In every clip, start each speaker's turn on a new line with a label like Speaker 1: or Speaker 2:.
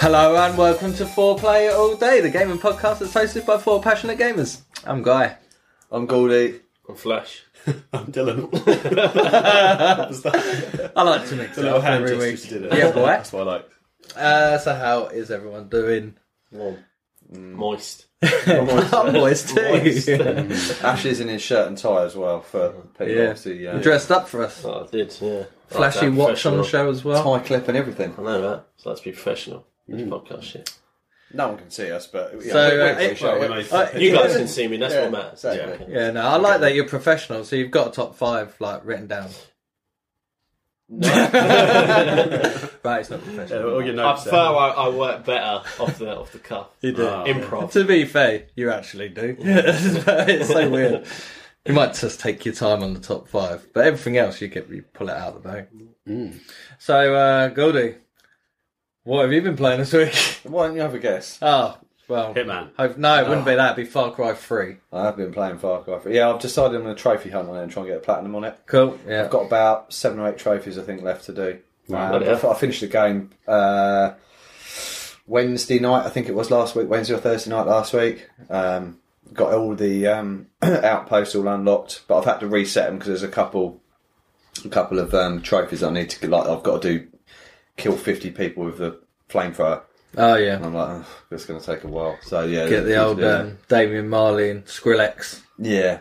Speaker 1: Hello and welcome to Four Player All Day, the gaming podcast that's hosted by four passionate gamers. I'm Guy.
Speaker 2: I'm Goldie.
Speaker 3: on Flash.
Speaker 2: I'm Oh, Dylan.
Speaker 1: I like to mix it up every week. Yeah, boy.
Speaker 2: That's what I like.
Speaker 1: Uh, so how is everyone doing?
Speaker 3: Warm.
Speaker 1: Mm.
Speaker 3: Moist.
Speaker 1: I'm uh, moist too.
Speaker 3: Moist.
Speaker 1: Yeah.
Speaker 2: Ash is in his shirt and tie as well for people
Speaker 1: Yeah.
Speaker 2: obviously.
Speaker 1: You
Speaker 2: Uh,
Speaker 1: dressed up for us.
Speaker 3: Oh, I did, yeah.
Speaker 1: Flashy
Speaker 3: Like that,
Speaker 1: watch on
Speaker 3: professional.
Speaker 1: the show as well.
Speaker 2: tie clip and everything.
Speaker 3: I know that. So that's be professional. This
Speaker 1: Mm.
Speaker 3: podcast shit.
Speaker 2: No one can see us, but yeah,
Speaker 1: So,
Speaker 2: we're- we're
Speaker 1: uh,
Speaker 2: pretty
Speaker 1: it-
Speaker 2: sure.
Speaker 4: well, nice.
Speaker 1: Uh,
Speaker 3: You
Speaker 1: yeah.
Speaker 3: guys can see me, that's
Speaker 2: Yeah,
Speaker 3: what matters.
Speaker 2: exactly.
Speaker 1: Yeah, no, I like that you're professional, so you've got a top five like written down. right, it's not professional.
Speaker 4: all your
Speaker 3: I
Speaker 4: notes
Speaker 3: prefer I, I work better off the off the cuff.
Speaker 1: You do.
Speaker 4: Ah.
Speaker 3: Improv.
Speaker 1: To be fair, you actually do. it's so weird. You might just take your time on the top five, but everything else you get you pull it out of the bag.
Speaker 4: Mm.
Speaker 1: So, uh, Goldie, what have you been playing this week?
Speaker 2: Why don't you have a guess?
Speaker 1: Oh, well,
Speaker 4: Hitman.
Speaker 1: I've, no, it wouldn't be that. It'd be Far Cry Three.
Speaker 2: I have been playing Far Cry. Yeah, I've decided I'm going to trophy hunt on it and try and get a platinum on it.
Speaker 1: Cool. Yeah.
Speaker 2: I've got about seven or eight trophies, I think, left to do. Um,
Speaker 3: bloody
Speaker 2: I,
Speaker 3: hell.
Speaker 2: I finished the game uh, Wednesday night, I think it was last week, Wednesday or Thursday night last week. Um, got all the um, outposts all unlocked, but I've had to reset them because there's a couple, a couple of um, trophies I need to like. I've got to do kill fifty people with the flamethrower.
Speaker 1: oh yeah.
Speaker 2: And I'm like, oh, that's going to take a while. So yeah,
Speaker 1: Get
Speaker 2: there's
Speaker 1: the
Speaker 2: a few
Speaker 1: old
Speaker 2: to do there.
Speaker 1: um, Damien Marley and Skrillex.
Speaker 2: yeah.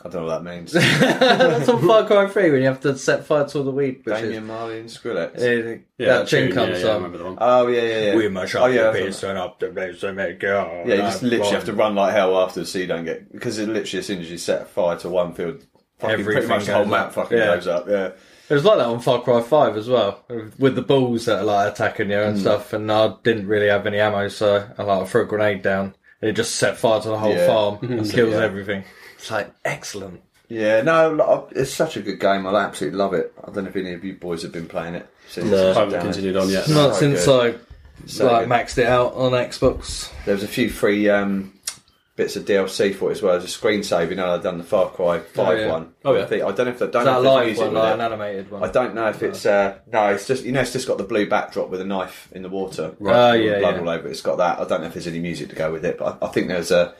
Speaker 2: I don't know what that means.
Speaker 1: That's on Far Cry Three when you have to set fire to all the weed bushes.
Speaker 2: Damien Marley and Skrillex.
Speaker 1: Damien.
Speaker 4: Yeah,
Speaker 1: that tune
Speaker 4: yeah,
Speaker 1: comes
Speaker 4: yeah, I
Speaker 1: on.
Speaker 4: remember the one.
Speaker 2: Oh yeah, yeah, yeah. oh, yeah, that's-
Speaker 1: and up the place and make go.
Speaker 2: Yeah, you just literally have to run like hell afterwards so you don't get because it literally as soon as you set fire to one field, fucking pretty
Speaker 1: Everything
Speaker 2: much the whole
Speaker 1: goes
Speaker 2: map
Speaker 1: up.
Speaker 2: fucking
Speaker 1: Yeah.
Speaker 2: goes up. Yeah,
Speaker 1: It was like that on Far Cry 5 as well, with the balls that are like attacking you
Speaker 2: Mm.
Speaker 1: and stuff. And I didn't really have any ammo, so I like threw a grenade down. And it just set fire to the whole
Speaker 2: Yeah.
Speaker 1: farm and kills
Speaker 2: yeah.
Speaker 1: everything. It's like excellent.
Speaker 2: yeah. No, like, it's such a good game. I absolutely love it. I don't know if any of you boys have been playing it. Since
Speaker 3: No.
Speaker 2: it's
Speaker 4: I haven't
Speaker 2: down
Speaker 4: continued on yet.
Speaker 1: Not
Speaker 2: so
Speaker 1: since I
Speaker 2: So
Speaker 1: like
Speaker 2: good.
Speaker 1: maxed it out on Xbox.
Speaker 2: There was a few free um, bits of DLC for it as well as a screensaver. You know, I've done the Far Cry Five
Speaker 1: yeah.
Speaker 2: one.
Speaker 4: Oh, yeah.
Speaker 2: I, think, I don't know if they don't
Speaker 1: Is
Speaker 2: know
Speaker 1: that
Speaker 2: if
Speaker 1: a
Speaker 2: there's
Speaker 1: live
Speaker 2: music
Speaker 1: one,
Speaker 2: with
Speaker 1: like
Speaker 2: it.
Speaker 1: an animated one?
Speaker 2: I don't know if it's uh, no, it's just you know, it's just got the blue backdrop with a knife in the water,
Speaker 1: Oh,
Speaker 2: with
Speaker 1: yeah,
Speaker 2: blood
Speaker 1: yeah.
Speaker 2: all over. it. It's got that. I don't know if there's any music to go with it, but I, I think there's a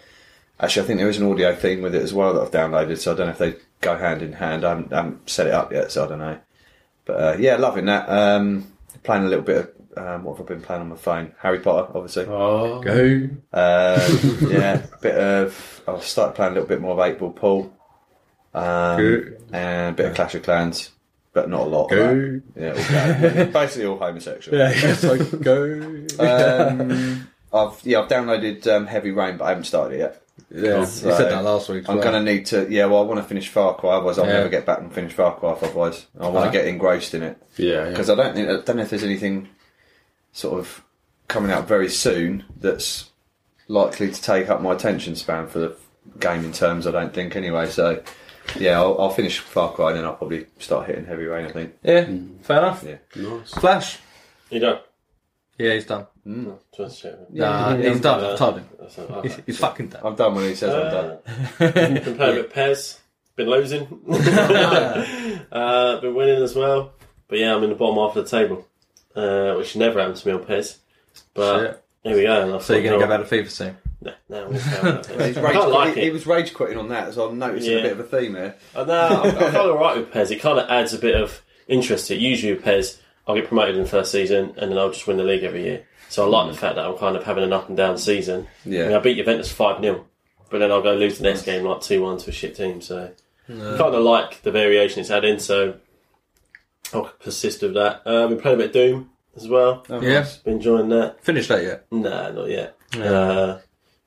Speaker 2: actually, I think there is an audio thing with it as well that I've downloaded. So I don't know if they go hand in hand. I haven't, I haven't set it up yet, so I don't know. But uh, yeah, loving that. Um, playing a little bit of um, what have I been playing on my phone? Harry Potter, obviously.
Speaker 4: Oh,
Speaker 1: Go.
Speaker 2: Um, yeah, bit of. I'll start playing a little bit more of Eight Ball Pool, um,
Speaker 1: Good.
Speaker 2: and a bit of Clash of Clans, but not a lot. of
Speaker 1: Good.
Speaker 2: that. Yeah, all gay. basically all homosexual.
Speaker 1: Yeah, it's like, go.
Speaker 2: Um, I've yeah, I've downloaded um, Heavy Rain, but I haven't started it yet.
Speaker 1: yeah,
Speaker 2: so
Speaker 1: you said that last week. as
Speaker 2: I'm
Speaker 1: well.
Speaker 2: gonna need to. Yeah, well, I want to finish Far Cry. Otherwise, I'll
Speaker 1: Yeah.
Speaker 2: never get back and finish Far Cry. Otherwise, I want
Speaker 1: Alright.
Speaker 2: to get engrossed in it
Speaker 4: yeah, yeah.
Speaker 2: because I don't think I don't know if there's anything sort of coming out very soon that's likely to take up my attention span for the gaming terms. I don't think anyway. So yeah, I'll, I'll finish Far Cry and then I'll probably start hitting Heavy Rain. I think.
Speaker 1: Yeah, fair enough.
Speaker 2: Yeah.
Speaker 4: Mm. Nice.
Speaker 1: Flash.
Speaker 3: You don't?
Speaker 1: Yeah, he's done.
Speaker 3: No, just shit.
Speaker 1: Nah, he's done. I've told him.
Speaker 3: That's not- okay.
Speaker 1: He's, he's fucking done.
Speaker 2: I'm done when he says I'm done.
Speaker 3: Uh, been playing with Pez, been losing, uh, been winning as well. But yeah, I'm in the bottom half of the table, uh, which never happens to me on Pez. But
Speaker 1: Shit.
Speaker 3: here we go. and I've
Speaker 1: So you're gonna go
Speaker 3: got-
Speaker 1: back to FIFA soon?
Speaker 3: No, no, I'm not going
Speaker 2: He's
Speaker 3: back. I
Speaker 2: rage,
Speaker 3: don't like
Speaker 2: he,
Speaker 3: it.
Speaker 2: he was rage quitting on that, so I'm noticing a
Speaker 3: Yeah.
Speaker 2: bit of a theme here.
Speaker 3: I know. uh, I'm kind of alright with Pez. It kind of adds a bit of interest to it. Usually with Pez, I'll get promoted in the first season and then I'll just win the league every year. So I like the fact that I'm kind of having an up and down season.
Speaker 2: Yeah.
Speaker 3: I, mean, I beat Juventus 5 0, but then I'll go lose the next game like 2 1 to a shit team. So I kind of like the variation it's adding, so I'll persist with that. Uh, we played a bit of Doom as well.
Speaker 2: Oh,
Speaker 1: Yeah.
Speaker 2: nice.
Speaker 3: Been enjoying that.
Speaker 1: Finished that yet?
Speaker 3: Nah, not yet. Uh,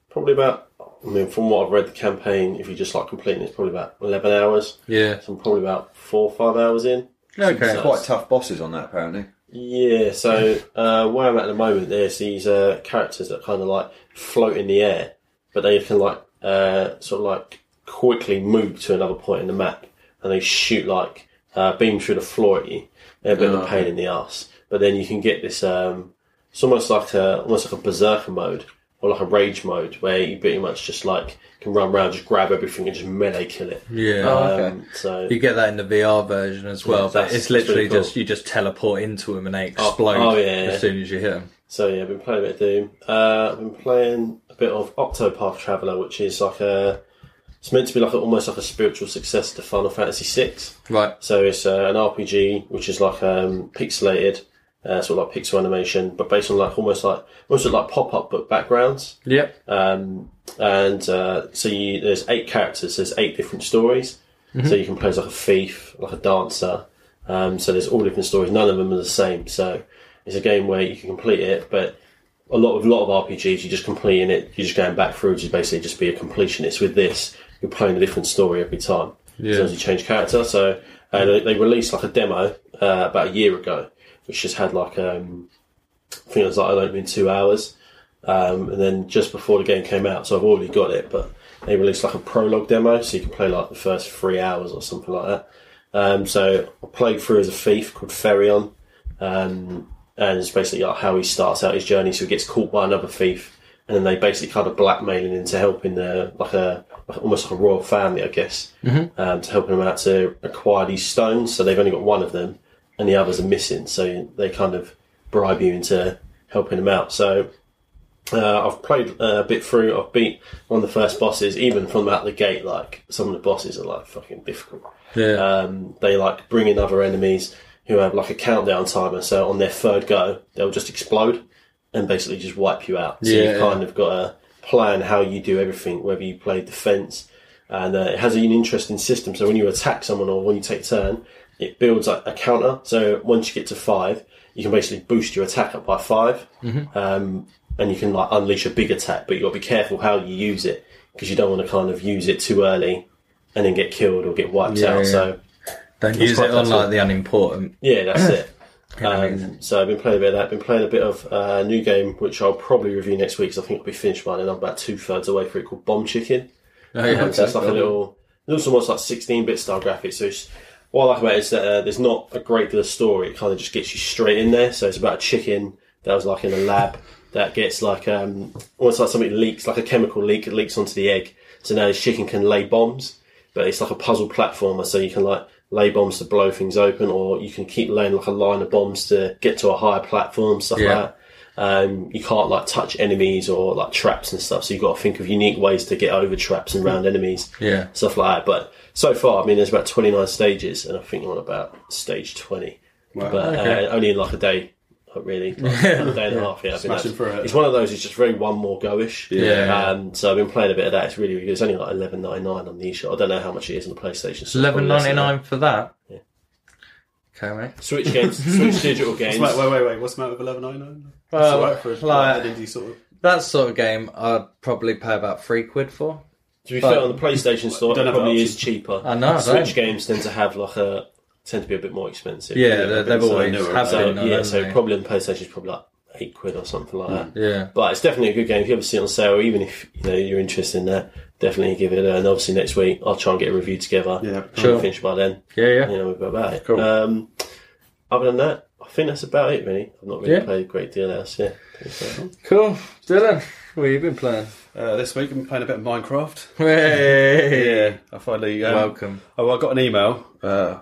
Speaker 3: probably about. I mean, from what I've read, the campaign, if you just like completing, it, it's probably about eleven hours.
Speaker 1: Yeah.
Speaker 3: So I'm probably about four or five hours in.
Speaker 1: Okay.
Speaker 3: So-
Speaker 2: Quite tough bosses on that, apparently.
Speaker 3: Yeah. So uh, where I'm at at the moment, there's these uh, characters that kind of like float in the air, but they can like uh, sort of like quickly move to another point in the map, and they shoot like uh, beam through the floor at you. They're a bit of a pain in the ass, but then you can get this. Um, it's almost like a almost like a berserker mode or like a rage mode where you pretty much just like can run around, just grab everything and just melee kill it.
Speaker 1: Yeah.
Speaker 2: Oh, okay.
Speaker 3: Um, so
Speaker 1: Uh, You get that in the VR version as well, but
Speaker 3: that's-
Speaker 1: it's
Speaker 3: that's really
Speaker 1: literally
Speaker 3: cool.
Speaker 1: just you just teleport into them and they explode
Speaker 3: oh, yeah, yeah.
Speaker 1: as soon as you hit them.
Speaker 3: So yeah, I've been playing a bit of Doom. Uh, I've been playing a bit of Octopath Traveler, which is like a it's meant to be like a, almost like a spiritual successor to Final Fantasy VI.
Speaker 1: Right.
Speaker 3: So it's uh, an RPG which is like um, pixelated, uh, sort of like pixel animation, but based on like almost like almost like pop up but backgrounds.
Speaker 1: Yep.
Speaker 3: Um, and uh, so you, there's eight characters, there's eight different stories. So you can play as like a thief, like a dancer. Um, so there's all different stories. None of them are the same. So it's a game where you can complete it, but a lot of lot of RPGs, you're just completing it. You're just going back through to basically just be a completionist. With this, you're playing a different story every time.
Speaker 1: Yeah.
Speaker 3: So as you change character, so uh, they, they released like a demo uh, about a year ago, which just had like um, I think it was like I don't mean two hours, um, and then just before the game came out, so I've already got it. But they released like a prologue demo, so you can play like the first three hours or something like that. Um, so I played through as a thief called Ferion, um, and it's basically like how he starts out his journey. So he gets caught by another thief, and then they basically kind of blackmail him into helping the like a like, almost like a royal family, I guess, um, to helping him out to acquire these stones. So they've only got one of them, and the others are missing. So they kind of bribe you into helping them out. So uh, I've played uh, a bit through. I've beat one of the first bosses, even from out the gate. Like some of the bosses are like fucking difficult.
Speaker 1: Yeah.
Speaker 3: Um, they like bring in other enemies who have like a countdown timer. So on their third go, they'll just explode and basically just wipe you out. So
Speaker 1: Yeah,
Speaker 3: you
Speaker 1: yeah.
Speaker 3: kind of got to plan how you do everything, whether you play defense. And uh, it has an interesting system. So when you attack someone or when you take turn, it builds like, a counter. So once you get to five, you can basically boost your attack up by 5
Speaker 1: Mm-hmm.
Speaker 3: Um, and you can like unleash a big attack, but you got to be careful how you use it because you don't want to kind of use it too early and then get killed or get wiped
Speaker 1: Yeah,
Speaker 3: out.
Speaker 1: yeah.
Speaker 3: So
Speaker 1: Don't use
Speaker 3: quite
Speaker 1: it on
Speaker 3: helpful.
Speaker 1: like the unimportant.
Speaker 3: yeah, that's it.
Speaker 1: amazing.
Speaker 3: Um, so I've been playing a bit of that. Been playing a bit of uh, a new game, which I'll probably review next week. 'cause I think I'll be finished by then. I'm about two thirds away for it. Called Bomb Chicken.
Speaker 1: Oh, yeah,
Speaker 3: Um, so it's
Speaker 1: okay.
Speaker 3: like a little, it looks almost like 16-bit style graphics. So it's, what I like about it is that uh, there's not a great deal of story. It kind of just gets you straight in there. So it's about a chicken that was like in a lab that gets like um, almost like something leaks, like a chemical leak. It leaks onto the egg. So now this chicken can lay bombs, but it's like a puzzle platformer. So you can like lay bombs to blow things open, or you can keep laying like a line of bombs to get to a higher platform, stuff
Speaker 1: Yeah.
Speaker 3: like that. Um, you can't like touch enemies or like traps and stuff, so you've got to think of unique ways to get over traps and round enemies,
Speaker 1: Yeah.
Speaker 3: stuff like that. But so far, I mean, there's about 29 stages, and I think I'm on about stage 20, but
Speaker 1: okay.
Speaker 3: uh, only in like a day, like, really, like, a day and a half. Yeah, I think
Speaker 4: Smashing
Speaker 3: that's-
Speaker 4: through it.
Speaker 3: It's one of those. It's just very one more go-ish.
Speaker 1: Yeah.
Speaker 3: Um, so I've been playing a bit of that. It's really, really good. It's only like 11.99 on the eShop. I don't know how much it is on the PlayStation. so it's
Speaker 1: Eleven
Speaker 3: probably less
Speaker 1: ninety
Speaker 3: than that.
Speaker 1: nine for that.
Speaker 3: Yeah.
Speaker 1: Okay, mate.
Speaker 3: Switch games, Switch digital games.
Speaker 4: Wait, wait, wait, wait. What's the matter with 11.99?
Speaker 1: Well,
Speaker 4: That's all right for
Speaker 1: like-
Speaker 4: like, an indie sort of.
Speaker 1: That sort of game, I'd probably pay about three quid for.
Speaker 3: To be
Speaker 1: But-
Speaker 3: fair, on the PlayStation store,
Speaker 4: Don't
Speaker 3: it
Speaker 4: have an
Speaker 3: probably
Speaker 4: option.
Speaker 3: is cheaper.
Speaker 1: I know, I
Speaker 3: Switch
Speaker 1: don't.
Speaker 3: games tend to have like a tend to be a bit more expensive.
Speaker 1: Yeah, they- they've
Speaker 4: so
Speaker 1: always
Speaker 4: newer,
Speaker 1: have
Speaker 3: so
Speaker 1: been.
Speaker 3: yeah,
Speaker 1: on, haven't
Speaker 3: so
Speaker 1: they?
Speaker 3: probably on the PlayStation is probably like eight quid or something like that.
Speaker 1: yeah.
Speaker 3: But it's definitely a good game. If you ever see it on sale, even if you know you're interested in that, definitely give it. A, and obviously next week I'll try and get a review together.
Speaker 4: Yeah.
Speaker 1: Sure.
Speaker 3: I'll finish by then.
Speaker 1: yeah, yeah,
Speaker 3: You know we've got about it.
Speaker 1: Cool.
Speaker 3: Um, other than that, I think that's about it. Really, I've not really
Speaker 1: Yeah.
Speaker 3: played a great deal else. Yeah. So-
Speaker 1: Cool, Dylan. What have you been playing?
Speaker 4: Uh, this week, I've been playing a bit of Minecraft.
Speaker 1: Hey,
Speaker 4: Yeah, I finally. Um,
Speaker 1: welcome.
Speaker 4: Oh, I got an email uh,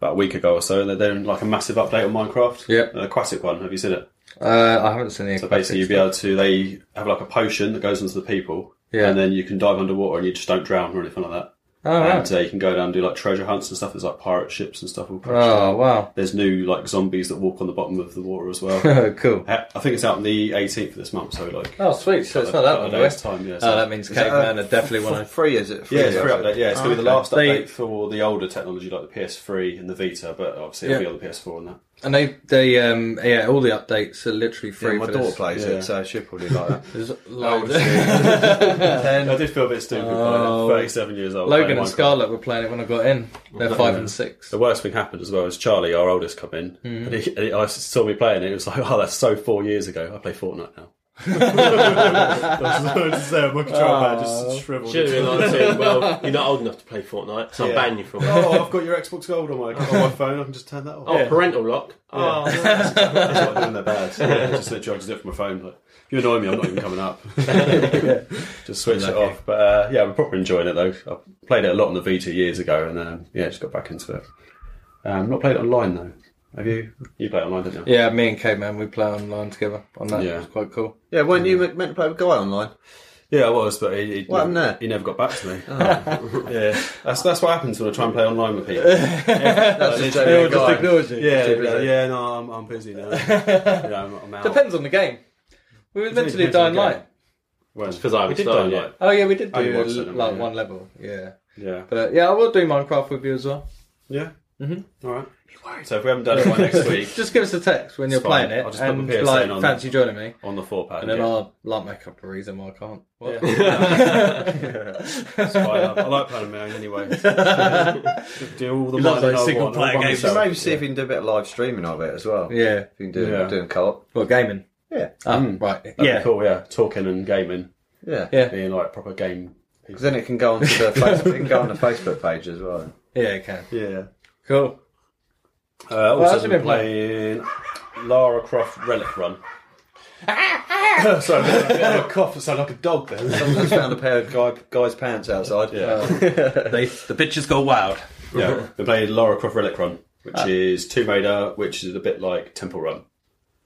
Speaker 4: about a week ago or so that they're doing like a massive update on Minecraft.
Speaker 1: Yep.
Speaker 4: An aquatic one. Have you seen it?
Speaker 1: Uh, I haven't seen the.
Speaker 4: So basically, you'll be able to. They have like a potion that goes into the people,
Speaker 1: Yeah.
Speaker 4: and then you can dive underwater and you just don't drown or anything like that.
Speaker 1: Oh, wow.
Speaker 4: And uh, you can go down and do like treasure hunts and stuff. There's like pirate ships and stuff. All crashed
Speaker 1: oh
Speaker 4: down.
Speaker 1: wow.
Speaker 4: There's new like zombies that walk on the bottom of the water as well.
Speaker 1: Oh, cool.
Speaker 4: I I think it's out on the 18th of this month, so like.
Speaker 1: Oh, sweet. So it's not that long
Speaker 4: a couple of
Speaker 1: away.
Speaker 4: days time, yeah.
Speaker 1: Oh,
Speaker 4: so-
Speaker 1: that means
Speaker 2: that,
Speaker 1: caveman
Speaker 2: uh,
Speaker 1: are definitely one
Speaker 2: For
Speaker 1: of.
Speaker 2: free, is it? Free
Speaker 4: Yeah, it's
Speaker 2: is
Speaker 4: free
Speaker 2: it?
Speaker 4: update. Yeah, it's
Speaker 1: Oh,
Speaker 4: going to be the
Speaker 1: okay.
Speaker 4: last
Speaker 1: They-
Speaker 4: update for the older technology like the PS3 and the Vita, but obviously it'll
Speaker 1: Yeah.
Speaker 4: be on the PS4 and that.
Speaker 1: And they, they, um, yeah, all the updates are literally
Speaker 2: Yeah,
Speaker 1: free.
Speaker 2: my
Speaker 1: for
Speaker 2: daughter
Speaker 1: this.
Speaker 2: plays
Speaker 4: Yeah.
Speaker 2: it, so she'll probably like that.
Speaker 1: There's
Speaker 4: would
Speaker 1: loads.
Speaker 4: I did feel a bit stupid.
Speaker 1: Oh.
Speaker 4: Oh, 37 years old.
Speaker 1: Logan
Speaker 4: playing
Speaker 1: and
Speaker 4: Minecraft.
Speaker 1: Scarlett were playing it when I got in. They're five and six.
Speaker 4: The worst thing happened as well is Charlie, our oldest, come in, and, he, and he- I saw me playing it. It was like, oh, that's so four years ago. I play Fortnite now.
Speaker 5: That's what I was there. My control pad just shriveled.
Speaker 3: Should have Oh. been like, saying, well, you're not old enough to play Fortnite, so I'll
Speaker 5: Yeah.
Speaker 3: ban you from it.
Speaker 5: oh, I've got your Xbox Gold on my, on my phone. I can just turn that off.
Speaker 3: Oh, parental lock. Oh,
Speaker 5: that's,
Speaker 4: That's what I'm doing their bad. Yeah, just literally, I just do it from my phone. Like, you annoy me, I'm not even coming up. just switch it
Speaker 1: Unlucky.
Speaker 4: off. But uh, yeah, I'm probably enjoying it though. I played it a lot on the Vita years ago, and um, yeah, just got back into it. Um, not played it online though. Have you? You play it online, didn't you?
Speaker 1: Yeah, me and K Man, we play online together on that.
Speaker 4: Yeah.
Speaker 1: It was quite cool.
Speaker 2: Yeah, weren't you meant to play with Guy online?
Speaker 4: Yeah, I was, but he, he,
Speaker 2: What happened there? Oh.
Speaker 4: he never got back to me. yeah, that's that's what happens when I try and play online with people. yeah,
Speaker 2: That's just
Speaker 1: They
Speaker 2: Jamie
Speaker 1: all just
Speaker 2: Guy.
Speaker 1: ignored you.
Speaker 4: yeah,
Speaker 2: Too busy.
Speaker 4: yeah, no, I'm, I'm busy now. yeah, I'm, I'm out.
Speaker 1: Depends on the game. We were meant to do
Speaker 4: Depends on
Speaker 1: Dying
Speaker 4: the game.
Speaker 1: Light.
Speaker 4: Well,
Speaker 3: because I
Speaker 4: we
Speaker 3: was
Speaker 4: did
Speaker 3: starting
Speaker 4: Dying
Speaker 3: it.
Speaker 4: Light.
Speaker 1: Oh yeah, we did
Speaker 4: Only
Speaker 1: do
Speaker 4: once, didn't we?
Speaker 1: like
Speaker 4: Yeah.
Speaker 1: one level. Yeah,
Speaker 4: Yeah.
Speaker 1: but yeah, I will do Minecraft with you as well.
Speaker 4: Yeah. Mm-hmm. All right. So if we haven't done it by next week,
Speaker 1: Just give us a text when you're
Speaker 4: It's fine.
Speaker 1: playing it
Speaker 4: I'll just put
Speaker 1: and
Speaker 4: the PSN
Speaker 1: like
Speaker 4: on.
Speaker 1: fancy joining me,
Speaker 4: on the four pad,
Speaker 1: and then
Speaker 4: yeah.
Speaker 1: I'll like make up a reason why I can't. What?
Speaker 4: It's fine. I, I like playing man anyway. do all the
Speaker 1: He loves
Speaker 4: mining
Speaker 1: those
Speaker 4: I
Speaker 1: single
Speaker 4: want,
Speaker 1: player
Speaker 4: all by
Speaker 1: games.
Speaker 2: So
Speaker 4: myself.
Speaker 2: maybe see if you can do a bit of live streaming of it as well.
Speaker 1: Yeah.
Speaker 2: If you can do
Speaker 4: Yeah.
Speaker 2: doing co-op.
Speaker 1: Well, gaming.
Speaker 2: Yeah.
Speaker 1: Ah,
Speaker 4: Mm.
Speaker 1: right.
Speaker 4: That'd
Speaker 1: yeah.
Speaker 4: be cool. Yeah, talking and gaming,
Speaker 2: Yeah.
Speaker 1: Yeah.
Speaker 4: being like proper game.
Speaker 2: 'Cause then it can go onto the Facebook, it can go on the Facebook page as well.
Speaker 1: Yeah, it can.
Speaker 4: Yeah.
Speaker 1: Cool.
Speaker 4: Uh,
Speaker 1: Well,
Speaker 4: also,
Speaker 1: that's a
Speaker 4: been
Speaker 1: bit
Speaker 4: playing Lara Croft Relic Run. Sorry, I had a cough. I sound like a dog then.
Speaker 2: Someone's found a pair of guy, guy's pants outside. Um,
Speaker 4: Yeah.
Speaker 1: They, the bitches go wild.
Speaker 4: yeah, Ah. we played Lara Croft Relic Run, which is Tomb Raider, which is a bit like Temple Run.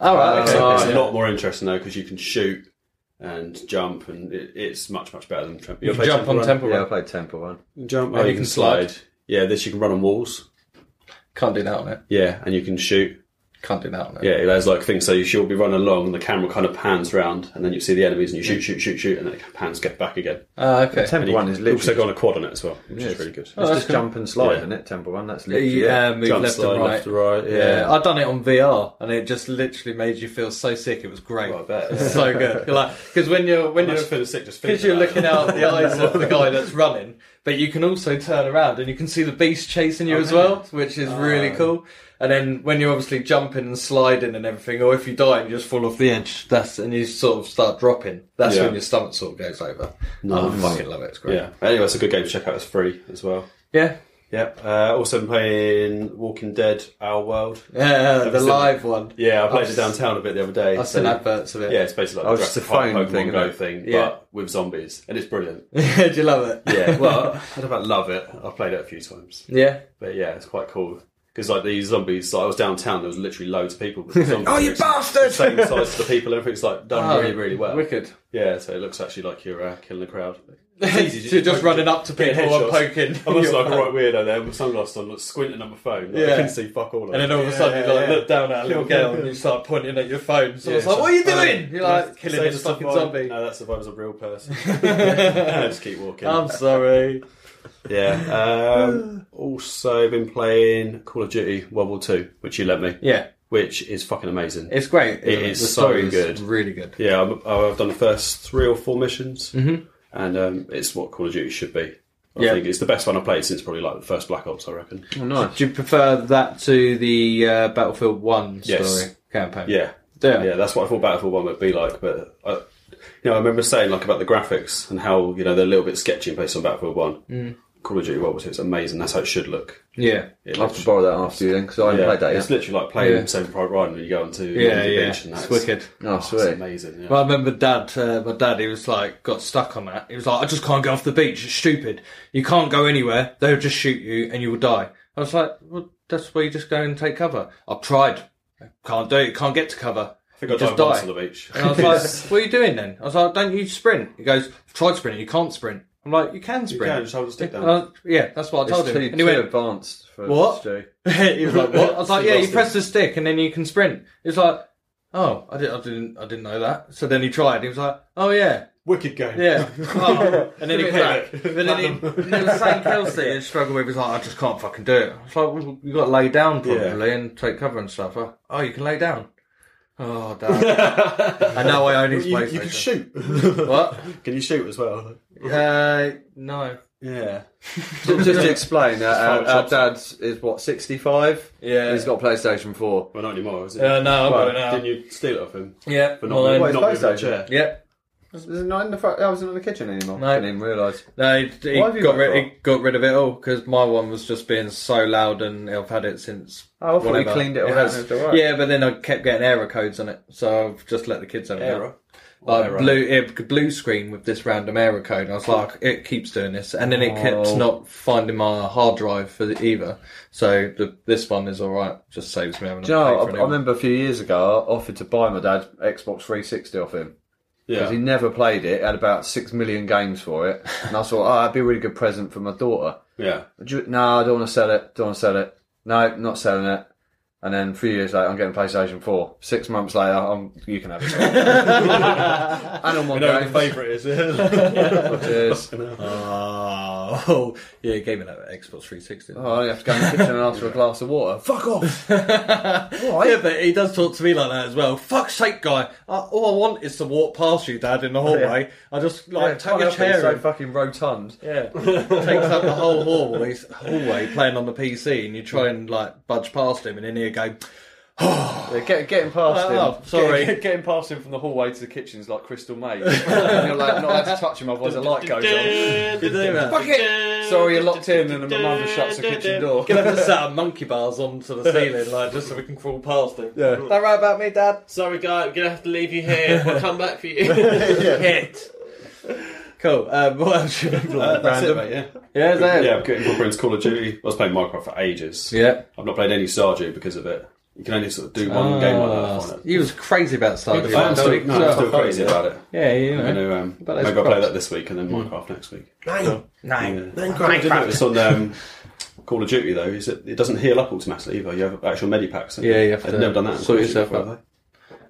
Speaker 1: All right. okay.
Speaker 4: So it's
Speaker 3: yeah.
Speaker 4: a lot more interesting though because you can shoot and jump, and it, it's much much better than Temple.
Speaker 1: You can jump on Temple
Speaker 2: Yeah, I
Speaker 1: Run.
Speaker 2: played Temple One.
Speaker 4: jump,
Speaker 1: and
Speaker 4: and
Speaker 1: you
Speaker 4: you can
Speaker 1: can slide.
Speaker 4: slide. Yeah, this you can run on walls.
Speaker 1: Can't do that on it.
Speaker 4: Yeah, and you can shoot.
Speaker 1: Can't do that on it.
Speaker 4: Yeah, it has like things. So you should be running along, and the camera kind of pans round, and then you see the enemies, and you shoot, shoot, shoot, shoot, and then it pans get back again.
Speaker 1: Ah, okay.
Speaker 4: And
Speaker 2: Temple
Speaker 4: you
Speaker 2: One
Speaker 4: can
Speaker 2: is literally
Speaker 4: also got on a quad on it as well, which is really good.
Speaker 2: it's just
Speaker 1: cool.
Speaker 2: jump and slide,
Speaker 4: Yeah.
Speaker 2: isn't it? Temple One. That's literally
Speaker 1: Yeah,
Speaker 2: it.
Speaker 1: move
Speaker 4: Jump,
Speaker 1: left,
Speaker 4: slide,
Speaker 1: and right.
Speaker 4: left to right,
Speaker 1: Yeah.
Speaker 4: yeah.
Speaker 1: I done it on VR, and it just literally made you feel so sick. It was great.
Speaker 4: I bet,
Speaker 1: It's so good. You're like, because when you're when
Speaker 4: I
Speaker 1: you're
Speaker 4: just feel sick just
Speaker 1: because
Speaker 4: thinking
Speaker 1: you're
Speaker 4: about
Speaker 1: looking
Speaker 4: it.
Speaker 1: out the eyes of the guy that's running, but you can also turn around and you can see the beast chasing you
Speaker 4: Oh,
Speaker 1: as well, which is really cool. And then when you're obviously jumping and sliding and everything, or if you die and you just fall off the edge, that's and you sort of start dropping. That's
Speaker 4: Yeah.
Speaker 1: when your stomach sort of goes over. I fucking love it. It's great.
Speaker 4: Yeah. Anyway, it's a good game to check out. It's free as well.
Speaker 1: yeah.
Speaker 4: Yep. Uh, also been playing Walking Dead Our World.
Speaker 1: Yeah, the
Speaker 4: seen
Speaker 1: live one.
Speaker 4: Yeah, I played
Speaker 1: I've
Speaker 4: it downtown a bit the other day.
Speaker 1: I've seen
Speaker 4: so-
Speaker 1: adverts of it.
Speaker 4: Yeah, it's basically
Speaker 2: Oh,
Speaker 4: like the
Speaker 2: it's
Speaker 4: Jurassic
Speaker 2: the
Speaker 4: Park
Speaker 2: phone
Speaker 4: Pokemon
Speaker 2: thing,
Speaker 4: Go
Speaker 2: isn't it?
Speaker 4: thing,
Speaker 1: Yeah.
Speaker 4: but with zombies, and it's brilliant.
Speaker 1: Do you love it?
Speaker 4: Yeah, well, I don't about love it. I've played it a few times,
Speaker 1: Yeah.
Speaker 4: but yeah, it's quite cool because like these zombies. Like, I was downtown, there was literally loads of people. But the zombies
Speaker 2: Oh, you
Speaker 4: are
Speaker 2: bastard!
Speaker 4: The same size as the people. Everything's like done
Speaker 1: Oh,
Speaker 4: really, really well.
Speaker 1: Wicked.
Speaker 4: Yeah, so it looks actually like you're uh, killing the crowd.
Speaker 1: So you're just running up to people and
Speaker 4: headshots.
Speaker 1: poking.
Speaker 4: I was like a right weirdo there with sunglasses on, like, squinting at my phone. Like,
Speaker 1: Yeah.
Speaker 4: I couldn't see fuck all. Of
Speaker 1: And then
Speaker 4: it.
Speaker 1: all of a sudden,
Speaker 4: Yeah,
Speaker 1: you like
Speaker 4: yeah.
Speaker 1: look down at a little girl and you start pointing at your phone. So I was like, "What are you doing?" You're like killing
Speaker 4: Say
Speaker 1: this
Speaker 4: to
Speaker 1: fucking
Speaker 4: someone,
Speaker 1: zombie.
Speaker 4: No, that survivor's a real person. I just keep walking.
Speaker 1: I'm sorry.
Speaker 4: Yeah. Um, also been playing Call of Duty World War Two, which you lent me,
Speaker 1: Yeah,
Speaker 4: which is fucking amazing.
Speaker 1: it's great.
Speaker 4: It is so good. Oh,
Speaker 1: really good.
Speaker 4: yeah, I'm- I've done the first three or four missions, and um, it's what Call of Duty should be. I
Speaker 1: Mm-hmm. Yeah.
Speaker 4: think it's the best one I've played since probably like the first Black Ops, I reckon.
Speaker 2: Oh, nice.
Speaker 1: Do you prefer that to the uh, Battlefield One story
Speaker 4: Yes.
Speaker 1: campaign?
Speaker 4: Yeah.
Speaker 1: Yeah.
Speaker 4: Yeah, that's what I thought Battlefield 1 would be like, but I, you know, I remember saying like about the graphics and how, you know, they're a little bit sketchy based on Battlefield 1. Mm. Call of Duty World War 2 is amazing. That's how it should look.
Speaker 1: yeah.
Speaker 4: It
Speaker 2: I'll
Speaker 4: looks-
Speaker 2: have to borrow that after you then, because I haven't
Speaker 4: yeah,
Speaker 2: played that
Speaker 4: It's
Speaker 2: yet.
Speaker 4: literally like playing
Speaker 1: Yeah.
Speaker 4: Saving Private Ryan when you go onto
Speaker 1: Yeah,
Speaker 4: the
Speaker 1: yeah,
Speaker 4: beach and that's
Speaker 1: it's wicked.
Speaker 2: Oh,
Speaker 4: It's
Speaker 2: sweet.
Speaker 4: amazing. Yeah.
Speaker 1: Well, I remember Dad. Uh, my dad, he was like, got stuck on that. He was like, "I just can't get off the beach. It's stupid. You can't go anywhere. They'll just shoot you and you will die." I was like, "Well, that's where you just go and take cover." I've tried. Can't do it. Can't get to cover.
Speaker 4: I think I
Speaker 1: You just die.
Speaker 4: died once
Speaker 1: Oh,
Speaker 4: on the beach.
Speaker 1: And I was like, "What are you doing then?" I was like, "Don't you sprint?" He goes, "I've tried sprinting. You can't sprint." I'm like, "You can
Speaker 4: you can
Speaker 1: sprint."
Speaker 4: just hold a stick
Speaker 1: And
Speaker 4: down.
Speaker 1: I was- yeah, that's what I told
Speaker 2: It's
Speaker 1: him.
Speaker 2: too,
Speaker 1: and he
Speaker 2: too
Speaker 1: went,
Speaker 2: advanced for
Speaker 1: What?
Speaker 2: Stu.
Speaker 1: he was like, "What?" I was like,
Speaker 4: He
Speaker 1: "Yeah, you
Speaker 4: lost
Speaker 1: press the stick and then you can sprint." He was like, "Oh, I didn't, I didn't, I didn't know that." So then he tried. He was like, "Oh yeah,
Speaker 4: Wicked game.
Speaker 1: yeah." Oh. And then he
Speaker 2: Give
Speaker 1: came
Speaker 2: it back.
Speaker 1: back. And then he, and then the same Kelsey he struggled with. He was like, "I just can't fucking do it." I was like, well, "You got to lay down properly and take cover and stuff." Oh, "Oh, you can lay down." Oh, dad. I know I own his
Speaker 4: You,
Speaker 1: PlayStation.
Speaker 4: you can shoot.
Speaker 1: What?
Speaker 4: Can you shoot as well?
Speaker 1: Uh, no.
Speaker 4: Yeah.
Speaker 2: Just to explain, uh, our, our dad is what sixty five.
Speaker 1: Yeah.
Speaker 2: he's got a PlayStation Four.
Speaker 4: Well, not anymore, is it?
Speaker 1: Uh, no, I've
Speaker 4: Well,
Speaker 1: got it now.
Speaker 4: Didn't you steal it off him?
Speaker 1: Yeah,
Speaker 4: For not, moving-
Speaker 2: Well,
Speaker 1: mine.
Speaker 2: it's
Speaker 4: not moving the
Speaker 2: PlayStation.
Speaker 4: chair.
Speaker 1: Yep.
Speaker 2: Is it not in the? fr- I wasn't in the kitchen anymore.
Speaker 1: No.
Speaker 2: Didn't even realise.
Speaker 1: No, he, he
Speaker 2: Why have you
Speaker 1: got
Speaker 2: got
Speaker 1: rid,
Speaker 2: that?
Speaker 1: he got rid of it all because my one was just being so loud, and I've had it since.
Speaker 2: Oh, I thought we
Speaker 1: whatever.
Speaker 2: cleaned it all out and it was all right.
Speaker 1: Yeah, but then I kept getting error codes on it, so I've just let the kids have it. now.
Speaker 4: Error?
Speaker 1: Like
Speaker 4: Error.
Speaker 1: blue, it, blue screen with this random error code. And I was like, it keeps doing this, and then it kept
Speaker 2: Oh.
Speaker 1: not finding my hard drive for the, either. So the, this one is all right, just saves me having
Speaker 2: Do
Speaker 1: to
Speaker 2: you
Speaker 1: pay
Speaker 2: know,
Speaker 1: for
Speaker 2: what?
Speaker 1: it.
Speaker 2: I, I remember a few years ago, I offered to buy my dad Xbox 360 off him because
Speaker 4: Yeah.
Speaker 2: he never played it. Had about six million games for it, and I thought, oh, that'd be a really good present for my daughter.
Speaker 4: yeah.
Speaker 2: Would you- no, I don't want to sell it. Don't want to sell it. No, not selling it. And then three years later, I'm getting PlayStation 4. Six months later, I'm, you can have it. and on my
Speaker 4: know
Speaker 2: games.
Speaker 4: favourite is. yeah.
Speaker 2: Cheers.
Speaker 1: Oh, yeah, you gave me that Xbox 360.
Speaker 2: Oh, I only have to go in the kitchen and ask for a glass of water. Fuck off! Alright.
Speaker 1: Yeah, but he does talk to me like that as well. Fuck's sake, guy! I, all I want is to walk past you, Dad, in the hallway. I just like
Speaker 2: Oh, Yeah,
Speaker 1: take
Speaker 2: can't
Speaker 1: a
Speaker 2: help it, it's
Speaker 1: chair
Speaker 2: so
Speaker 1: and
Speaker 2: fucking rotund.
Speaker 1: yeah, takes up the whole hallway, hallway playing on the PC, and you try and like budge past him, and then he'll go.
Speaker 2: Yeah, get, getting past
Speaker 1: Oh,
Speaker 2: him.
Speaker 1: oh, sorry.
Speaker 2: Get- get- getting past him from the hallway to the kitchen is like crystal maze. and you're like, not allowed to touch him, otherwise a light goes on.
Speaker 1: You do that.
Speaker 2: Fuck it! Sorry, you're locked in, and my mother shuts the kitchen door.
Speaker 1: Gonna have to set up monkey bars onto the ceiling, like just so we can crawl past him.
Speaker 2: Yeah. That right about me, Dad?
Speaker 3: Sorry, guy, we're gonna have to leave you here. We'll come back for you.
Speaker 1: Hit. Cool. Um, what else do you remember?
Speaker 4: Uh, that's it, mate, yeah.
Speaker 1: yeah, is that it?
Speaker 4: Yeah, I'm getting proper into Call of Duty. I was playing Minecraft for ages.
Speaker 1: Yeah.
Speaker 4: I've not played any Stardew because of it. You can only sort of do
Speaker 1: Ah.
Speaker 4: one game like that. on it.
Speaker 1: Uh, He was crazy about Stardew
Speaker 4: I'm
Speaker 1: last
Speaker 4: still,
Speaker 1: week.
Speaker 4: no, I'm still
Speaker 1: so-
Speaker 4: crazy about it.
Speaker 1: Yeah, you
Speaker 4: I'm
Speaker 1: know.
Speaker 4: gonna, um,
Speaker 1: those
Speaker 4: maybe I'll play
Speaker 1: props.
Speaker 4: that this week and
Speaker 1: Hmm.
Speaker 4: then Minecraft next week.
Speaker 3: Nine.
Speaker 4: Yeah. I did notice on um, Call of Duty though, is it, it doesn't heal up automatically either. You have actual medipacks.
Speaker 1: Yeah, you have
Speaker 4: They've
Speaker 1: to
Speaker 4: never done that. in
Speaker 1: sort
Speaker 4: Call of Duty
Speaker 1: yourself
Speaker 4: before,
Speaker 1: up.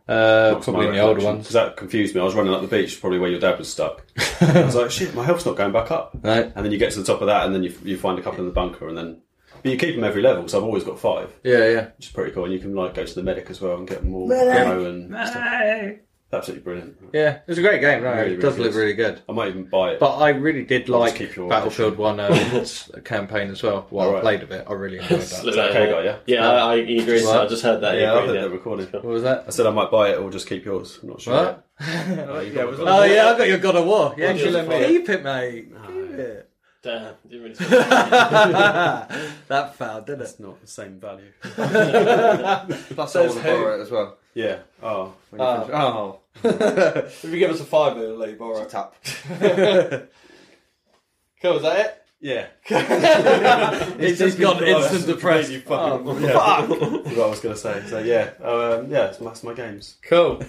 Speaker 4: have
Speaker 1: Uh,
Speaker 4: they?
Speaker 1: probably in the older ones.
Speaker 4: Because that confused me. I was running up the beach, probably where your dad was stuck. I was like, shit, my health's not going back up.
Speaker 1: Right.
Speaker 4: And then you get to the top of that, and then you, you find a couple in the bunker, and then but you keep them every level. So I've always got five,
Speaker 1: Yeah, yeah.
Speaker 4: which is pretty cool. And you can like go to the medic as well and get more ammo and stuff. Absolutely brilliant.
Speaker 1: Yeah, it's a great game, right?
Speaker 4: Really,
Speaker 1: it does
Speaker 4: really
Speaker 1: look
Speaker 4: is.
Speaker 1: really good.
Speaker 4: I might even buy it.
Speaker 1: But I really did
Speaker 4: I'll
Speaker 1: like
Speaker 4: just keep your
Speaker 1: Battlefield 1 um, s- campaign as well. While I
Speaker 4: Alright.
Speaker 1: played a bit, I really enjoyed that.
Speaker 3: Look at
Speaker 4: okay,
Speaker 3: that.
Speaker 4: guy, yeah?
Speaker 3: Yeah, I, I he agrees.
Speaker 1: Right.
Speaker 3: I just heard that. he
Speaker 4: yeah, I
Speaker 3: agreed,
Speaker 4: think
Speaker 3: yeah.
Speaker 4: they're recording.
Speaker 1: what was
Speaker 4: I
Speaker 1: that?
Speaker 4: said I might buy it or just keep yours. I'm not sure.
Speaker 1: What?
Speaker 2: Yeah, it was
Speaker 1: Oh, yeah, I got your God of War. Yeah,
Speaker 3: What do you
Speaker 1: keep it,
Speaker 3: think?
Speaker 1: Oh, mate. Keep it.
Speaker 3: Damn, didn't really speak.
Speaker 1: that foul, didn't it?
Speaker 4: It's not the same value.
Speaker 2: Plus, I
Speaker 1: Says
Speaker 2: want to
Speaker 1: who? Ah.
Speaker 2: borrow it as well.
Speaker 4: Yeah. Oh.
Speaker 2: When you finish- oh.
Speaker 1: If you give us a fiver, it'll let you borrow it.
Speaker 2: Tap.
Speaker 1: Cool, is that
Speaker 4: Yeah.
Speaker 1: it? It's just gone instant depressed. Oh, fuck!
Speaker 4: That's what I was going to say. So yeah. Oh, Um, yeah. It's my, it's my games.
Speaker 1: Cool.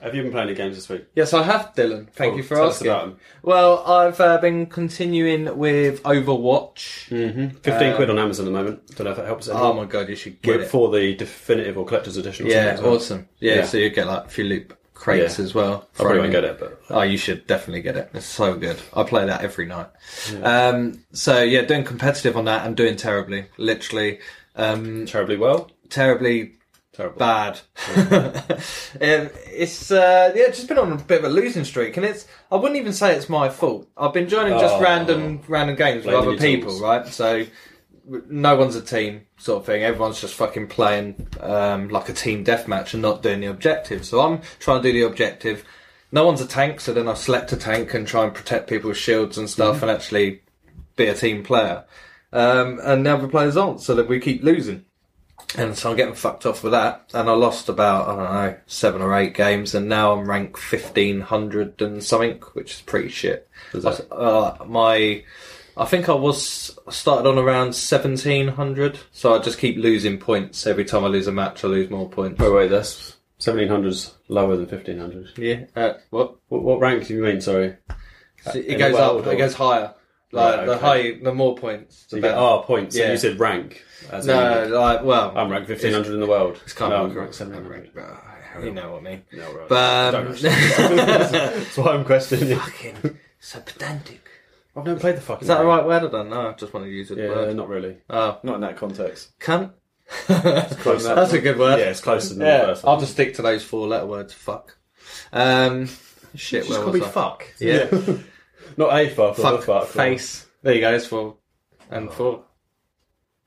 Speaker 4: Have you been playing any games this week?
Speaker 1: Yes, I have, Dylan. Thank
Speaker 4: Cool.
Speaker 1: you for
Speaker 4: Tell us
Speaker 1: asking.
Speaker 4: about 'em.
Speaker 1: Well, I've uh, been continuing with
Speaker 2: Hmm.
Speaker 1: Overwatch.
Speaker 4: Mm-hmm. Fifteen quid on Amazon at the moment. Don't know if that helps.
Speaker 2: Um,
Speaker 1: Oh my god, you should Um, get
Speaker 4: Wait
Speaker 1: it.
Speaker 4: for the definitive or collector's edition. Or
Speaker 1: Yeah,
Speaker 4: something as well.
Speaker 1: awesome. Yeah,
Speaker 4: Yeah.
Speaker 1: so you get like a few loop crates
Speaker 4: Yeah.
Speaker 1: as well.
Speaker 4: I probably won't
Speaker 1: Thrown
Speaker 4: get
Speaker 1: in.
Speaker 4: it, but
Speaker 1: Oh, you should definitely get it. It's so good. I play that every night. Um, so yeah, doing competitive on that and doing terribly, literally, um,
Speaker 4: terribly well.
Speaker 1: terribly
Speaker 4: Terrible.
Speaker 1: bad. Um, it's uh, yeah, just been on a bit of a losing streak, and it's I wouldn't even say it's my fault. I've been joining just
Speaker 4: Oh.
Speaker 1: random random games with
Speaker 4: Blaming
Speaker 1: other
Speaker 4: your
Speaker 1: people,
Speaker 4: tools.
Speaker 1: right? So w- no one's a team sort of thing. Everyone's just fucking playing um, like a team deathmatch and not doing the objective. So I'm trying to do the objective. No one's a tank, so then I select a tank and try and protect people's shields and stuff,
Speaker 4: Mm-hmm.
Speaker 1: and actually be a team player. Um, and the other players aren't, so that we keep losing. And so I'm getting fucked off with that. And I lost about, I don't know, seven or eight games. And now I'm ranked 1500 and something, which is pretty shit. I- uh, my, I think I was I started on around 1700. So I just keep losing points. Every time I lose a match, I lose more points.
Speaker 4: Oh wait, that's seventeen hundreds lower than fifteen hundred.
Speaker 1: Yeah. Uh, what?
Speaker 4: What, what rank do you mean? Sorry.
Speaker 1: So
Speaker 4: uh, In
Speaker 1: it
Speaker 4: the
Speaker 1: goes
Speaker 4: world
Speaker 1: up, it
Speaker 4: or-
Speaker 1: goes higher. Like,
Speaker 4: Right,
Speaker 1: the
Speaker 4: okay.
Speaker 1: higher, the more points. The
Speaker 4: So you get
Speaker 1: better.
Speaker 4: R points. So
Speaker 1: Yeah.
Speaker 4: you said rank. As
Speaker 1: no,
Speaker 4: in,
Speaker 1: like, well.
Speaker 4: I'm ranked fifteen hundred in the world.
Speaker 1: It's kind
Speaker 4: no,
Speaker 1: of
Speaker 4: I'm
Speaker 1: like
Speaker 4: ranked
Speaker 1: seven
Speaker 4: seven hundred.
Speaker 1: hundred. You know what I mean.
Speaker 4: No, right.
Speaker 1: But um,
Speaker 4: Don't That's why I'm questioning. you.
Speaker 1: fucking so pedantic.
Speaker 4: I've never played the fucking.
Speaker 1: Is that the right word? I don't know. I just want to use it.
Speaker 4: Yeah,
Speaker 1: word.
Speaker 4: not really.
Speaker 1: Oh,
Speaker 2: Not in that context.
Speaker 1: cunt.
Speaker 4: close enough.
Speaker 1: That's a good
Speaker 4: Yeah,
Speaker 1: word.
Speaker 4: it's closer than the
Speaker 1: Yeah,
Speaker 4: first one.
Speaker 1: I'll just stick to those four letter words. Fuck. Um, shit. Where was I?
Speaker 4: fuck.
Speaker 1: Yeah.
Speaker 4: Not a fuck, but
Speaker 1: Fuck, Oh.
Speaker 4: the fuck.
Speaker 1: face. There you go. It's four and four.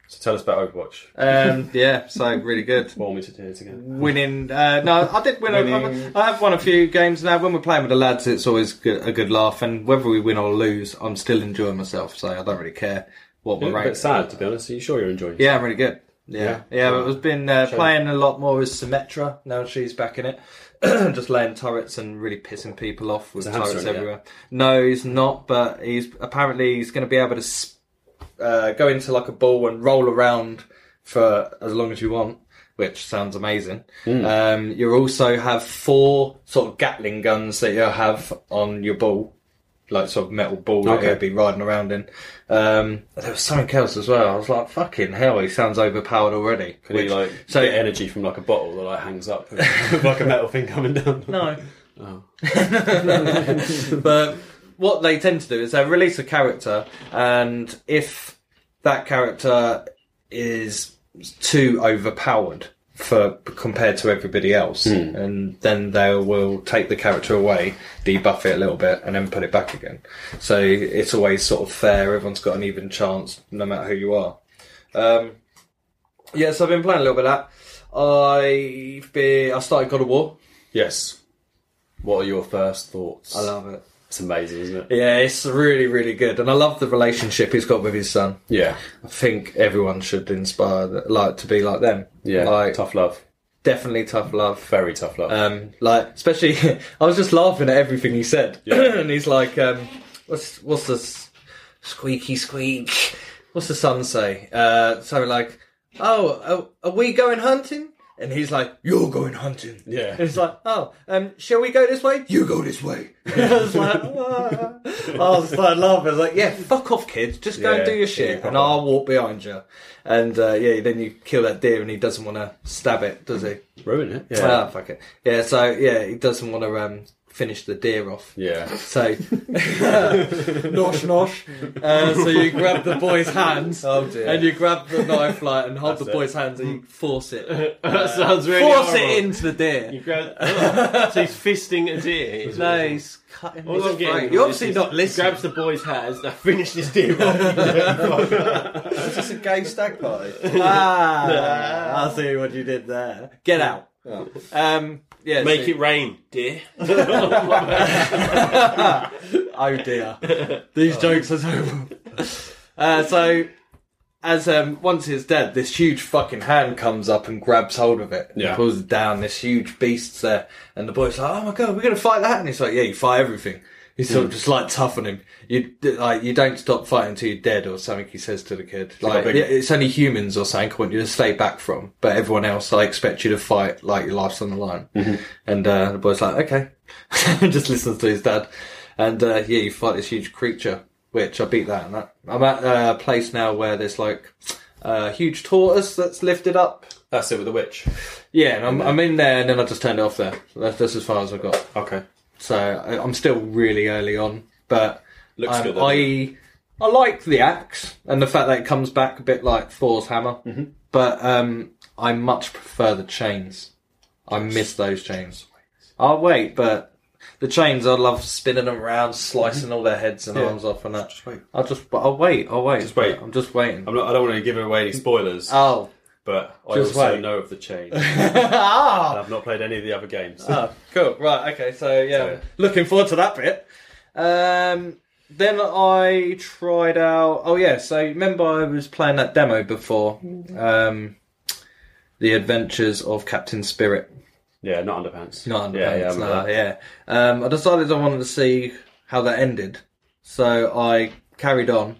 Speaker 4: So tell us about Overwatch.
Speaker 1: Um, yeah, so really good.
Speaker 4: Bore me to tears again.
Speaker 1: Winning. Uh, no, I did win.
Speaker 2: Winning.
Speaker 1: A, I have won a few games now. When we're playing with the lads, it's always good, a good laugh. And whether we win or lose, I'm still enjoying myself. So I don't really care what
Speaker 4: You're
Speaker 1: we're
Speaker 4: a bit
Speaker 1: ranked.
Speaker 4: sad, to be honest. Are you sure you're enjoying?
Speaker 1: Yeah, I'm really good. Yeah,
Speaker 4: Yeah?
Speaker 1: yeah. but it's been uh, playing a lot more as Symmetra now. She's back in it, just laying turrets and really pissing people off with
Speaker 4: Is the hamster
Speaker 1: turrets
Speaker 4: in it yet?
Speaker 1: everywhere. No, he's not. But he's apparently he's going to be able to s- uh, go into like a ball and roll around for as long as you want. Which sounds amazing.
Speaker 4: Hmm.
Speaker 1: Um, you also have four sort of Gatling guns that you have on your ball, like sort of metal ball that
Speaker 4: Okay.
Speaker 1: you'll be riding around in. Um, there was something else as well. I was like, fucking hell, he sounds overpowered already.
Speaker 4: Can you
Speaker 1: Which-
Speaker 4: like
Speaker 1: so-
Speaker 4: get energy from like a bottle that like hangs up with like a metal thing coming down?
Speaker 1: No. Oh. but what they tend to do is they release a character, and if that character is too overpowered for compared to everybody else, and then they will take the character away, debuff it a little bit, and then put it back again. So it's always sort of fair. Everyone's got an even chance, no matter who you are. Um, yeah, so I've been playing a little bit of that. I've been, I started God of War.
Speaker 4: Yes. What are your first thoughts?
Speaker 1: I love it.
Speaker 4: It's amazing, isn't it?
Speaker 1: Yeah, it's really, really good, and I love the relationship he's got with his son.
Speaker 4: Yeah.
Speaker 1: I think everyone should inspire, that, like, to be like them.
Speaker 4: Yeah.
Speaker 1: like
Speaker 4: tough love.
Speaker 1: definitely tough love.
Speaker 4: Very tough love.
Speaker 1: Um, like especially, I was just laughing at everything he said, and he's like, um, "What's what's this squeaky squeak? What's the son say?" Uh, so like, "Oh, are, are we going hunting?" And he's like, "You're going hunting."
Speaker 4: yeah.
Speaker 1: It's like, oh, um, shall we go this way? You go this way. I was like, ah. I was like laughing. I was like, yeah, fuck off, kids. Just go
Speaker 4: Yeah,
Speaker 1: and do
Speaker 4: yeah,
Speaker 1: your shit,
Speaker 4: proper.
Speaker 1: and I'll walk behind you. And uh, yeah, then you kill that deer, and he doesn't want to stab it, does he?
Speaker 4: Ruin it. Yeah.
Speaker 1: Ah, fuck it. Yeah, so yeah, he doesn't want to um, finish the deer off.
Speaker 4: yeah.
Speaker 1: So, nosh nosh. Uh, so you grab the boy's hands
Speaker 2: Oh dear.
Speaker 1: and you grab the knife, like, and hold
Speaker 4: That's
Speaker 1: the
Speaker 4: it.
Speaker 1: boy's hands and you force it,
Speaker 3: that sounds really
Speaker 1: force
Speaker 3: horrible.
Speaker 1: it into the deer.
Speaker 3: You grab, oh, so he's fisting a deer. is what
Speaker 1: No,
Speaker 3: he's doing.
Speaker 1: he's cutting
Speaker 3: All I'm
Speaker 1: his
Speaker 3: getting
Speaker 1: throat.
Speaker 3: from
Speaker 1: You're
Speaker 3: this
Speaker 1: obviously
Speaker 3: is
Speaker 1: not
Speaker 3: he
Speaker 1: listening.
Speaker 3: Grabs the boy's hands. Now finish this deer. off.
Speaker 2: Is this a gay stag party?
Speaker 1: Ah, I see what you did there. Get out.
Speaker 2: Oh.
Speaker 1: Um, yeah,
Speaker 3: Make
Speaker 1: so-
Speaker 3: it rain, deer.
Speaker 1: oh dear, these jokes are so. uh, so, as um, once it's dead, this huge fucking hand comes up and grabs hold of it. and
Speaker 4: Yeah.
Speaker 1: pulls it down. This huge beast's there, and the boy's like, "Oh my god, we're gonna fight that!" And he's like, "Yeah, you fight everything." He's sort of just like tough on him. You like you don't stop fighting until you're dead or something. He says to the kid, like
Speaker 4: big-
Speaker 1: "Yeah, it's only humans or something. I want you to stay back from, but everyone else, I expect you to fight like your life's on the line. And uh, the boy's like, okay, just listens to his dad. And uh, yeah, you fight this huge creature, which I beat that. And that I'm at uh, a place now where there's like a huge tortoise that's lifted up.
Speaker 4: That's it with the witch.
Speaker 1: Yeah, and I'm, I'm in there, and then I just turned it off there. That's, that's as far as I got.
Speaker 4: Okay.
Speaker 1: So I- I'm still really early on, but
Speaker 4: Looks
Speaker 1: um,
Speaker 4: good, though,
Speaker 1: I I like the axe and the fact that it comes back a bit like Thor's hammer,
Speaker 4: Mm-hmm.
Speaker 1: but um, I much prefer the chains. I miss those chains. I'll wait, but the chains I love spinning them around, slicing all their heads and arms off, and that.
Speaker 4: Mm-hmm. Just wait.
Speaker 1: I'll just, but I'll wait. I'll wait.
Speaker 4: Just wait.
Speaker 1: I'm just waiting.
Speaker 4: I'm not, I don't want to give away any spoilers,
Speaker 1: Oh,
Speaker 4: but I
Speaker 1: Just
Speaker 4: also
Speaker 1: wait.
Speaker 4: know of the chain. and
Speaker 1: ah,
Speaker 4: I've not played any of the other games.
Speaker 1: Oh, cool. Right. Okay. So yeah,
Speaker 4: So-
Speaker 1: looking forward to that bit. Um, then I tried out. Oh yeah. So remember, I was playing that demo before. Um, the Adventures of Captain Spirit.
Speaker 4: yeah, not underpants.
Speaker 1: Not under
Speaker 4: Yeah, yeah, I
Speaker 1: yeah,
Speaker 4: remember
Speaker 1: no, yeah. Um, I decided I wanted to see how that ended, so I carried on.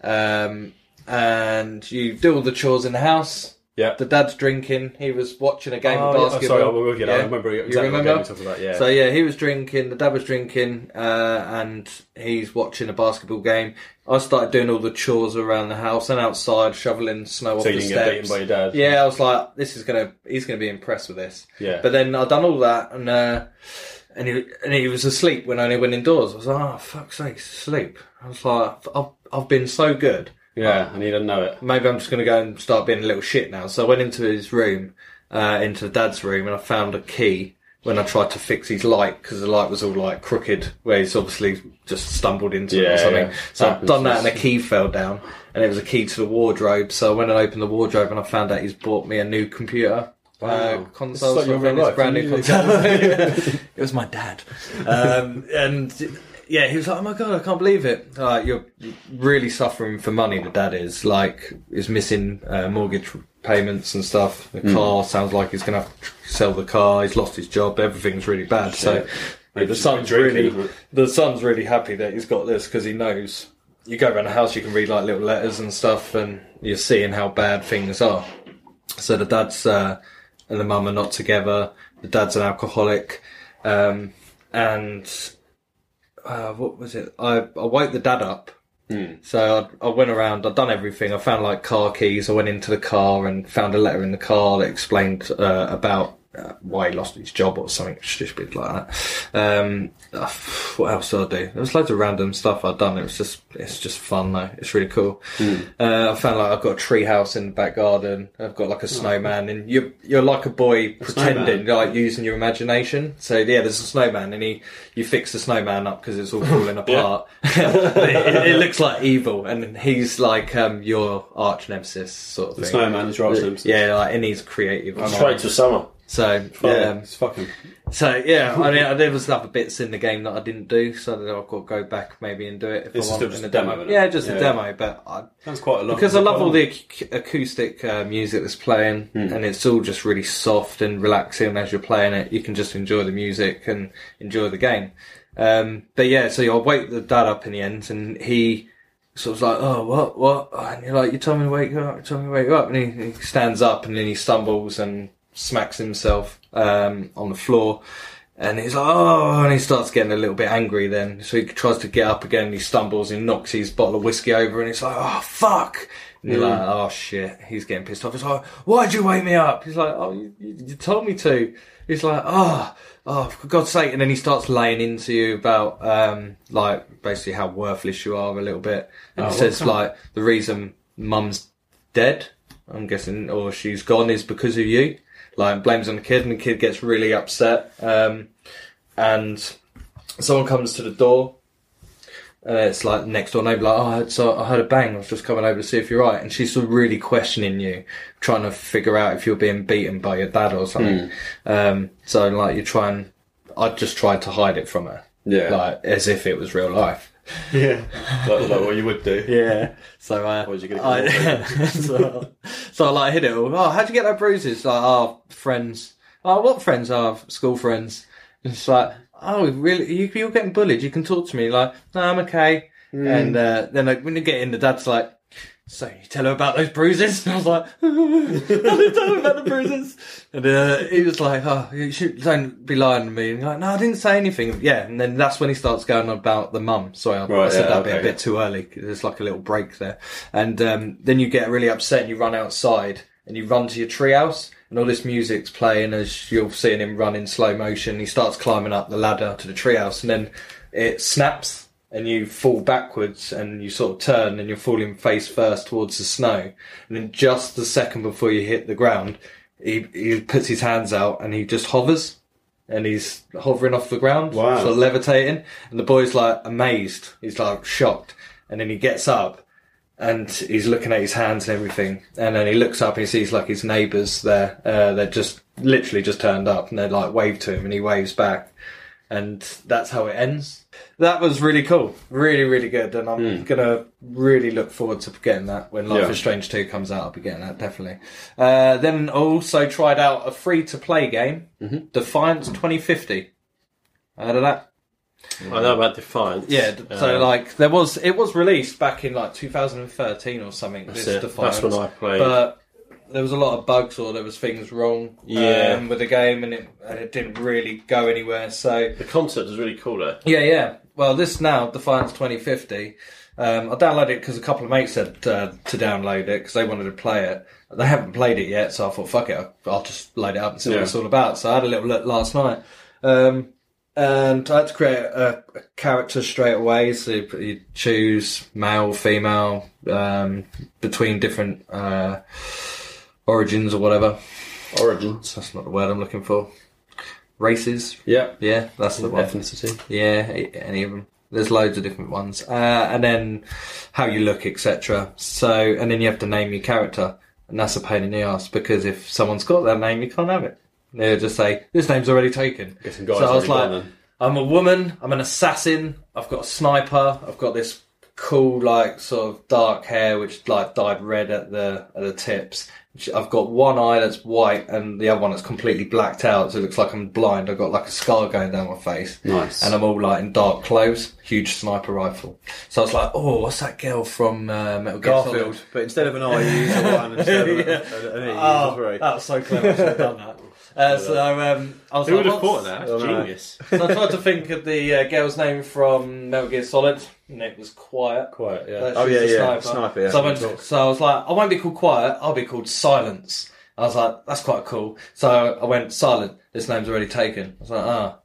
Speaker 1: Um, and you do all the chores in the house.
Speaker 4: Yeah.
Speaker 1: The dad's drinking. He was watching a game
Speaker 4: Oh,
Speaker 1: of
Speaker 4: yeah, I'm
Speaker 1: basketball.
Speaker 4: sorry, I will get it. I remember exactly
Speaker 1: you
Speaker 4: what
Speaker 1: remember?
Speaker 4: game you're talking about, yeah.
Speaker 1: So yeah, he was drinking. The dad was drinking, uh, and he's watching a basketball game. I started doing all the chores around the house and outside, shoveling snow off
Speaker 4: so
Speaker 1: the
Speaker 4: you can get
Speaker 1: steps.
Speaker 4: beaten by your dad.
Speaker 1: Yeah, I was like, this is gonna, he's gonna be impressed with this.
Speaker 4: Yeah.
Speaker 1: But then I done all that, and uh, and he and he was asleep when I only went indoors. I was like, oh fuck's sake, sleep. I was like, I've I've been so good.
Speaker 4: Yeah, and he didn't know it.
Speaker 1: Maybe I'm just gonna go and start being a little shit now. So I went into his room, uh, into dad's room, and I found a key when I tried to fix his light because the light was all like crooked, where he's obviously just stumbled into it
Speaker 4: Yeah,
Speaker 1: or something.
Speaker 4: yeah.
Speaker 1: So I've
Speaker 4: Happens,
Speaker 1: done that,
Speaker 4: yes.
Speaker 1: and a key fell down, and it was a key to the wardrobe. So I went and opened the wardrobe, and I found out he's bought me a new computer. Uh, console, sort of
Speaker 4: It's like your
Speaker 1: thing,
Speaker 4: real
Speaker 1: this brand new
Speaker 4: life,
Speaker 1: console. it was my dad, um, and yeah, he was like, "Oh my god, I can't believe it! Uh, you're really suffering for money." The dad is like, is missing uh, mortgage payments and stuff. The
Speaker 4: Hmm.
Speaker 1: car sounds like he's going to have to sell the car. He's lost his job. Everything's really bad. So
Speaker 4: Maybe
Speaker 1: the
Speaker 4: just quit
Speaker 1: son's
Speaker 4: drinking,
Speaker 1: really,
Speaker 4: isn't it?
Speaker 1: the son's really happy that he's got this because he knows. You go around the house, you can read like little letters and stuff, and you're seeing how bad things are. So the dad's uh, and the mum are not together. The dad's an alcoholic, um, and uh, what was it? I, I woke the dad up. So I, I went around. I'd done everything. I found like car keys. I went into the car and found a letter in the car that explained uh, about uh, why he lost his job or something stupid like that. Um, uh, what else did I do? There was loads of random stuff I'd done. It was just it's just fun though. It's really cool. Uh, I found like I've got a tree house in the back garden. I've got like
Speaker 4: Oh,
Speaker 1: a snowman, and you're you're like a boy pretending, like using your imagination. So yeah, there's a snowman, and he you fix the snowman up because it's all falling apart. But it, it- it looks like evil, and he's like um, your arch nemesis sort of
Speaker 4: The
Speaker 1: thing.
Speaker 4: snowman is right. Simpson.
Speaker 1: Yeah, like, and he's creative.
Speaker 3: Straight to summer.
Speaker 1: So
Speaker 4: Yeah,
Speaker 1: yeah,
Speaker 4: it's fucking.
Speaker 1: so yeah. I mean, I- there was other bits in the game that I didn't do, so that I've got to go back maybe and do it. If
Speaker 4: This
Speaker 1: I
Speaker 4: is
Speaker 1: want
Speaker 4: still just
Speaker 1: in
Speaker 4: a demo, isn't it?
Speaker 1: Yeah, just
Speaker 4: Yeah.
Speaker 1: a demo, but I,
Speaker 4: That's quite a lot.
Speaker 1: because I love all the Hmm. ac- acoustic uh, music that's playing, and it's all just really soft and relaxing as you're playing it. You can just enjoy the music and enjoy the game. Um, but yeah, so I wake the dad up in the end, and he sort of was like, "Oh, what, what?" And you're like, "You told me to wake you up. You told me to wake you up." And he, he stands up, and then he stumbles and smacks himself um, on the floor. And he's like, oh, and he starts getting a little bit angry then. So he tries to get up again and he stumbles and knocks his bottle of whiskey over and he's like, oh, fuck. And you're like, oh, shit. He's getting pissed off. He's like, why'd you wake me up? He's like, oh, you, you you told me to. He's like, oh, oh, for God's sake. And then he starts laying into you about, um, like, basically how worthless you are a little bit. And he says, like, the reason mum's dead, I'm guessing, or she's gone is because of you. Like, blames on the kid, and the kid gets really upset. Um, and someone comes to the door, and it's like next door neighbour, like, oh, I heard, so I heard a bang, I was just coming over to see if you're right. And she's sort of really questioning you, trying to figure out if you're being beaten by your dad or something.
Speaker 4: Hmm.
Speaker 1: Um, so, like, you try and, I just tried to hide it from her.
Speaker 4: Yeah.
Speaker 1: Like, as if it was real life.
Speaker 5: Yeah.
Speaker 4: like, like what you would do.
Speaker 1: Yeah. So uh,
Speaker 4: was you gonna
Speaker 1: I, so, so I like hit it all. Oh, how'd you get that bruises? Like, oh, friends. Oh, what friends? Are school friends? And it's like, oh, really? You, you're getting bullied. You can talk to me. Like, no, I'm okay.
Speaker 4: Hmm.
Speaker 1: And uh, then like, when you get in, the dad's like. So you tell her about those bruises, and I was like, I didn't tell her about the bruises, and uh, he was like, "Oh, you should don't be lying to me." And you're like, "No, I didn't say anything." Yeah, and then that's when he starts going on about the mum. Sorry, I, I
Speaker 4: Right,
Speaker 1: said
Speaker 4: yeah,
Speaker 1: that bit a
Speaker 4: okay.
Speaker 1: bit too early. 'cause There's like a little break there, and um, then you get really upset and you run outside and you run to your treehouse, and all this music's playing as you're seeing him run in slow motion. He starts climbing up the ladder to the treehouse, and then it snaps and you fall backwards and you sort of turn and you're falling face first towards the snow. And then just the second before you hit the ground, he, he puts his hands out and he just hovers and he's hovering off the ground,
Speaker 4: Wow.
Speaker 1: sort of levitating. And the boy's like amazed, he's like shocked. And then he gets up and he's looking at his hands and everything. And then he looks up and he sees like his neighbours there. Uh, they're just literally just turned up and they like wave to him and he waves back. And that's how it ends. That was really cool, really, really good, and I'm
Speaker 3: Hmm.
Speaker 1: gonna really look forward to getting that when Life
Speaker 4: Yeah.
Speaker 1: is Strange Two comes out. I'll be getting that definitely. Uh, then I also tried out a free to play game,
Speaker 3: Mm-hmm.
Speaker 1: Defiance 2050. Heard of that?
Speaker 3: I know about Defiance.
Speaker 1: Yeah. d- so
Speaker 3: Um,
Speaker 1: like, there was it was released back in like 2013 or something.
Speaker 3: that's,
Speaker 1: this
Speaker 3: it.
Speaker 1: Defiance,
Speaker 3: that's when I played.
Speaker 1: but there was a lot of bugs or there was things wrong
Speaker 3: Yeah.
Speaker 1: um, with the game, and it, and it didn't really go anywhere. So
Speaker 3: the concept is really cool though.
Speaker 1: yeah, yeah. Well, this now, Defiance 2050. Um, I downloaded it because a couple of mates said uh, to download it because they wanted to play it. They haven't played it yet, so I thought, fuck it, I'll, I'll just load it up and see what
Speaker 4: Yeah.
Speaker 1: it's all about. So I had a little look last night. Um, and I had to create a, a character straight away. So you, you choose male, female, um, between different uh, origins or whatever.
Speaker 4: Origins.
Speaker 1: That's not the word I'm looking for. races.
Speaker 4: Yeah.
Speaker 1: Yeah, that's the one.
Speaker 4: Ethnicity.
Speaker 1: Yeah, a- any of them. There's loads of different ones. Uh, and then how you look, etc. So, and then you have to name your character. And that's a pain in the ass because if someone's got that name, you can't have it. They'll just say, this name's already taken.
Speaker 4: Guessing guys
Speaker 1: so I was
Speaker 4: already gone
Speaker 1: like,
Speaker 4: then.
Speaker 1: I'm a woman, I'm an assassin, I've got a sniper, I've got this cool, like, sort of dark hair which, like, dyed red at the, at the tips. I've got one eye that's white and the other one that's completely blacked out, so it looks like I'm blind. I've got, like, a scar going down my face
Speaker 4: Nice.
Speaker 1: and I'm all like in dark clothes, huge sniper rifle. So I was like, oh, what's that girl from uh, Metal Gear
Speaker 2: Garfield, but instead of an I, you use a one. Instead of an, an, an E, you use a
Speaker 1: Solid?
Speaker 2: three.
Speaker 1: Oh, that was so clever. I should have done that. Uh, so um, I was
Speaker 4: Who
Speaker 1: like,
Speaker 4: would have thought
Speaker 1: what's-
Speaker 4: of that?
Speaker 2: I don't know.
Speaker 4: Genius.
Speaker 1: So I tried to think of the uh, girl's name from Metal Gear Solid, and it was Quiet.
Speaker 4: Quiet, yeah.
Speaker 1: That's
Speaker 2: Oh,
Speaker 1: just
Speaker 2: yeah,
Speaker 1: a
Speaker 2: yeah, sniper, yeah,
Speaker 1: so, I
Speaker 2: we
Speaker 1: went,
Speaker 2: talk.
Speaker 1: so I was like, I won't be called Quiet. I'll be called Silence. I was like, that's quite cool. So I went Silent. This name's already taken. I was like, ah,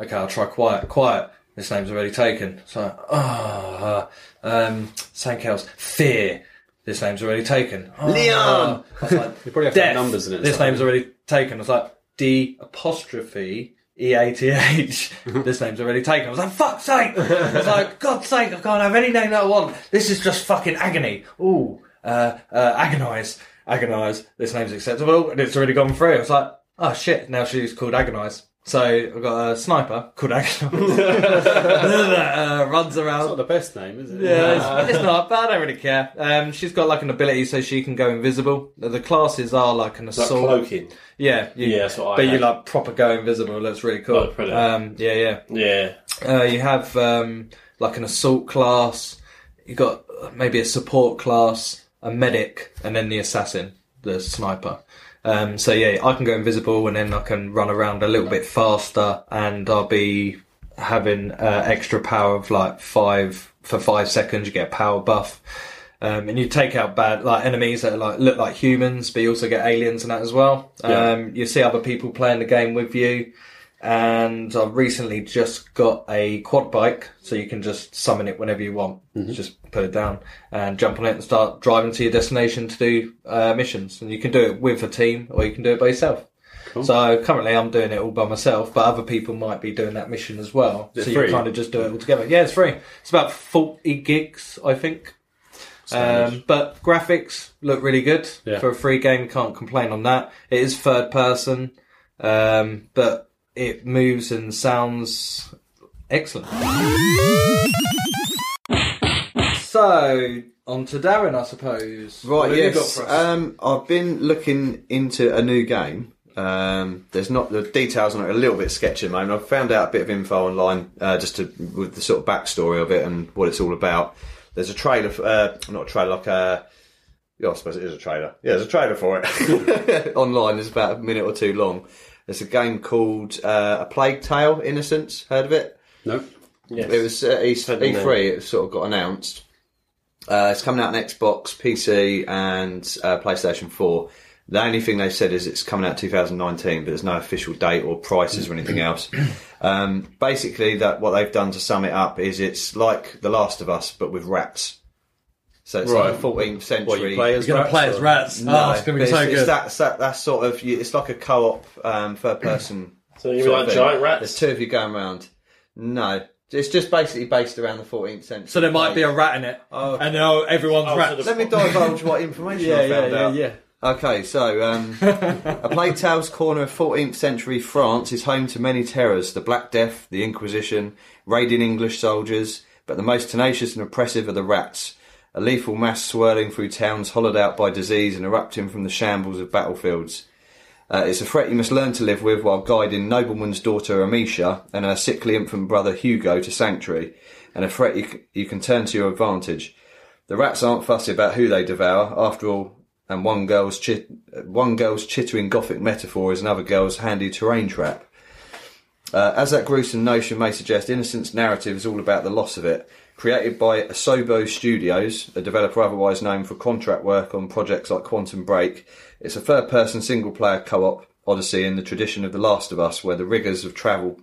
Speaker 1: okay, I'll try Quiet. Quiet. This name's already taken. So ah, um, something else. Fear. This name's already taken. Ah.
Speaker 2: Leon!
Speaker 1: I was like,
Speaker 4: You probably have to have
Speaker 1: Death.
Speaker 4: numbers in it.
Speaker 1: This name's already taken. I was like, D apostrophe E A T H. This name's already taken. I was like, fuck's sake! I was like, God's sake, I can't have any name that I want. This is just fucking agony. Ooh, uh, uh, agonise, agonise. This name's acceptable, and it's already gone through. I was like, oh shit, now she's called agonise. So I've got a sniper called agonise that uh, runs around.
Speaker 4: It's not the best name, is it?
Speaker 1: Yeah, it's, Uh, it's not, but I don't really care. Um, she's got like an ability so she can go invisible. The the classes are like an
Speaker 3: Like
Speaker 1: assault.
Speaker 3: cloaking.
Speaker 1: yeah, you,
Speaker 3: Yeah, that's what I
Speaker 1: But you
Speaker 3: had.
Speaker 1: like proper go invisible. That's really cool.
Speaker 3: Like Predator.
Speaker 1: um, yeah, yeah.
Speaker 3: Yeah.
Speaker 1: Uh, you have um, like an assault class. You got maybe a support class, a medic, and then the assassin, the sniper. Um, so yeah, I can go invisible, and then I can run around a little bit faster, and I'll be having uh, extra power of like five for five seconds. You get a power buff. Um, and you take out bad like enemies that are, like look like humans, but you also get aliens and that as well. Um, you see other people playing the game with you and I've recently just got a quad bike, so you can just summon it whenever you want.
Speaker 4: Mm-hmm.
Speaker 1: Just put it down and jump on it and start driving to your destination to do uh, missions. And you can do it with a team, or you can do it by yourself. So currently, I'm doing it all by myself, but other people might be doing that mission as well.
Speaker 4: Is it
Speaker 1: so
Speaker 4: free?
Speaker 1: you kind of just do it all together. Yeah, it's free. It's about forty gigs, I think. Um, but graphics look really good
Speaker 4: Yeah.
Speaker 1: for a free game. Can't complain on that. It is third person, um, but it moves and sounds excellent. so on to Darren, I suppose. What
Speaker 2: Right,
Speaker 1: have you got
Speaker 2: yes.
Speaker 1: for us?
Speaker 2: Um, I've been looking into a new game. Um, there's not the details on it are a little bit sketchy at the moment. I've found out a bit of info online uh, just to, with the sort of backstory of it and what it's all about. There's a trailer, for, uh, not a trailer, like a. Yeah, I suppose it is a trailer. Yeah, there's a trailer for it online. It's about a minute or two long. There's a game called uh, A Plague Tale: Innocence. Heard of it?
Speaker 4: No.
Speaker 3: Yes.
Speaker 2: It was uh, E-
Speaker 3: I don't know.
Speaker 2: E3. It sort of got announced. Uh, it's coming out on Xbox, PC, and uh, PlayStation Four. The only thing they've said is it's coming out 2019, but there's no official date or prices or anything else. Um, basically, that what they've done to sum it up is it's like The Last of Us, but with rats. So it's like
Speaker 4: Right.
Speaker 2: a 14th century.
Speaker 4: What you play as
Speaker 1: You're gonna
Speaker 4: rats
Speaker 1: play
Speaker 4: or-
Speaker 1: as rats.
Speaker 2: No,
Speaker 1: oh, it's gonna
Speaker 2: but
Speaker 1: be so good.
Speaker 2: it's that, it's that, that sort of it's like a co-op um, third person
Speaker 3: So you
Speaker 2: sort
Speaker 3: like
Speaker 2: of thing.
Speaker 3: giant rats?
Speaker 2: There's two of you going around. No, it's just basically based around the 14th century.
Speaker 1: so there might be a rat in it,
Speaker 2: Oh, okay.
Speaker 1: and now everyone's
Speaker 3: Oh, so
Speaker 1: rats.
Speaker 3: the-
Speaker 2: Let me divulge what information I found out. Okay, so um, a Plague Tales corner of 14th century France is home to many terrors: the Black Death, the Inquisition, raiding English soldiers. But the most tenacious and oppressive are the rats, a lethal mass swirling through towns hollowed out by disease and erupting from the shambles of battlefields. Uh, it's a threat you must learn to live with while guiding nobleman's daughter Amisha and her sickly infant brother Hugo to sanctuary, and a threat you, c- you can turn to your advantage. The rats aren't fussy about who they devour, after all, and one girl's, chit- one girl's chittering gothic metaphor is another girl's handy terrain trap. Uh, as that gruesome notion may suggest, Innocence narrative is all about the loss of it. Created by Asobo Studios, a developer otherwise known for contract work on projects like Quantum Break, it's a third person single player co op odyssey in the tradition of The Last of Us, where the rigours of travel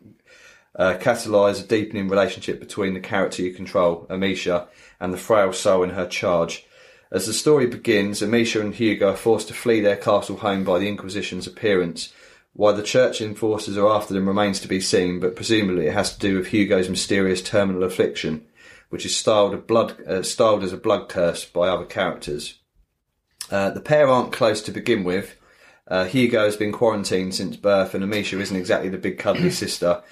Speaker 2: uh, catalyse a deepening relationship between the character you control, Amisha, and the frail soul in her charge. As the story begins, Amisha and Hugo are forced to flee their castle home by the Inquisition's appearance. Why the church enforcers are after them remains to be seen, but presumably it has to do with Hugo's mysterious terminal affliction, which is styled, a blood, uh, styled as a blood curse by other characters. Uh, the pair aren't close to begin with. Uh, Hugo has been quarantined since birth, and Amisha isn't exactly the big cuddly sister.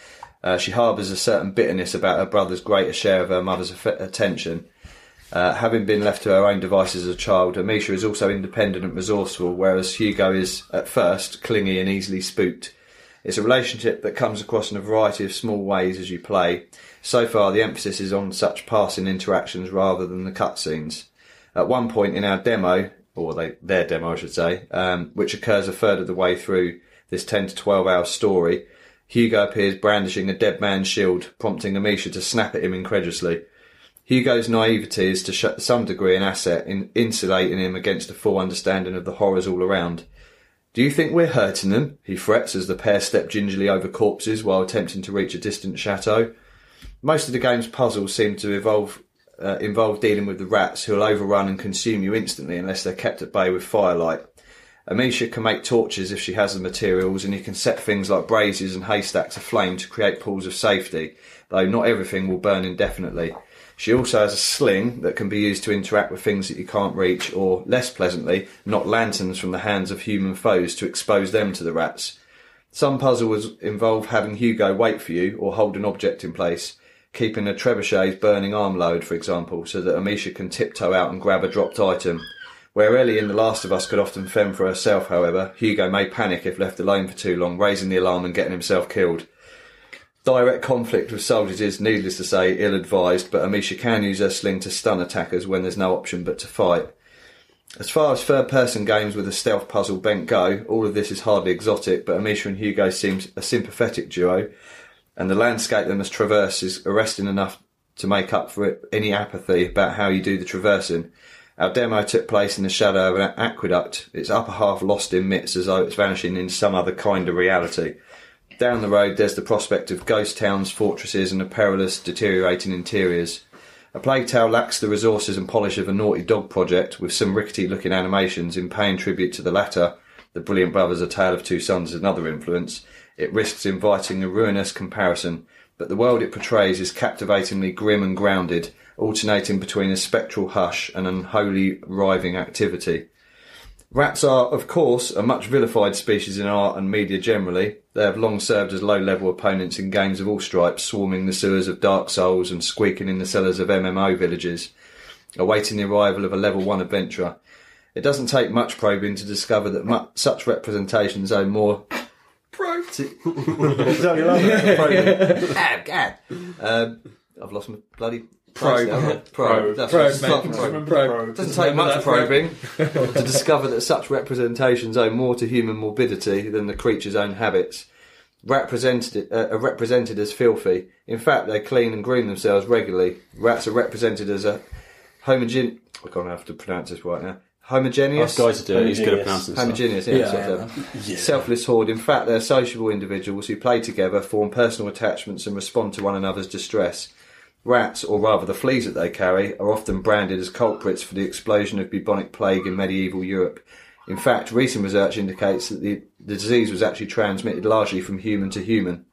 Speaker 2: Uh, she harbours a certain bitterness about her brother's greater share of her mother's aff- attention. Uh, having been left to her own devices as a child, Amisha is also independent and resourceful, whereas Hugo is, at first, clingy and easily spooked. It's a relationship that comes across in a variety of small ways as you play. So far, the emphasis is on such passing interactions rather than the cutscenes. At one point in our demo, or they, their demo, I should say, um, which occurs a third of the way through this 10 to 12 hour story, Hugo appears brandishing a dead man's shield, prompting Amisha to snap at him incredulously. Hugo's naivety is to sh- some degree an asset in insulating him against a full understanding of the horrors all around. Do you think we're hurting them? He frets as the pair step gingerly over corpses while attempting to reach a distant chateau. Most of the game's puzzles seem to evolve, uh, involve dealing with the rats who'll overrun and consume you instantly unless they're kept at bay with firelight. Amisha can make torches if she has the materials, and you can set things like braziers and haystacks aflame to create pools of safety, though not everything will burn indefinitely. She also has a sling that can be used to interact with things that you can't reach, or, less pleasantly, knock lanterns from the hands of human foes to expose them to the rats. Some puzzles involve having Hugo wait for you or hold an object in place, keeping a trebuchet's burning arm load, for example, so that Amisha can tiptoe out and grab a dropped item. Where Ellie in The Last of Us could often fend for herself, however, Hugo may panic if left alone for too long, raising the alarm and getting himself killed. Direct conflict with soldiers is, needless to say, ill advised, but Amisha can use her sling to stun attackers when there's no option but to fight. As far as third person games with a stealth puzzle bent go, all of this is hardly exotic, but Amisha and Hugo seems a sympathetic duo, and the landscape they must traverse is arresting enough to make up for it, any apathy about how you do the traversing. Our demo took place in the shadow of an aqueduct, its upper half lost in mist as though it's vanishing in some other kind of reality. Down the road, there's the prospect of ghost towns, fortresses, and the perilous, deteriorating interiors. A Plague Tale lacks the resources and polish of a Naughty Dog project, with some rickety looking animations in paying tribute to the latter. The Brilliant Brothers A Tale of Two Sons is another influence. It risks inviting a ruinous comparison, but the world it portrays is captivatingly grim and grounded, alternating between a spectral hush and unholy, writhing activity. Rats are, of course, a much vilified species in art and media generally. They have long served as low level opponents in games of all stripes, swarming the sewers of Dark Souls and squeaking in the cellars of MMO villages, awaiting the arrival of a level 1 adventurer. It doesn't take much probing to discover that mu- such representations owe more. Gab, gab. Ah, Um, I've lost my bloody.
Speaker 1: Probe.
Speaker 2: Probe. Probe. That's
Speaker 1: Probe,
Speaker 2: what-
Speaker 1: mate.
Speaker 2: probe.
Speaker 1: Probe.
Speaker 2: Doesn't take
Speaker 1: Remember
Speaker 2: much
Speaker 1: that phrase?
Speaker 2: probing to discover that such representations owe more to human morbidity than the creature's own habits. Represented, uh, are represented as filthy. In fact, they clean and groom themselves regularly. Rats are represented as a homogen. I can't have to pronounce this right now. Homogeneous.
Speaker 4: Ask guys to do it. He's good at
Speaker 3: Homogeneous.
Speaker 4: pronouncing stuff.
Speaker 2: Homogeneous, yeah.
Speaker 1: Yeah,
Speaker 2: sort of. Selfless horde. In fact, they're sociable individuals who play together, form personal attachments, and respond to one another's distress. Rats, or rather the fleas that they carry, are often branded as culprits for the explosion of bubonic plague in medieval Europe. In fact, recent research indicates that the, the disease was actually transmitted largely from human to human.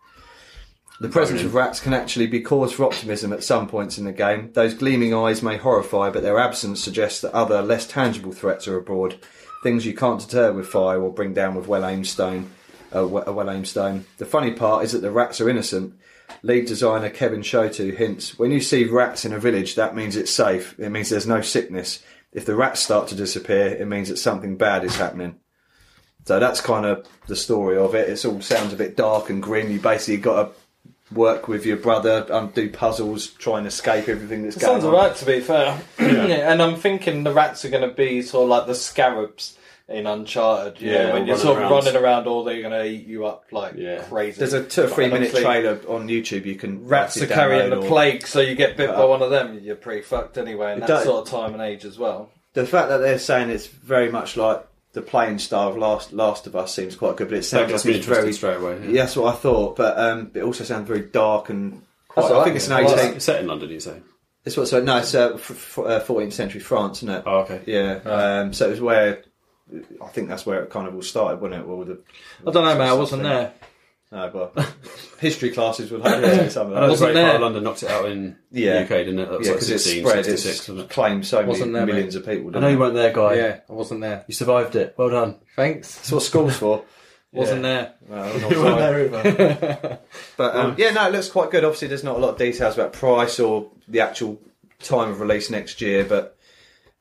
Speaker 2: The presence of rats can actually be cause for optimism at some points in the game. Those gleaming eyes may horrify, but their absence suggests that other, less tangible threats are abroad. Things you can't deter with fire or bring down with well aimed stone. Uh, we- a well aimed stone. The funny part is that the rats are innocent. Lead designer Kevin Shoto hints when you see rats in a village, that means it's safe. It means there's no sickness. If the rats start to disappear, it means that something bad is happening. So that's kind of the story of it. It all sounds a bit dark and grim. You basically got to work with your brother, um, do puzzles, try and escape everything that's
Speaker 1: It
Speaker 2: going
Speaker 1: sounds
Speaker 2: on.
Speaker 1: alright to be fair. and I'm thinking the rats are going to be sort of like the scarabs in Uncharted. You
Speaker 4: Yeah,
Speaker 1: know, when you're
Speaker 4: running
Speaker 1: sort of
Speaker 4: around.
Speaker 1: running around all day, you're going to eat you up like
Speaker 4: Yeah.
Speaker 1: crazy.
Speaker 2: There's a two or three
Speaker 1: Like,
Speaker 2: minute
Speaker 1: obviously,
Speaker 2: trailer on YouTube you can
Speaker 1: Rats are
Speaker 2: obviously
Speaker 1: carrying the
Speaker 2: download or-
Speaker 1: plague, so you get bit by
Speaker 2: Uh,
Speaker 1: one of them, you're pretty fucked anyway, and
Speaker 2: It
Speaker 1: that
Speaker 2: don't-
Speaker 1: sort of time and age as well.
Speaker 2: The fact that they're saying it's very much like the playing style of Last Last of Us seems quite good, but it
Speaker 4: That
Speaker 2: sounds
Speaker 4: gets
Speaker 2: like
Speaker 4: me
Speaker 2: it's
Speaker 4: interested
Speaker 2: very.
Speaker 4: straight away. Yeah.
Speaker 2: Yeah, that's what I thought, but um, it also sounds very dark and. Quite,
Speaker 1: That's
Speaker 2: I
Speaker 1: alright,
Speaker 2: think it's an
Speaker 1: yeah.
Speaker 2: 18.
Speaker 4: It's set in London, you say?
Speaker 2: It's what's so no, it's uh, f- f- uh, 14th century France, isn't it?
Speaker 4: Oh, okay.
Speaker 2: Yeah, um, so it was where I think that's where it kind of all started, wasn't it? All the,
Speaker 1: I don't know, mate. I wasn't there.
Speaker 2: No, but history classes would hopefully say something.
Speaker 4: I know the
Speaker 1: Wasn't
Speaker 4: Great Fire
Speaker 1: there.
Speaker 4: of London knocked it out in
Speaker 2: Yeah.
Speaker 4: the UK, didn't it? That was
Speaker 2: Yeah,
Speaker 4: like
Speaker 2: because it's
Speaker 4: 16,
Speaker 2: spread.
Speaker 4: 66,
Speaker 2: It's
Speaker 4: wasn't it?
Speaker 2: claimed so many
Speaker 1: Wasn't there,
Speaker 2: millions of people.
Speaker 3: I know you
Speaker 2: didn't it?
Speaker 3: weren't there, guy.
Speaker 1: Yeah, I wasn't there.
Speaker 3: You survived it. Well done.
Speaker 1: Thanks.
Speaker 2: That's what school's for.
Speaker 1: Wasn't there.
Speaker 2: Well,
Speaker 5: You weren't there either.
Speaker 2: But um, yeah, no, it looks quite good. Obviously, there's not a lot of details about price or the actual time of release next year, but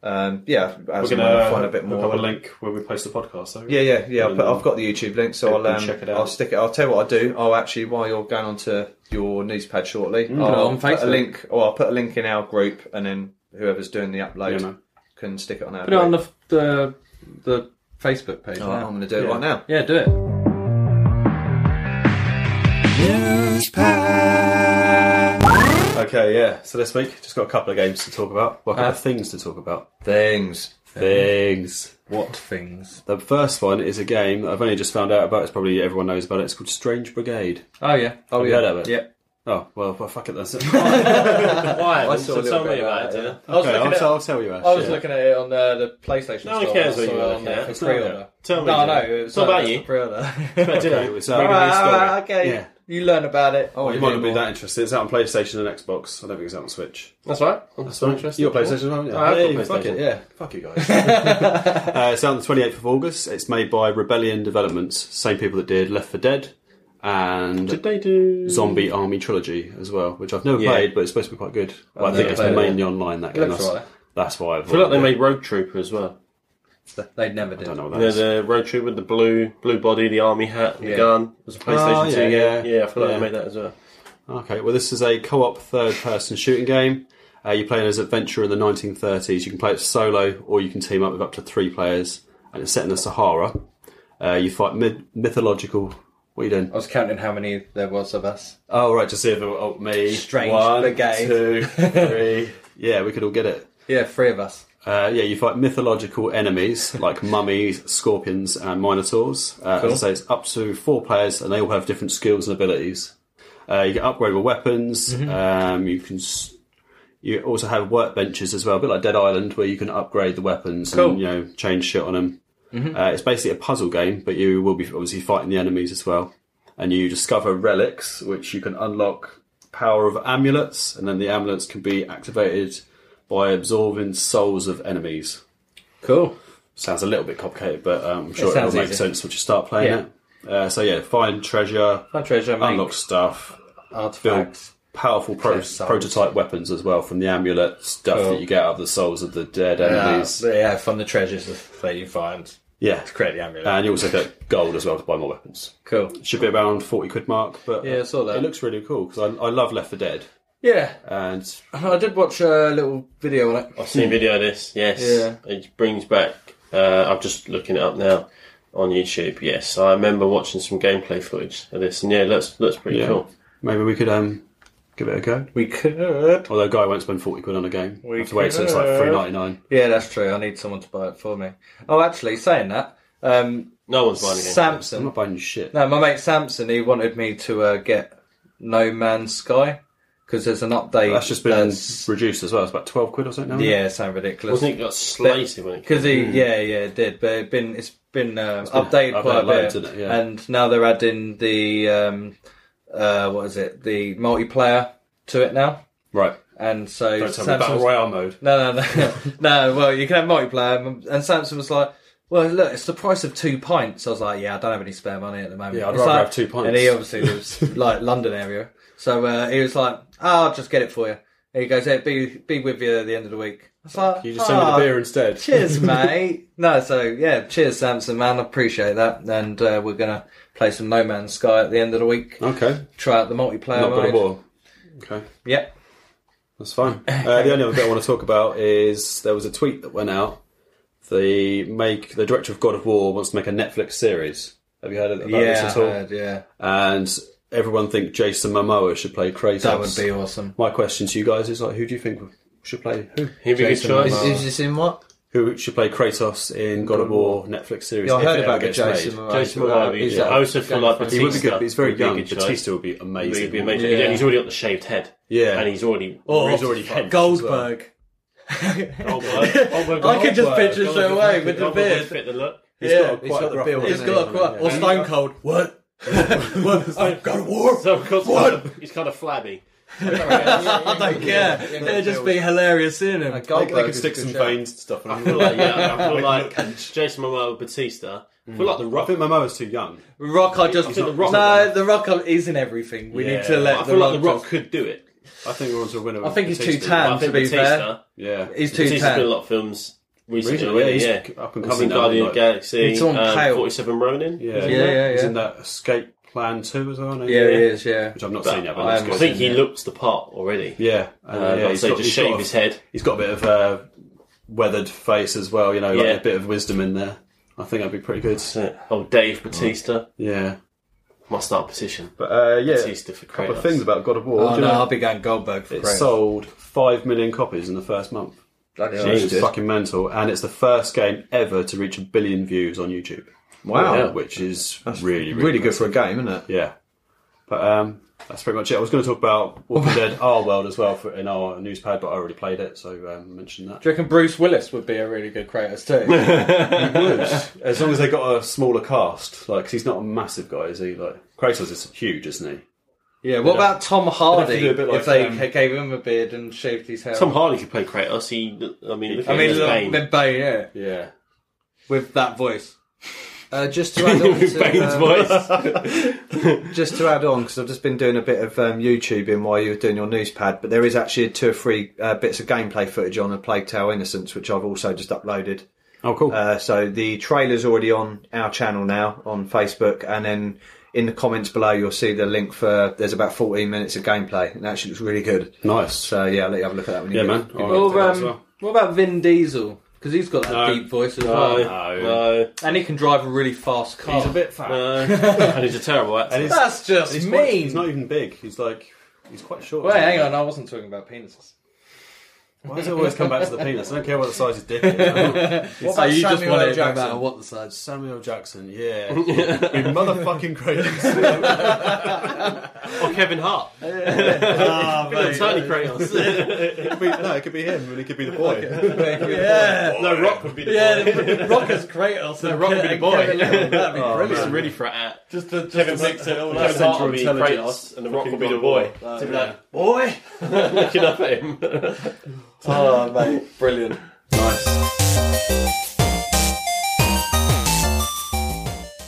Speaker 2: um, yeah,
Speaker 4: We're
Speaker 2: as
Speaker 4: going
Speaker 2: and when I
Speaker 4: to
Speaker 2: find a bit
Speaker 4: Look up uh, a
Speaker 2: more.
Speaker 4: link where we post the podcast, though.
Speaker 2: Yeah, yeah, yeah. I'll
Speaker 4: and
Speaker 2: put, I've got the YouTube link, so I'll
Speaker 4: people
Speaker 2: um,
Speaker 4: um, check it out.
Speaker 2: I'll stick it. I'll tell you what I do. I'll actually while you're going on to your newspad shortly,
Speaker 4: Mm.
Speaker 1: Put it
Speaker 2: I'll
Speaker 1: on
Speaker 2: put a
Speaker 1: Facebook.
Speaker 2: link, or I'll put a link in our group, and then whoever's doing the upload
Speaker 4: Yeah, man.
Speaker 2: can stick it on our.
Speaker 1: Put it on
Speaker 2: group.
Speaker 1: the the, the Facebook page.
Speaker 2: All right,
Speaker 1: now.
Speaker 2: I'm going to do it
Speaker 4: Yeah.
Speaker 2: right now.
Speaker 1: Yeah, do it.
Speaker 4: Okay, yeah. So this week, just got a couple of games to talk about. Well, a
Speaker 1: Uh,
Speaker 4: couple of things to talk about.
Speaker 2: Things.
Speaker 4: Things.
Speaker 1: What things?
Speaker 4: The first one is a game that I've only just found out about. It's probably everyone knows about it. It's called Strange Brigade.
Speaker 1: Oh yeah.
Speaker 4: Oh, Have you
Speaker 2: yeah.
Speaker 4: heard of it?
Speaker 2: Yeah.
Speaker 4: Oh, well, well fuck it, that's it.
Speaker 3: Why?
Speaker 2: I saw a little bit about it,
Speaker 3: didn't
Speaker 1: I was
Speaker 4: Okay,
Speaker 1: looking
Speaker 4: I'll,
Speaker 1: at-
Speaker 4: I'll tell you, Ash.
Speaker 1: I was
Speaker 4: yeah.
Speaker 1: looking at it on uh, the PlayStation.
Speaker 3: No one
Speaker 1: store.
Speaker 3: cares
Speaker 1: I
Speaker 3: what
Speaker 1: saw
Speaker 3: you
Speaker 1: it
Speaker 3: were
Speaker 1: on
Speaker 3: looking
Speaker 1: there
Speaker 3: at.
Speaker 1: for
Speaker 3: It's not-
Speaker 1: pre-order.
Speaker 3: Tell me.
Speaker 1: No, I know.
Speaker 3: Jack.
Speaker 1: It's uh,
Speaker 3: It's not about
Speaker 1: for
Speaker 3: you.
Speaker 1: Pre-order.
Speaker 3: But, you know,
Speaker 4: Okay, it's
Speaker 1: All
Speaker 4: out.
Speaker 1: right, all right, okay.
Speaker 4: Yeah.
Speaker 1: You learn about it.
Speaker 2: Ah, Oh,
Speaker 4: You might not be that interested. It's out on PlayStation and Xbox. I don't think it's out on Switch.
Speaker 3: That's right. That's not interesting.
Speaker 4: Your PlayStation, haven't you?
Speaker 3: I have got
Speaker 4: Hey, fuck
Speaker 3: PlayStation.
Speaker 4: it, yeah. Fuck you guys. uh, it's out on the 28th of August. It's made by Rebellion Developments, same people that did Left for Dead and
Speaker 3: Did they do
Speaker 4: Zombie Army Trilogy as well, which I've never
Speaker 3: Yeah.
Speaker 4: played, but it's supposed to be quite good. But I
Speaker 1: I've
Speaker 4: think
Speaker 1: never
Speaker 4: it's
Speaker 1: played it.
Speaker 4: mainly online that game.
Speaker 1: looks
Speaker 4: That's,
Speaker 1: alright.
Speaker 4: that's why I've.
Speaker 3: I feel like they
Speaker 4: avoided
Speaker 3: made Road Trooper as well.
Speaker 1: They'd never
Speaker 4: it. I
Speaker 1: did.
Speaker 4: don't know what that
Speaker 3: Yeah,
Speaker 4: is.
Speaker 3: the Road Trooper with the blue blue body, the army hat, and
Speaker 1: Yeah.
Speaker 3: the gun. It was a PlayStation 2
Speaker 4: Oh, yeah,
Speaker 3: game.
Speaker 4: yeah.
Speaker 3: Yeah, I feel like
Speaker 4: Yeah.
Speaker 3: they made that as well.
Speaker 4: Okay, well, this is a co op third person shooting game. Uh, you play as an adventurer in the 1930s. You can play it solo or you can team up with up to three players, and it's set in the Sahara. Uh, you fight myth- mythological. What are you doing?
Speaker 1: I was counting how many there was of us.
Speaker 4: Oh, right, to see if it oh, me.
Speaker 1: Strange
Speaker 4: One,
Speaker 1: brigade.
Speaker 4: two, three. yeah, we could all get it.
Speaker 1: Yeah, three of us.
Speaker 4: Uh, yeah, you fight mythological enemies like mummies, scorpions, and minotaurs. Uh, As I say, it's up to four players, and they all have different skills and abilities. Uh, you get upgradable weapons.
Speaker 1: Mm-hmm.
Speaker 4: Um, you can. s- You also have workbenches as well, a bit like Dead Island, where you can upgrade the weapons
Speaker 1: Cool. Mm-hmm.
Speaker 4: and you know change shit on them. Uh, it's basically a puzzle game, but you will be obviously fighting the enemies as well. And you discover relics, which you can unlock power of amulets, and then the amulets can be activated by absorbing souls of enemies.
Speaker 1: Cool.
Speaker 4: Sounds a little bit complicated, but um, I'm sure it will
Speaker 1: sounds
Speaker 4: make
Speaker 1: easy.
Speaker 4: sense once you start playing
Speaker 1: Yeah.
Speaker 4: it. Uh, so yeah, find treasure,
Speaker 1: My treasure, mate.
Speaker 4: unlock stuff, build
Speaker 1: artifacts.
Speaker 4: powerful pro-
Speaker 1: Collect souls.
Speaker 4: prototype weapons as well from the amulet stuff
Speaker 1: Cool.
Speaker 4: that you get out of the souls of the dead
Speaker 1: Yeah,
Speaker 4: enemies.
Speaker 1: Uh, yeah, from the treasures that you find.
Speaker 4: Yeah,
Speaker 1: Create the amulet.
Speaker 4: and you also get gold as well to buy more weapons.
Speaker 1: cool.
Speaker 4: Should be around forty quid mark, but uh,
Speaker 1: Yeah, I saw that.
Speaker 4: It looks really cool because I, I love Left for Dead,
Speaker 1: Yeah,
Speaker 4: and
Speaker 1: I did watch a little video on it.
Speaker 3: I've seen video of this. Yes,
Speaker 1: Yeah.
Speaker 3: it brings back. Uh, I'm just looking it up now on YouTube. Yes, I remember watching some gameplay footage of this, and yeah, it looks looks pretty
Speaker 4: Yeah.
Speaker 3: cool.
Speaker 4: maybe we could um give it a go.
Speaker 1: We could.
Speaker 4: Although guy won't spend forty quid on a game.
Speaker 1: We
Speaker 4: have to wait till it's like
Speaker 1: could.
Speaker 4: three ninety nine.
Speaker 1: Yeah, that's true. I need someone to buy it for me. Oh, actually, saying that, um,
Speaker 3: No one's buying it.
Speaker 4: I'm
Speaker 1: Samson.
Speaker 4: not buying you shit.
Speaker 1: No, my mate Samson. He wanted me to uh, get No Man's Sky because there's an update.
Speaker 4: That's just been
Speaker 1: that's-
Speaker 4: reduced as well. It's about twelve quid or something now.
Speaker 1: yeah, sound ridiculous.
Speaker 3: Wasn't it got slated when it came?
Speaker 1: Because he, yeah, yeah, it did. But it been it's been, uh, updated
Speaker 4: Hmm. updated
Speaker 1: quite a
Speaker 4: loads,
Speaker 1: bit,
Speaker 4: isn't it? Yeah.
Speaker 1: and now they're adding the um, uh, what is it? The multiplayer to it now,
Speaker 4: Right.
Speaker 1: and so
Speaker 4: Don't tell me
Speaker 1: Samson's-
Speaker 4: battle royale mode.
Speaker 1: no, no, no, no. Well, you can have multiplayer, and Samson was like. Well, look, it's the price of two pints. I was like, yeah, I don't have any spare money at the moment.
Speaker 4: Yeah, I'd
Speaker 1: It's
Speaker 4: rather
Speaker 1: like-
Speaker 4: have two pints.
Speaker 1: And he obviously lives like London area, so uh, he was like, oh, I'll just get it for you. And he goes, yeah, be be with you at the end of the week. I was like,
Speaker 4: You just send me
Speaker 1: "Oh,
Speaker 4: the beer instead.
Speaker 1: Cheers, mate. No, so yeah, cheers, Samson, man. I appreciate that. And uh, we're gonna play some No Man's Sky at the end of the week.
Speaker 4: Okay.
Speaker 1: Try out the multiplayer
Speaker 4: Oh. Not God
Speaker 1: mode.
Speaker 4: of War. Okay.
Speaker 1: Yep.
Speaker 4: That's fine. Uh, the only other bit I want to talk about is there was a tweet that went out. The make the director of God of War wants to make a Netflix series. Have you heard about this
Speaker 1: yeah,
Speaker 4: at
Speaker 1: I
Speaker 4: all?
Speaker 1: heard, yeah.
Speaker 4: And everyone think Jason Momoa should play Kratos.
Speaker 1: That would be awesome.
Speaker 4: my question to you guys is like, who do you think should play who?
Speaker 3: He'd be a good
Speaker 1: Jason
Speaker 3: choice.
Speaker 1: Momoa.
Speaker 2: this in what?
Speaker 4: Who should play Kratos in God of War Netflix series?
Speaker 2: Yeah, I
Speaker 4: if
Speaker 2: heard
Speaker 4: it ever
Speaker 2: about the
Speaker 4: gets
Speaker 2: Jason.
Speaker 4: made?
Speaker 2: Momoa.
Speaker 3: Jason Momoa. would be-
Speaker 2: Is
Speaker 3: I
Speaker 2: that-
Speaker 3: also feel like Batista.
Speaker 4: He would be good, but he's very
Speaker 3: would be a
Speaker 4: young.
Speaker 3: good choice.
Speaker 4: Batista would be amazing.
Speaker 3: He'd be amazing.
Speaker 1: Yeah.
Speaker 3: Yeah, he's already got the shaved head.
Speaker 4: Yeah. Oh,
Speaker 3: and he's already
Speaker 4: Or
Speaker 3: he's already hench as well.
Speaker 1: Goldberg.
Speaker 3: Oh
Speaker 1: I could just picture it straight away with the beard.
Speaker 3: Fit the look.
Speaker 1: yeah,
Speaker 2: he's got the build.
Speaker 1: he's got a quite or Stone Cold. What? what? I've got a war.
Speaker 3: So of course, he's kind of- he's kind of flabby.
Speaker 1: I don't care. It'd just be hilarious seeing
Speaker 3: Uh,
Speaker 1: him.
Speaker 4: They, they could stick some veins and stuff on
Speaker 3: I feel like,
Speaker 4: him.
Speaker 3: yeah, I feel like Jason Momoa, Batista. I feel like the
Speaker 4: I
Speaker 3: Rock.
Speaker 4: think Momoa's too young.
Speaker 1: Rock, I just
Speaker 3: I think The Rock-
Speaker 1: no. The Rock is in everything. We need to let
Speaker 3: I
Speaker 1: the
Speaker 3: feel
Speaker 1: rock,
Speaker 3: like the Rock
Speaker 1: just-
Speaker 3: could do it.
Speaker 4: I think we're onto a winner. with
Speaker 1: I think he's too
Speaker 4: Batista.
Speaker 1: tan.
Speaker 3: I
Speaker 1: to
Speaker 3: think
Speaker 1: be
Speaker 3: Batista.
Speaker 1: fair.
Speaker 4: Yeah.
Speaker 1: He's too
Speaker 3: Batista's
Speaker 1: tan.
Speaker 3: been in a lot of films recently.
Speaker 4: Recently, yeah, he's
Speaker 3: yeah.
Speaker 4: up and
Speaker 3: He's in
Speaker 4: coming now,
Speaker 3: Guardian
Speaker 4: like-
Speaker 3: of the Galaxy.
Speaker 1: He's on
Speaker 3: um,
Speaker 1: pale.
Speaker 3: Forty-seven Ronin.
Speaker 4: Yeah,
Speaker 1: Yeah, yeah,
Speaker 4: He's
Speaker 1: yeah.
Speaker 4: in that Escape Plan 2 as well, isn't he?
Speaker 1: Yeah, he is. Yeah,
Speaker 4: Which I've not
Speaker 3: But
Speaker 4: seen yet, but
Speaker 1: I
Speaker 4: I
Speaker 1: haven't
Speaker 3: I
Speaker 4: good.
Speaker 3: think he looks the part already.
Speaker 4: Yeah, and,
Speaker 3: Uh,
Speaker 4: yeah
Speaker 3: I'd say just
Speaker 4: got
Speaker 3: shave
Speaker 4: a-
Speaker 3: his head.
Speaker 4: He's got a bit of uh, weathered face as well, you know,
Speaker 3: Yeah.
Speaker 4: like a bit of wisdom in there. I think that'd be pretty good.
Speaker 3: Oh, Dave Batista,
Speaker 4: Yeah,
Speaker 3: my start position.
Speaker 4: but uh, yeah,
Speaker 3: Batista for
Speaker 4: a couple
Speaker 3: Kratos.
Speaker 4: of things about God of War.
Speaker 1: oh,
Speaker 4: Do you
Speaker 1: no,
Speaker 4: know,
Speaker 1: I'll be going Goldberg for
Speaker 4: it
Speaker 1: Kratos.
Speaker 4: sold five million copies in the first month.
Speaker 2: Bloody hell,
Speaker 4: Which
Speaker 2: that's
Speaker 4: is
Speaker 2: good.
Speaker 4: fucking mental, and it's the first game ever to reach a billion views on YouTube.
Speaker 2: Wow.
Speaker 4: Yeah, which is really, really,
Speaker 2: Really good for a game, isn't it?
Speaker 4: Yeah, but um, that's pretty much it. I was going to talk about Walking Dead Our World as well for, in our newspad, but I already played it, so um, mention that.
Speaker 1: Do you reckon Bruce Willis would be a really good Kratos too?
Speaker 4: As long as they got a smaller cast, like 'cause he's not a massive guy, is he? Like Kratos is huge, isn't he?
Speaker 1: yeah. What about Tom
Speaker 4: They'd have to
Speaker 1: Hardy
Speaker 4: do a bit like,
Speaker 1: if they
Speaker 4: um,
Speaker 1: gave him a beard and shaved his hair?
Speaker 3: Tom Hardy could play Kratos. He, I mean, look
Speaker 1: I
Speaker 3: at
Speaker 1: mean,
Speaker 3: his
Speaker 1: Bane.
Speaker 3: Bane.
Speaker 1: Bane, yeah,
Speaker 4: Yeah.
Speaker 1: with that voice.
Speaker 2: Uh, just to add on
Speaker 3: With
Speaker 2: to,
Speaker 3: Bane's
Speaker 2: um,
Speaker 3: voice.
Speaker 2: just to add on, because I've just been doing a bit of um, YouTubing while you were doing your newspad, but there is actually two or three uh, bits of gameplay footage on A Plague Tale Innocence, which I've also just uploaded.
Speaker 4: Oh, cool.
Speaker 2: Uh, so the trailer's already on our channel now on Facebook, and then in the comments below you'll see the link for. There's about 14 minutes of gameplay, and it actually looks really good.
Speaker 4: nice.
Speaker 2: So yeah, I'll let you have a look at that when you
Speaker 4: yeah,
Speaker 2: get
Speaker 4: man.
Speaker 2: get
Speaker 4: I'll
Speaker 1: Or
Speaker 4: do that as
Speaker 1: um,
Speaker 4: well.
Speaker 1: what about Vin Diesel? Because he's got that
Speaker 4: No.
Speaker 1: deep voice as
Speaker 3: No,
Speaker 1: well,
Speaker 4: No.
Speaker 3: Oh, no,
Speaker 1: and he can drive a really fast car.
Speaker 4: bit fat.
Speaker 3: no. and he's a terrible actor.
Speaker 4: And he's,
Speaker 1: That's just
Speaker 4: he's
Speaker 1: mean.
Speaker 4: quite- he's not even big. He's like he's quite short.
Speaker 1: Wait,
Speaker 4: isn't he?
Speaker 1: hang on, I wasn't talking about penises.
Speaker 4: Why does it always come back to the penis? I don't care what the size his dick is.
Speaker 1: What about you just
Speaker 2: Samuel
Speaker 1: want
Speaker 2: L.
Speaker 1: it no
Speaker 2: Jackson?
Speaker 1: matter what the size.
Speaker 4: Samuel Jackson, yeah, Be motherfucking Kratos.
Speaker 3: or Kevin Hart.
Speaker 1: Ah,
Speaker 3: Tony Kratos.
Speaker 4: It could be, no, it could be him, and it could be the boy.
Speaker 1: yeah.
Speaker 3: no, Rock would be the
Speaker 1: Yeah,
Speaker 3: boy.
Speaker 1: the- Rock is Kratos. and
Speaker 3: Rock would
Speaker 1: Ke-
Speaker 3: be the
Speaker 1: and
Speaker 3: boy.
Speaker 1: Kevin Little. That'd be
Speaker 3: Just
Speaker 1: brilliant.
Speaker 3: really frat out.
Speaker 1: Just to, just
Speaker 3: Kevin
Speaker 1: to
Speaker 3: Mix it all
Speaker 1: Kevin
Speaker 3: Kevin Hart
Speaker 1: Central
Speaker 3: will be
Speaker 1: Intelligence.
Speaker 3: Kratos, and the Rock will be the boy. To be like, boy, looking up at him.
Speaker 1: Oh, mate, brilliant.
Speaker 2: Nice.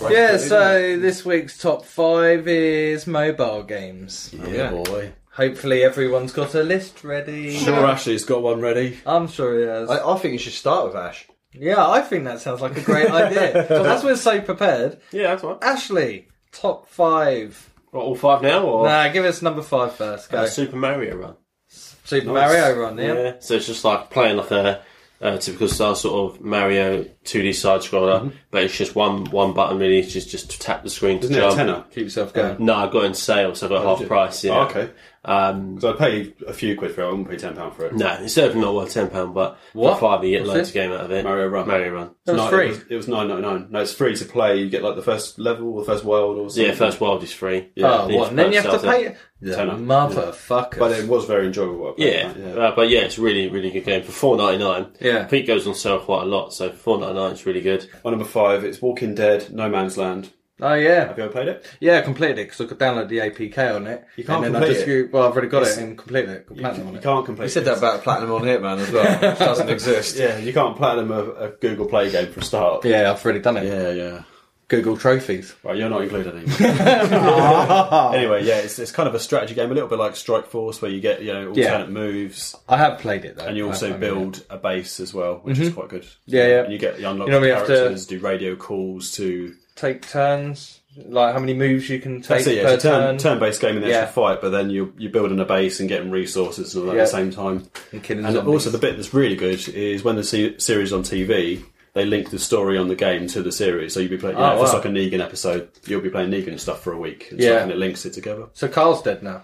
Speaker 1: Yeah, so this week's top five is mobile games.
Speaker 4: Yeah, boy.
Speaker 1: Hopefully, everyone's got a list ready.
Speaker 4: Sure, Ashley's got one ready.
Speaker 1: I'm sure he has.
Speaker 2: I, I think you should start with Ash.
Speaker 1: yeah, I think that sounds like a great idea. So as we're so prepared,
Speaker 3: Yeah, that's right.
Speaker 1: Ashley, top five.
Speaker 3: What, all five now, or
Speaker 1: Nah, give us number five first. Go.
Speaker 3: Uh, Super Mario Run?
Speaker 1: Super
Speaker 4: nice.
Speaker 1: Mario Run, yeah.
Speaker 3: So it's just like playing like a, a typical style sort of Mario 2D side scroller,
Speaker 1: Mm-hmm.
Speaker 3: but it's just one one button really. It's just just to tap the screen to
Speaker 4: Isn't it a
Speaker 3: jump.
Speaker 4: tenner?
Speaker 1: Keep yourself going.
Speaker 3: No, I got it in sale, so I got half price. Yeah.
Speaker 4: Oh, okay.
Speaker 3: Um,
Speaker 4: Because I'd pay a few quid for it. I wouldn't pay ten pound for it.
Speaker 3: no, it's certainly not worth ten pound, but
Speaker 1: What?
Speaker 3: for five you get
Speaker 1: What's it?
Speaker 3: loads of game out of it.
Speaker 4: Mario Run.
Speaker 3: Mario Run.
Speaker 1: That was
Speaker 4: No,
Speaker 1: free.
Speaker 4: It was, it was nine ninety nine. No, it's free to play. You get like the first level or the first world or something.
Speaker 3: Yeah, first world is free.
Speaker 1: oh, what? And then you have to pay it?
Speaker 4: Turn up.
Speaker 1: Motherfucker.
Speaker 4: But it was very enjoyable. I played
Speaker 3: Yeah,
Speaker 4: that, yeah.
Speaker 3: Uh, but yeah, it's really, really good game for four ninety nine.
Speaker 1: Yeah.
Speaker 3: I think it goes on sale quite a lot, so four ninety nine is really good.
Speaker 4: On number five, it's Walking Dead: No Man's Land.
Speaker 1: oh, yeah.
Speaker 4: Have you ever played it?
Speaker 1: Yeah, I completed it because I could download the APK on it.
Speaker 4: You can't
Speaker 1: and then I
Speaker 4: complete
Speaker 1: just,
Speaker 4: it.
Speaker 1: Well, I've already got it and completed it. Got platinum on
Speaker 4: You
Speaker 1: it.
Speaker 4: can't complete.
Speaker 2: You said
Speaker 4: it.
Speaker 2: that about Platinum on Hitman as well. It doesn't exist.
Speaker 4: Yeah, you can't platinum a, a Google Play game from start.
Speaker 1: Yeah, I've already done it.
Speaker 4: yeah, yeah.
Speaker 1: Google Trophies.
Speaker 4: Right, you're not included anymore. anyway, yeah, it's, it's kind of a strategy game, a little bit like Strike Force, where you get you know alternate
Speaker 1: Yeah.
Speaker 4: moves,
Speaker 1: I have played it, though.
Speaker 4: and you
Speaker 1: I- I
Speaker 4: also
Speaker 1: mean,
Speaker 4: build a base as well, which is quite good.
Speaker 1: Mm-hmm. Yeah, yeah.
Speaker 4: And you get you unlock
Speaker 1: You know, we have to-
Speaker 4: characters, do radio calls to.
Speaker 1: Take turns. Like, how many moves you can take
Speaker 4: That's it. Yeah,
Speaker 1: per
Speaker 4: it's a turn,
Speaker 1: turn.
Speaker 4: turn-based game in the
Speaker 1: Yeah.
Speaker 4: actual fight, but then you're you're building a base and getting resources and all that at the
Speaker 1: Yeah.
Speaker 4: same time.
Speaker 1: And killing
Speaker 4: And
Speaker 1: zombies.
Speaker 4: also,
Speaker 2: Uh,
Speaker 4: the bit that's really good is when the se- series on TV, they link the story on the game to the series. So you'll be playing, you
Speaker 1: Oh,
Speaker 4: know, if it's
Speaker 1: wow.
Speaker 4: like a Negan episode, you'll be playing Negan and stuff for a week. And
Speaker 1: Yeah.
Speaker 4: stuff, and it links it together.
Speaker 1: So Carl's dead now.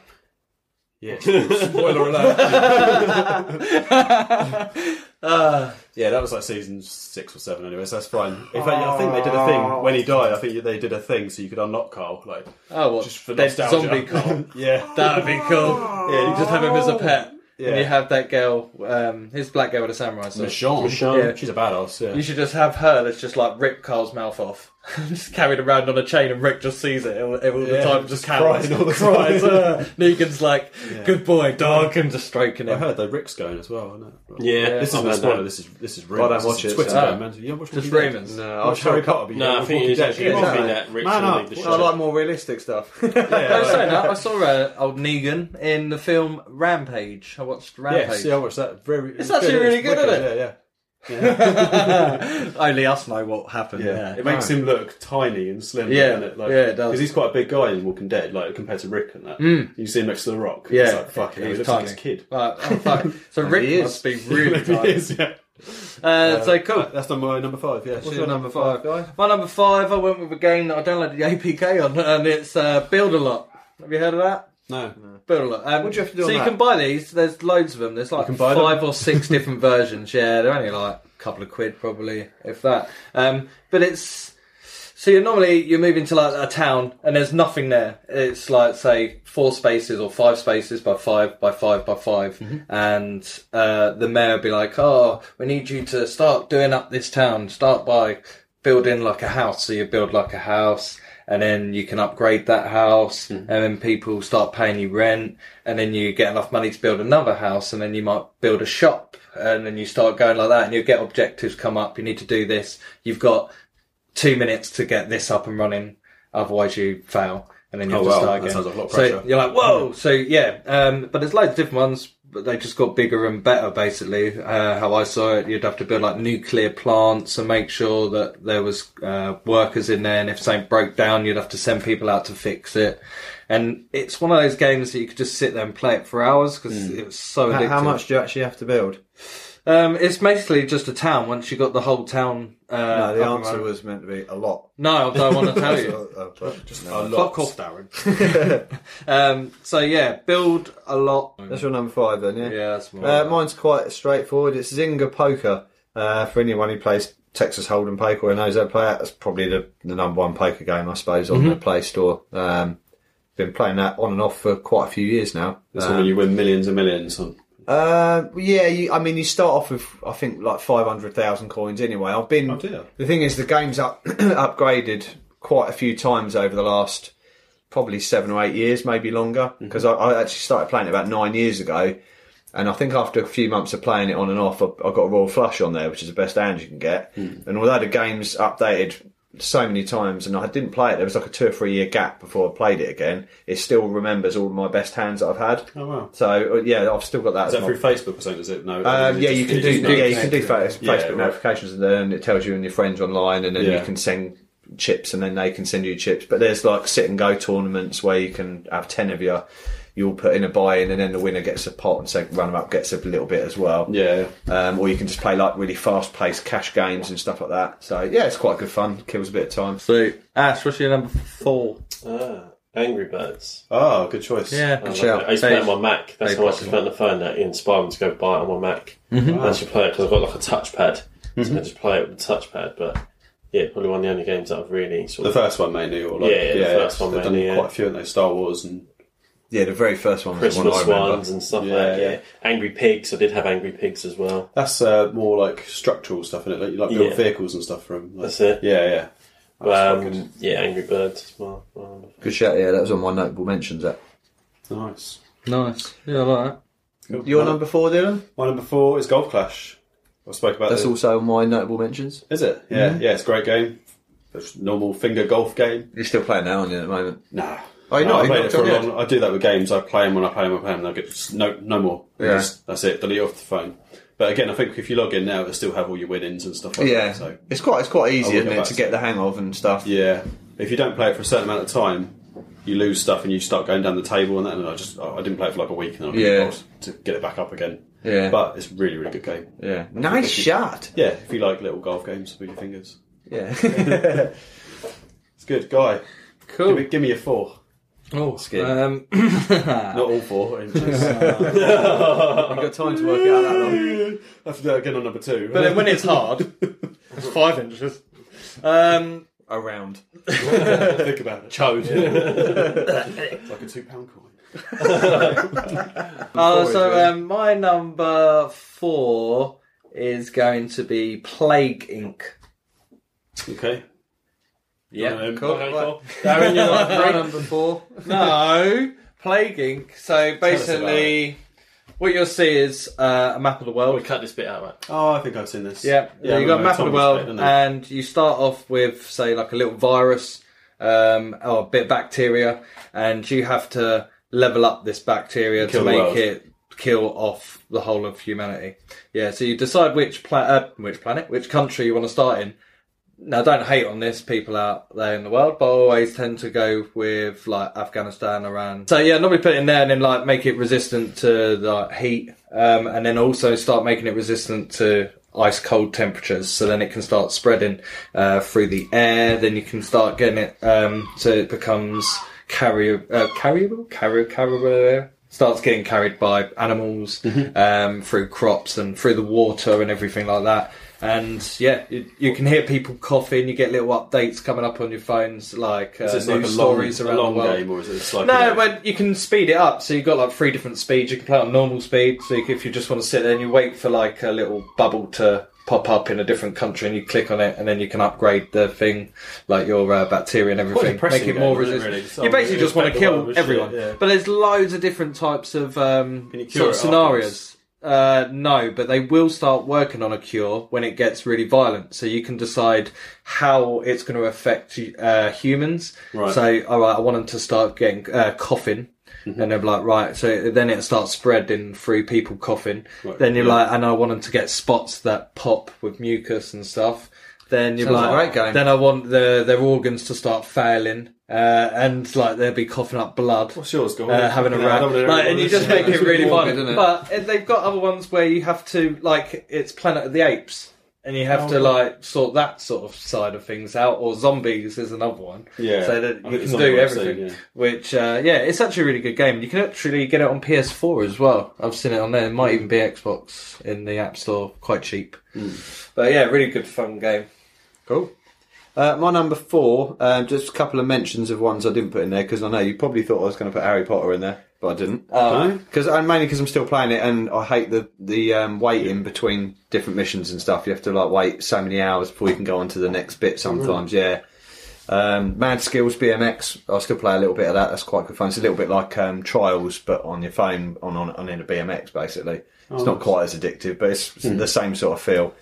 Speaker 4: Yeah. Spoiler alert. yeah, that was like season six or seven anyway, so that's fine. In fact, I think they did a thing, when he died, I think they did a thing so you could unlock Carl. Like,
Speaker 1: Oh, what?
Speaker 4: Just for
Speaker 1: dead
Speaker 4: nostalgia.
Speaker 1: zombie Carl.
Speaker 4: yeah.
Speaker 1: That'd be cool. Yeah, you just have him as a pet. and you
Speaker 4: Yeah.
Speaker 1: have that girl, um, his black girl with a samurai sword.
Speaker 4: Michonne.
Speaker 3: Michonne.
Speaker 1: Yeah.
Speaker 4: She's a badass, yeah.
Speaker 1: You should just have her that's just like rip Carl's mouth off, just carried around on a chain, and Rick just sees it all, all the
Speaker 4: Yeah,
Speaker 1: time, just
Speaker 4: crying
Speaker 1: cowers,
Speaker 4: all the
Speaker 1: cries. uh, Negan's like, "Good boy, dog," and just stroking
Speaker 4: I
Speaker 1: him.
Speaker 4: heard though Rick's going as well, isn't it?
Speaker 3: Yeah,
Speaker 4: This
Speaker 3: I
Speaker 4: isn't a
Speaker 3: heard
Speaker 4: spoiler,
Speaker 3: that.
Speaker 4: this is this is
Speaker 2: I
Speaker 4: rumor.
Speaker 2: don't
Speaker 4: This
Speaker 2: watch
Speaker 4: is
Speaker 2: it,
Speaker 4: Twitter,
Speaker 1: so-
Speaker 4: man. You don't watch
Speaker 1: Just
Speaker 4: Walking Dead?
Speaker 1: Raymond's.
Speaker 4: No,
Speaker 2: I'll
Speaker 4: I'll
Speaker 2: show
Speaker 4: Harry
Speaker 2: you-
Speaker 4: Potter. but you
Speaker 3: No,
Speaker 4: don't
Speaker 3: I think
Speaker 4: Walking
Speaker 3: it is
Speaker 4: Dead,
Speaker 3: actually
Speaker 4: yeah.
Speaker 3: going to
Speaker 2: Yeah.
Speaker 3: be that Rick's
Speaker 5: Man
Speaker 3: going to
Speaker 5: up.
Speaker 3: leave the
Speaker 5: No,
Speaker 2: I
Speaker 3: show.
Speaker 2: like more realistic stuff.
Speaker 1: I was saying that, I saw uh, old Negan in the film Rampage. I watched
Speaker 4: Yes,
Speaker 1: Rampage.
Speaker 4: yeah, I watched that. Very, it's
Speaker 1: actually really good,
Speaker 4: wicked,
Speaker 1: isn't it?
Speaker 4: Yeah, yeah.
Speaker 1: Only us know what happened.
Speaker 4: Yeah.
Speaker 1: Yeah,
Speaker 4: It makes him look tiny and slim,
Speaker 1: Yeah.
Speaker 4: doesn't it? Like,
Speaker 1: Yeah, it does. Hmm.
Speaker 4: Because he's quite a big guy in Walking Dead, like compared to Rick and that. You see him next to the Rock.
Speaker 1: yeah.
Speaker 4: It's like, fuck, he,
Speaker 1: was
Speaker 4: looks
Speaker 1: tiny.
Speaker 4: like his kid.
Speaker 1: Like, oh, fuck. So
Speaker 4: he
Speaker 1: Rick
Speaker 4: is.
Speaker 1: must be really
Speaker 4: He
Speaker 1: tiny.
Speaker 4: is, yeah.
Speaker 1: Uh, so cool.
Speaker 4: That's my number five, yeah.
Speaker 1: What's your number five? My number five, I went with a game that I downloaded the APK on, and it's uh, Build a Lot. Have you heard of that?
Speaker 4: No.
Speaker 1: Build a Lot. Um,
Speaker 2: What do you have to do
Speaker 1: So
Speaker 2: on
Speaker 1: you
Speaker 2: that?
Speaker 1: can buy these. There's loads of them. There's like
Speaker 4: can buy them?
Speaker 1: five or six different versions. Yeah, they're only like a couple of quid probably, if that. Um, but it's so you normally you move into like a town and there's nothing there. It's like say four spaces or five spaces by five by five by 5 and uh, the mayor would be like, "Oh, we need you to start doing up this town. Start by building like a house. So you build like a house." And then you can upgrade that house, and then people start paying you rent, and then you get enough money to build another house, and then you might build a shop, and then you start going like that, and you get objectives come up. You need to do this. You've got two minutes to get this up and running, otherwise you fail, and then you have
Speaker 4: Oh,
Speaker 1: to
Speaker 4: wow.
Speaker 1: start
Speaker 4: That
Speaker 1: again.
Speaker 4: sounds like a lot of
Speaker 1: so
Speaker 4: pressure.
Speaker 1: you're like, whoa! So yeah, um, but there's loads of different ones, but they just got bigger and better. Basically, uh, how I saw it, you'd have to build like nuclear plants and make sure that there was uh, workers in there, and if something broke down, you'd have to send people out to fix it. And it's one of those games that you could just sit there and play it for hours because
Speaker 4: Hmm.
Speaker 1: it was so addictive.
Speaker 2: How, how much do you actually have to build?
Speaker 1: Um, it's basically just a town. Once you got the whole town, uh,
Speaker 2: No, the
Speaker 1: up and
Speaker 2: answer
Speaker 1: running.
Speaker 2: was meant to be a lot.
Speaker 1: no, I don't want to tell you.
Speaker 2: Just
Speaker 4: A lot.
Speaker 1: Fuck off,
Speaker 4: Darren.
Speaker 1: Um, so yeah, build a lot.
Speaker 2: That's your number five then, yeah?
Speaker 1: Yeah, that's more.
Speaker 2: Uh, mine's quite straightforward. It's Zynga Poker. Uh, for anyone who plays Texas Hold'em Poker or knows how to play that, that's probably the, the number one poker game, I suppose, on the Play Store. Um, been playing that on and off for quite a few years now.
Speaker 4: That's
Speaker 1: Uh,
Speaker 4: when you win millions and millions on.
Speaker 2: Uh, yeah, you, I mean, you start off with I think like five hundred thousand coins anyway. I've been.
Speaker 4: Oh, dear.
Speaker 2: The thing is, the game's up upgraded quite a few times over the last probably seven or eight years, maybe longer,
Speaker 4: Mm-hmm.
Speaker 2: because I, I actually started playing it about nine years ago, and I think after a few months of playing it on and off, I, I got a royal flush on there, which is the best hand you can get.
Speaker 4: Hmm.
Speaker 2: And although the game's updated so many times, and I didn't play it, there was like a two or three year gap before I played it again. It still remembers all my best hands that I've had.
Speaker 4: Oh, wow.
Speaker 2: So uh, yeah, I've still got that.
Speaker 4: Is
Speaker 2: as
Speaker 4: that
Speaker 2: my
Speaker 4: through Facebook or something? Is it? No.
Speaker 2: um, yeah,
Speaker 4: just-
Speaker 2: you can
Speaker 4: it
Speaker 2: do
Speaker 4: just
Speaker 2: yeah, you
Speaker 4: notifies.
Speaker 2: can do fa-
Speaker 4: Yeah,
Speaker 2: Facebook
Speaker 4: right.
Speaker 2: notifications, and then it tells you and your friends online, and then
Speaker 4: Yeah.
Speaker 2: you can send chips, and then they can send you chips. But there's like sit and go tournaments where you can have ten of you. You'll put in a buy-in, and then the winner gets a pot, and so runner up gets a little bit as well.
Speaker 4: Yeah.
Speaker 2: Um, or you can just play like really fast-paced cash games and stuff like that. So yeah, it's quite good fun. Kills a bit of time.
Speaker 1: so Ash, what's your number four?
Speaker 3: Ah, Angry Birds.
Speaker 4: Oh, good choice.
Speaker 3: I,
Speaker 1: Yeah,
Speaker 3: love
Speaker 2: shout.
Speaker 3: it. I used to play it
Speaker 1: Dave-
Speaker 3: on my Mac. That's
Speaker 1: Dave
Speaker 3: how I used to
Speaker 1: Watson.
Speaker 3: play it on the phone. That inspired me to go buy it on my Mac. And I used to play it because I've got like a touchpad. So I can just play it with the touchpad. But yeah, probably one of the only games that I've really sort
Speaker 4: The
Speaker 3: of.
Speaker 4: first one mainly, or like,
Speaker 3: Yeah, yeah, the first one
Speaker 4: they've done
Speaker 3: mainly, yeah.
Speaker 4: quite a few, haven't they? Star Wars and
Speaker 2: Yeah, the very first one was the one I
Speaker 3: Christmas
Speaker 2: remember.
Speaker 3: ones and stuff
Speaker 4: Yeah,
Speaker 3: like that. Yeah.
Speaker 4: yeah.
Speaker 3: Angry Pigs. I did have Angry Pigs as well.
Speaker 4: that's uh, more like structural stuff in it. Like you like build
Speaker 3: Yeah.
Speaker 4: vehicles and stuff from. Like,
Speaker 3: That's it.
Speaker 4: Yeah, yeah. That's quite
Speaker 3: Um, yeah, Angry Birds as well. Um,
Speaker 2: Good shout. Yeah, that was on my notable mentions. That
Speaker 4: good. Nice.
Speaker 1: nice. Yeah, I like that.
Speaker 4: Uh,
Speaker 2: your number four, Dylan.
Speaker 4: My number four is Golf Clash. I spoke about
Speaker 2: That's Mm-hmm.
Speaker 4: this.
Speaker 2: also on my notable mentions.
Speaker 4: Is it? Yeah, yeah. It's a great game. It's a normal finger golf game.
Speaker 2: You're still playing that on you at the moment.
Speaker 4: Nah.
Speaker 2: Oh, you're
Speaker 4: No,
Speaker 2: not-
Speaker 4: I,
Speaker 2: you're
Speaker 4: played
Speaker 2: not
Speaker 4: it for a
Speaker 2: good.
Speaker 4: long, I do that with games. I play them when I play them. I play them. And I get just no, no more.
Speaker 2: Yeah.
Speaker 4: Just- that's it. Delete off the phone. But again, I think if you log in now, it'll still have all your winnings and stuff like
Speaker 2: Yeah,
Speaker 4: that. So
Speaker 2: it's quite it's quite
Speaker 4: I
Speaker 2: easy,
Speaker 4: will
Speaker 2: isn't
Speaker 4: go
Speaker 2: it,
Speaker 4: back
Speaker 2: to
Speaker 4: to
Speaker 2: get the hang of and stuff.
Speaker 4: Yeah. If you don't play it for a certain amount of time, you lose stuff and you start going down the table and that. And I just I didn't play it for like a week and I
Speaker 2: Yeah.
Speaker 4: yeah. to get it back up again.
Speaker 2: Yeah.
Speaker 4: But it's a really really good game.
Speaker 2: Yeah, nice shot.
Speaker 4: Yeah. If you like little golf games with your fingers,
Speaker 2: Yeah,
Speaker 4: it's good. Guy, give me,
Speaker 1: Cool.
Speaker 4: give me a four.
Speaker 1: Oh,
Speaker 2: skin.
Speaker 1: Um,
Speaker 4: Not all four. in case.
Speaker 2: got time to work out that long.
Speaker 4: Have to do that again on number two.
Speaker 1: but then when it's hard, it's five inches. Um,
Speaker 2: Around.
Speaker 4: think about it, chode. it's like a two pound coin.
Speaker 1: Uh, so um, my number four is going to be Plague Inc.
Speaker 4: Okay.
Speaker 1: Yeah,
Speaker 4: Um,
Speaker 1: cool.
Speaker 3: okay,
Speaker 1: Right.
Speaker 3: cool. Darren, you're like,
Speaker 1: My number four. No, Plague Inc. So basically, what you'll see is uh, a map of the
Speaker 3: oh, we
Speaker 1: world.
Speaker 3: cut this bit out, right?
Speaker 4: Oh, I think I've seen this.
Speaker 1: Yeah,
Speaker 4: Yeah,
Speaker 1: you've got a
Speaker 4: I
Speaker 1: map of the
Speaker 4: remember
Speaker 1: world, uh,
Speaker 4: Thomas Paine, didn't
Speaker 1: and you start off with, say, like a little virus um, or a bit of bacteria, and you have to level up this bacteria
Speaker 4: kill
Speaker 1: to
Speaker 4: the
Speaker 1: make
Speaker 4: world.
Speaker 1: it kill off the whole of humanity. Yeah, so you decide which pla- uh, which planet, which country you want to start in. Now, don't hate on this, people out there in the world, but I always tend to go with like Afghanistan, Iran. So yeah, normally put it in there and then like make it resistant to like heat, um, and then also start making it resistant to ice cold temperatures. So then it can start spreading uh, through the air. Then you can start getting it um, so it becomes carrier uh, carriable carrier carrier starts getting carried by animals um, through crops and through the water and everything like that. And yeah, you, you can hear people coughing. You get little updates coming up on your phones, like uh, news
Speaker 4: Is this like a long,
Speaker 1: stories
Speaker 4: a
Speaker 1: around
Speaker 4: long
Speaker 1: the world.
Speaker 4: game, or is it just like
Speaker 1: No,
Speaker 4: a,
Speaker 1: but you can speed it up. So you've got like three different speeds. You can play on normal speed. So you, if you just want to sit there and you wait for like a little bubble to pop up in a different country and you click on it and then you can upgrade the thing, like your uh, bacteria and everything.
Speaker 4: depressing
Speaker 1: Make it
Speaker 4: game,
Speaker 1: more
Speaker 4: isn't it,
Speaker 1: resistant.
Speaker 4: really? So
Speaker 1: you basically
Speaker 4: you
Speaker 1: just want to
Speaker 4: affect the world
Speaker 1: kill
Speaker 4: with shit,
Speaker 1: everyone.
Speaker 4: yeah.
Speaker 1: But there's loads of different types of, um,
Speaker 4: you cure
Speaker 1: sort of
Speaker 4: it
Speaker 1: scenarios. Uh, no, but they will start working on a cure when it gets really violent. So you can decide how it's going to affect uh, humans.
Speaker 4: Right.
Speaker 1: So, all right, I want them to start getting uh, coughing.
Speaker 2: Mm-hmm.
Speaker 1: And they're like, right. So then it starts spreading through people coughing.
Speaker 4: Right,
Speaker 1: then you're
Speaker 4: yeah.
Speaker 1: like, and I want them to get spots that pop with mucus and stuff. Then you're
Speaker 2: Sounds
Speaker 1: like,
Speaker 2: like a great game.
Speaker 1: then I want the, their organs to start failing. Uh, and like they'll be coughing up blood
Speaker 4: What's yours, go on.
Speaker 1: uh, having a
Speaker 4: Yeah, I don't
Speaker 1: rant.
Speaker 4: wanna-
Speaker 1: Like, and you just make it
Speaker 2: It's
Speaker 1: really
Speaker 2: morbid,
Speaker 1: fun.
Speaker 2: isn't it?
Speaker 1: But uh, they've got other ones where you have to, like, it's Planet of the Apes. And you have to like sort that sort of side of things out, or zombies is another one.
Speaker 4: Yeah.
Speaker 1: so
Speaker 4: I
Speaker 1: that
Speaker 4: think
Speaker 1: you can
Speaker 4: it's something
Speaker 1: do
Speaker 4: I've seen,
Speaker 1: everything.
Speaker 4: yeah.
Speaker 1: Which uh, yeah, it's actually a really good game. You can actually get it on PS4 as well. I've seen it on there. It might even be Xbox in the App Store, quite cheap. But yeah, really good fun game.
Speaker 2: Cool. Uh, my number four, um, just a couple of mentions of ones I didn't put in there because I know you probably thought I was going to put Harry Potter in there, but I didn't. Um,
Speaker 4: No?
Speaker 2: Because and uh, mainly because I'm still playing it, and I hate the the um, waiting between different missions and stuff. You have to like wait so many hours before you can go on to the next bit. Sometimes, yeah. Um, Mad Skills BMX. I still play a little bit of that. That's quite good fun. It's a little bit like um, Trials, but on your phone, on on, on in a BMX basically. It's not quite as addictive, but it's the same sort of feel.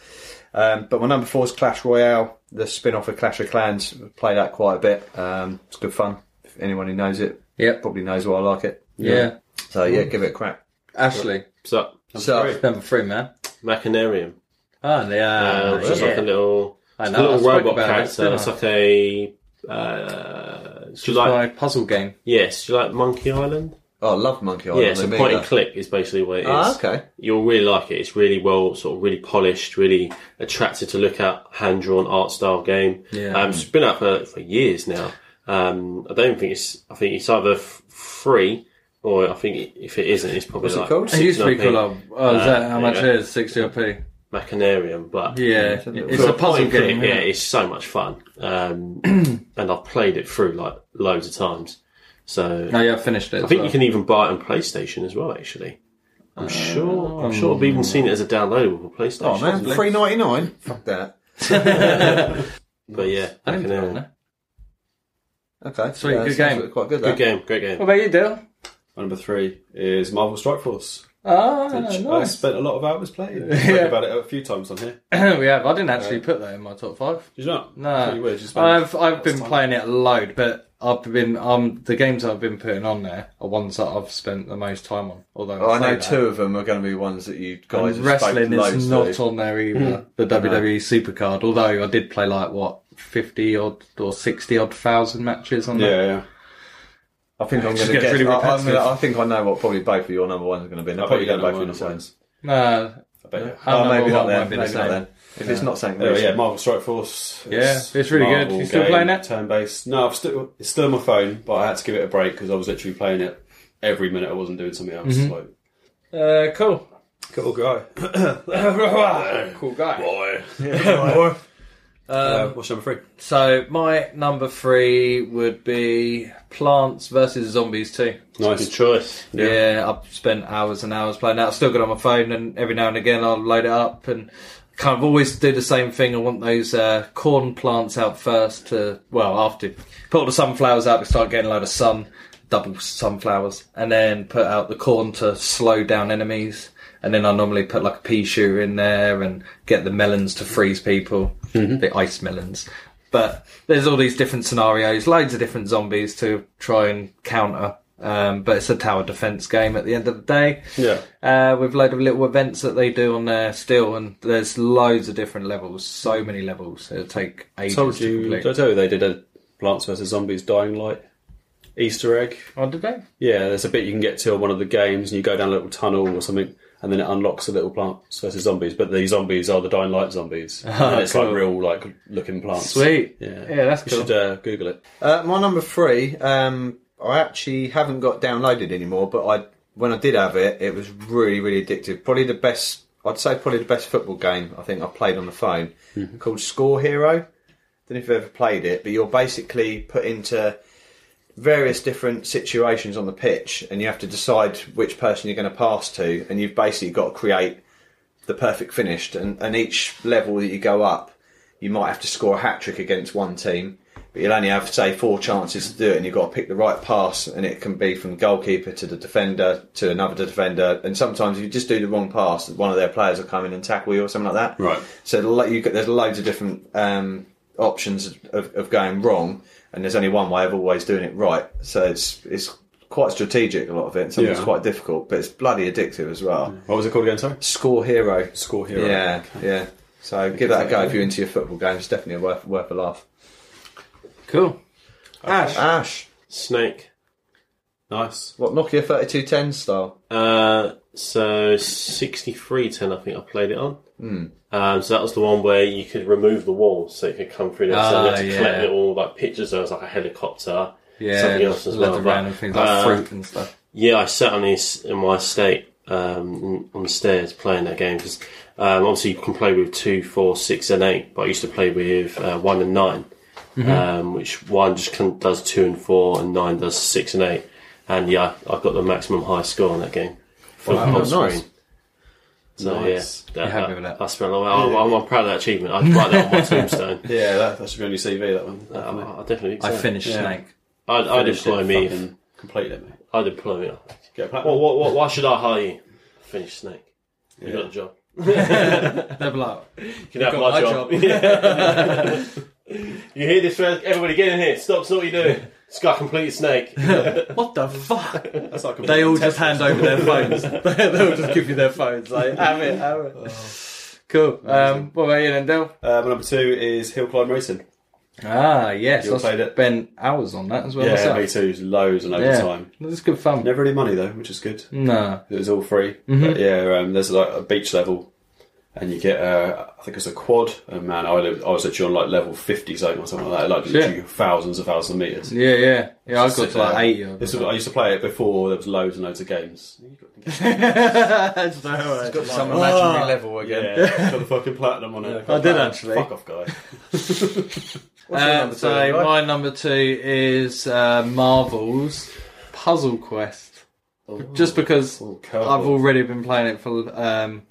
Speaker 2: Um, but my number four is Clash Royale, the spin-off of Clash of Clans. Play that quite a bit. Um, it's good fun. If anyone who knows it,
Speaker 1: Yep.
Speaker 2: probably knows why I like it.
Speaker 1: Yeah,
Speaker 2: So yeah, give it a crack.
Speaker 1: Ashley,
Speaker 3: So,
Speaker 2: So
Speaker 1: number three, man.
Speaker 3: Machinarium.
Speaker 1: Oh yeah,
Speaker 3: Uh, which is like a little,
Speaker 1: I
Speaker 3: it's
Speaker 1: know,
Speaker 3: a
Speaker 1: I
Speaker 3: little
Speaker 1: spoke
Speaker 3: robot
Speaker 1: about it,
Speaker 3: character.
Speaker 1: didn't
Speaker 3: It's
Speaker 1: I?
Speaker 3: like a. Uh, do you like?
Speaker 1: my puzzle game.
Speaker 3: Yes, do you like Monkey Island?
Speaker 2: Oh, I love Monkey Island.
Speaker 3: Yeah, so
Speaker 2: they
Speaker 3: point
Speaker 2: made
Speaker 3: and
Speaker 2: that.
Speaker 3: click is basically what it is.
Speaker 2: Ah, okay.
Speaker 3: You'll really like it. It's really well, sort of really polished, really attractive to look at, hand drawn art style game.
Speaker 1: Yeah.
Speaker 3: Um, it's been out for, for years now. Um, I don't think it's, I think it's either f- free or I think if it isn't, it's probably
Speaker 2: What's it
Speaker 3: like
Speaker 2: called?
Speaker 1: It used to be
Speaker 3: 69p.
Speaker 1: called like, oh, is
Speaker 3: Uh,
Speaker 1: that how much
Speaker 3: yeah.
Speaker 1: it is? 60 or P.
Speaker 3: Machinarium, but
Speaker 1: Yeah, it's
Speaker 3: For
Speaker 1: a puzzle
Speaker 3: point and
Speaker 1: game.
Speaker 3: click, yeah,
Speaker 1: isn't it?
Speaker 3: it's so much fun, um, and I've played it through like loads of times. So
Speaker 1: No, Oh, yeah, I finished it.
Speaker 3: I think you can even buy it on PlayStation as well. Actually,
Speaker 1: Uh,
Speaker 3: I'm sure. I'm sure I've even seen it as a downloadable for PlayStation.
Speaker 2: Oh man, three ninety nine. Fuck that.
Speaker 3: but yeah,
Speaker 1: I didn't play
Speaker 3: Machinarium.
Speaker 1: that.
Speaker 2: Okay,
Speaker 1: Sweet, good
Speaker 2: sounds
Speaker 1: game.
Speaker 2: like Quite good.
Speaker 3: Good
Speaker 2: That.
Speaker 3: game, great game.
Speaker 1: What about you, Dale?
Speaker 4: My number three is Marvel Strike Force,
Speaker 1: Ah,
Speaker 4: which I
Speaker 1: nice.
Speaker 4: spent a lot of hours playing. I've spoken about it a few times on here.
Speaker 1: we have. I didn't actually put that in my top five.
Speaker 4: Did you not?
Speaker 1: No,
Speaker 4: It's really weird, you spent-
Speaker 1: I've I've been playing it a load, but I've been um the games I've been putting on there are ones that I've spent the most time on. Although
Speaker 2: Oh, I know
Speaker 1: say that.
Speaker 2: two of them are going to be ones that you guys
Speaker 1: And
Speaker 2: have
Speaker 1: wrestling
Speaker 2: spoken
Speaker 1: is
Speaker 2: loads
Speaker 1: not
Speaker 2: to.
Speaker 1: on there either. The WWE Supercard, although I did play like what fifty odd or sixty odd thousand matches on there.
Speaker 4: Yeah, yeah.
Speaker 2: I think I'm
Speaker 1: It just
Speaker 2: going to
Speaker 1: gets
Speaker 2: get.
Speaker 1: really
Speaker 2: I, I'm
Speaker 1: repetitive.
Speaker 2: gonna, I think I know what probably both of your number ones are going to be. They're
Speaker 4: I
Speaker 2: probably
Speaker 4: bet
Speaker 2: going
Speaker 4: you
Speaker 2: to
Speaker 4: don't
Speaker 2: both
Speaker 4: know
Speaker 2: be the
Speaker 4: mine
Speaker 2: same.
Speaker 1: No,
Speaker 4: I bet you.
Speaker 1: Our
Speaker 2: Oh, maybe
Speaker 1: number
Speaker 2: not
Speaker 1: one
Speaker 2: then.
Speaker 1: won't be the
Speaker 2: Maybe not
Speaker 1: same. Oh,
Speaker 2: then. If it's not something,
Speaker 4: Anyway, yeah,
Speaker 2: recent.
Speaker 4: Marvel Strike Force.
Speaker 1: Yeah, it's really good. You still playing it?
Speaker 4: Turn based. No, I've still it's still on my phone, but I had to give it a break because I was literally playing it every minute. I wasn't doing something else.
Speaker 1: Mm-hmm.
Speaker 4: Like,
Speaker 1: Uh, cool.
Speaker 4: cool guy.
Speaker 1: Cool guy.
Speaker 4: Boy. Uh, what's number three?
Speaker 1: So my number three would be Plants vs Zombies 2.
Speaker 3: Good
Speaker 4: Nice.
Speaker 3: choice.
Speaker 1: Yeah. I've spent hours and hours playing that. I've still got it on my phone, and every now and again I'll load it up and kind of always do the same thing. I want those uh, corn plants out first to, well, after. Put all the sunflowers out to start getting a load of sun, double sunflowers, and then put out the corn to slow down enemies. And then I normally put like a pea shooter in there and get the melons to freeze people, the ice melons. But there's all these different scenarios, loads of different zombies to try and counter. Um, but it's a tower defense game at the end of the day.
Speaker 4: Yeah.
Speaker 1: Uh, with load of little events that they do on there still, and there's loads of different levels, so many levels. It'll take ages
Speaker 4: Told
Speaker 1: to
Speaker 4: you.
Speaker 1: complete.
Speaker 4: Did I tell you they did a Plants vs Zombies Dying Light Easter egg?
Speaker 1: Oh, did they?
Speaker 4: Yeah, there's a bit you can get to on one of the games, and you go down a little tunnel or something, and then it unlocks a little Plants vs Zombies. But the zombies are the Dying Light zombies, and it's
Speaker 1: Ah, cool.
Speaker 4: like real like looking plants.
Speaker 1: Sweet.
Speaker 4: Yeah,
Speaker 1: Yeah, that's
Speaker 4: you
Speaker 1: cool.
Speaker 4: should uh, Google it.
Speaker 2: Uh, my number three, um, I actually haven't got downloaded anymore, but I when I did have it, it was really really addictive. Probably the best, I'd say, probably the best football game I think I played on the phone called Score Hero. Don't know if you've ever played it, but you're basically put into various different situations on the pitch, and you have to decide which person you're going to pass to, and you've basically got to create the perfect finish. And, and each level that you go up, you might have to score a hat trick against one team, but you'll only have say four chances to do it, and you've got to pick the right pass, and it can be from the goalkeeper to the defender to another defender, and sometimes if you just do the wrong pass, one of their players will come in and tackle you or something like that.
Speaker 4: Right.
Speaker 2: So lo- you get, there's loads of different um, options of, of going wrong, and there's only one way of always doing it right. So it's it's quite strategic a lot of it. and Sometimes
Speaker 4: Yeah.
Speaker 2: it's quite difficult, but it's bloody addictive as well.
Speaker 4: What was it called again? Sorry.
Speaker 2: Score hero.
Speaker 4: Score Hero.
Speaker 2: Yeah, yeah. So give that a go if you're into your football game. It's definitely worth worth a laugh.
Speaker 1: Cool.
Speaker 2: Ash, Ash,
Speaker 3: Snake.
Speaker 4: Nice.
Speaker 2: what Nokia 3210 style?
Speaker 3: Uh, so sixty three ten, I think I played it on.
Speaker 1: Hmm.
Speaker 3: Um, so that was the one where you could remove the walls, so it could come through. There. so you
Speaker 1: Ah,
Speaker 3: had to
Speaker 1: yeah.
Speaker 3: collect little like pictures. There was like a helicopter.
Speaker 1: Yeah,
Speaker 3: something else as
Speaker 1: loads
Speaker 3: well.
Speaker 1: of
Speaker 3: but,
Speaker 1: random things like
Speaker 3: uh,
Speaker 1: fruit and stuff.
Speaker 3: Yeah, I sat on his in my estate um, on the stairs playing that game because um, obviously you can play with two, four, six, and eight. But I used to play with uh, one and 9 um, which one just can, does two and four, and nine does six and eight. And yeah, I got the maximum high score on that game. Full
Speaker 2: Wow,
Speaker 3: full
Speaker 2: nice.
Speaker 3: So
Speaker 4: Nice.
Speaker 3: yeah,
Speaker 1: You're happy with that?
Speaker 3: I spent a lot. I'm, I'm, I'm proud of that achievement. I'd write that on my tombstone.
Speaker 4: Yeah, that, that should be on your CV. That one. Uh,
Speaker 3: I,
Speaker 4: Definitely.
Speaker 3: I definitely. think
Speaker 1: I
Speaker 3: so.
Speaker 1: finished
Speaker 4: yeah.
Speaker 1: Snake.
Speaker 3: I'd, I'd
Speaker 4: Finish
Speaker 3: employ
Speaker 4: it,
Speaker 3: me. if-
Speaker 4: fucking Complete it, mate.
Speaker 3: I'd employ me.
Speaker 4: Get a oh,
Speaker 3: What,
Speaker 4: platinum.
Speaker 3: what, what, why should I hire you? Finish Snake. You got a job.
Speaker 1: They're like,
Speaker 3: You can have
Speaker 1: got
Speaker 3: my,
Speaker 1: my
Speaker 3: job.
Speaker 1: job.
Speaker 3: Yeah. you hear this, friends? Everybody get in here. Stop, stop what you're doing. It's got a complete snake.
Speaker 1: what the fuck?
Speaker 4: That's like a
Speaker 1: They all just hand over their phones. they they all just give you their phones. Like, have it, have it. Cool. Um, what about you then, Del?
Speaker 4: Uh, my number two is Hill Climb Racing.
Speaker 1: Ah, yes.
Speaker 4: You all
Speaker 1: I've
Speaker 4: played it?
Speaker 1: spent hours on that as well.
Speaker 4: Yeah,
Speaker 1: myself.
Speaker 4: me too. Loads and loads
Speaker 1: yeah.
Speaker 4: of time.
Speaker 1: That's good fun.
Speaker 4: Never any money though, which is good.
Speaker 1: No.
Speaker 4: It was all free.
Speaker 2: Mm-hmm.
Speaker 4: But yeah, um, there's like a beach level, and you get uh, I think it's a quad. And man, I, lived, I was literally on like level fifty something or something like that. Like literally thousands and thousands of meters.
Speaker 1: Yeah, yeah. Yeah, I got to like
Speaker 4: there.
Speaker 1: 80 of
Speaker 4: This
Speaker 1: them.
Speaker 4: was, I used to play it before there was loads and loads of games.
Speaker 1: It's got some imaginary level again.
Speaker 4: Yeah, got the fucking platinum on it.
Speaker 1: I did actually.
Speaker 4: Fuck off, guy.
Speaker 1: Um, so
Speaker 2: guy?
Speaker 1: my number two is uh, Marvel's Puzzle Quest.
Speaker 4: Oh.
Speaker 1: Just because
Speaker 4: Ooh,
Speaker 1: I've
Speaker 4: curveball.
Speaker 1: already been playing it for. Um,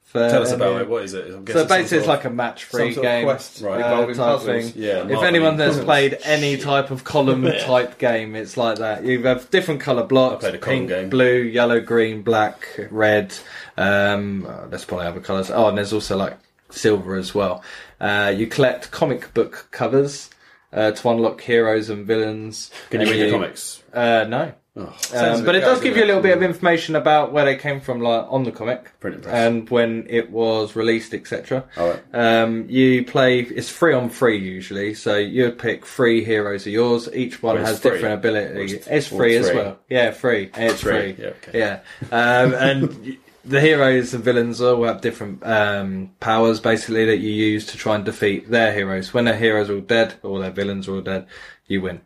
Speaker 1: for
Speaker 4: Oh. Tell us
Speaker 1: and,
Speaker 4: about
Speaker 1: uh,
Speaker 4: it. What is it? I'm
Speaker 1: So
Speaker 4: guessing some
Speaker 1: basically,
Speaker 4: sort
Speaker 1: it's
Speaker 4: of-
Speaker 1: like a match-free
Speaker 2: Some sort of
Speaker 1: game
Speaker 2: quest,
Speaker 4: Right.
Speaker 1: uh,
Speaker 2: involving
Speaker 1: type
Speaker 2: puzzles.
Speaker 1: thing.
Speaker 4: Yeah,
Speaker 1: if
Speaker 4: Marvel.
Speaker 1: anyone that's played any type of column type game, it's like that. You have different color blocks:
Speaker 4: played a column
Speaker 1: pink,
Speaker 4: game.
Speaker 1: blue, yellow, green, black, red. Um, uh, there's probably other colors. Oh, and there's also like silver as well. Uh, you collect comic book covers uh, to unlock heroes and villains.
Speaker 4: Can you
Speaker 1: And
Speaker 4: read the comics?
Speaker 1: Uh, no.
Speaker 4: Oh,
Speaker 1: Um, but it does give you a little bit of information about where they came from, like on the comic,
Speaker 4: Print and press.
Speaker 1: and when it was released, etc.
Speaker 4: All right.
Speaker 1: Um, you play. It's three on three usually, so you pick three heroes of yours. Each one
Speaker 4: Oh, it's
Speaker 1: has
Speaker 4: free.
Speaker 1: different ability.
Speaker 4: Or it's-
Speaker 1: It's
Speaker 4: or
Speaker 1: free as
Speaker 4: three.
Speaker 1: well. Yeah, free. It's
Speaker 4: Three,
Speaker 1: free.
Speaker 4: yeah, okay.
Speaker 1: Yeah. Um, and y- the heroes and villains all have different um, powers basically that you use to try and defeat their heroes. When their heroes are all dead or their villains are all dead, you win.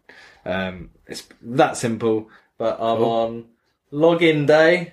Speaker 1: Um, it's that simple. But I'm on login day.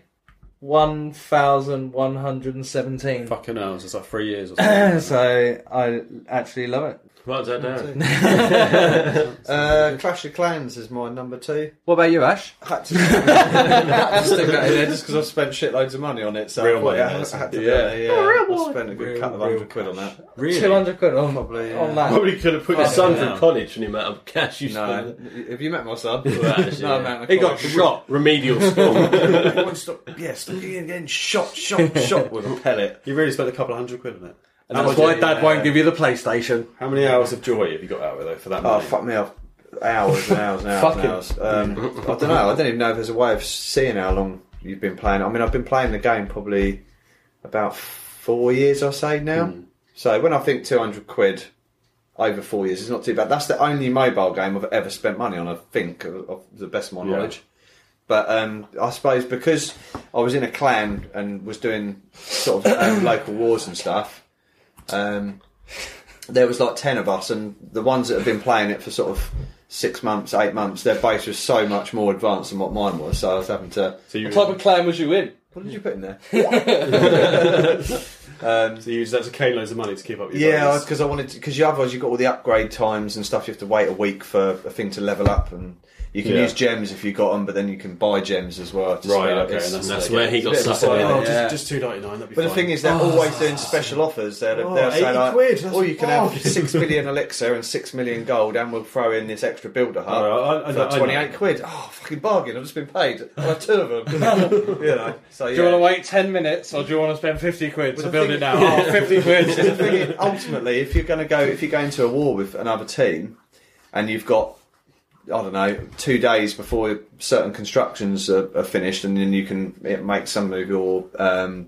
Speaker 1: 1117.
Speaker 4: Fucking hell, it's like three years or something.
Speaker 1: so I actually love it.
Speaker 3: Write that down.
Speaker 2: Uh, Clash of Clans is my number two.
Speaker 1: What about you, Ash?
Speaker 2: Had to, had to stick that in there just because I've spent shitloads of money on it. So
Speaker 4: Real
Speaker 2: I thought, yeah,
Speaker 4: money,
Speaker 2: I had to
Speaker 4: yeah.
Speaker 2: yeah. yeah. I spent a good
Speaker 4: Oh, Real-
Speaker 2: couple of
Speaker 4: real
Speaker 2: hundred quid on that.
Speaker 4: Really?
Speaker 1: 200 quid on,
Speaker 2: Probably,
Speaker 1: on
Speaker 2: yeah.
Speaker 1: that.
Speaker 3: Probably could have put your
Speaker 1: Fucking
Speaker 3: son through
Speaker 4: hell.
Speaker 3: college for the amount of cash you
Speaker 2: No,
Speaker 3: spent.
Speaker 2: have you met my son?
Speaker 3: actually,
Speaker 2: no,
Speaker 3: yeah.
Speaker 2: man,
Speaker 3: He got shot. Remedial school.
Speaker 2: yeah, stop getting getting shot, shot, shot with a pellet.
Speaker 4: You really spent a couple of hundred quid on it. And
Speaker 1: That's
Speaker 4: how
Speaker 1: why
Speaker 4: much-
Speaker 1: Dad won't give you the PlayStation.
Speaker 4: How many hours of joy have you got out of it though for that
Speaker 2: Oh
Speaker 4: money?
Speaker 2: fuck me off! Hours and hours and hours
Speaker 1: Fucking-
Speaker 2: and hours. Um, I don't know. I don't even know if there's a way of seeing how long you've been playing. it. I mean, I've been playing the game probably about four years, I say now. So when I think two hundred quid over four years, it's not too bad. That's the only mobile game I've ever spent money on. I think, of, of the best of my
Speaker 4: Yeah.
Speaker 2: knowledge. But um, I suppose because I was in a clan and was doing sort of um, local wars and stuff, um, there was like 10 of us and the ones that have been playing it for sort of six months eight months their base was so much more advanced than what mine was so i was having to
Speaker 4: So you,
Speaker 1: What type of clan was you in?
Speaker 2: what did you put in there
Speaker 4: so you used that to cane loads of money to keep up your
Speaker 2: yeah
Speaker 4: bonus.
Speaker 2: because i wanted because otherwise you've got all the upgrade times and stuff you have to wait a week for a thing to level up and you can
Speaker 4: Yeah.
Speaker 2: use gems if you got them but then you can buy gems as well to
Speaker 4: Right,
Speaker 2: spell.
Speaker 4: okay,
Speaker 2: It's-
Speaker 4: and that's,
Speaker 3: And that's
Speaker 4: it.
Speaker 3: where he got
Speaker 2: It's a bit of
Speaker 3: sucked
Speaker 2: a
Speaker 3: in.
Speaker 2: fire.
Speaker 4: Oh,
Speaker 3: innit?
Speaker 1: Yeah.
Speaker 4: just, just two ninety nine. That'd be
Speaker 2: But the
Speaker 4: fine.
Speaker 2: thing is, they're always doing special offers. They're,
Speaker 4: Oh,
Speaker 2: they're
Speaker 4: 80
Speaker 2: saying, like,
Speaker 4: quid, that's
Speaker 2: "Oh, you can
Speaker 4: wild."
Speaker 2: have six million elixir and six million gold, and we'll throw in this extra builder hut
Speaker 4: All right, I- I
Speaker 2: for
Speaker 4: know- I know.
Speaker 2: twenty-eight quid." Oh, fucking bargain! I've just been paid. I have two of them. you know, so yeah.
Speaker 1: Do you want to wait 10 minutes or do you want to spend 50 quid to
Speaker 2: the
Speaker 1: build
Speaker 2: thing-
Speaker 1: it now? oh, 50
Speaker 2: the
Speaker 1: quid.
Speaker 2: thing is, ultimately, if you're going to go, if you're going to a war with another team, and you've got, I don't know, two days before certain constructions are, are finished, and then you can it makes some of your um,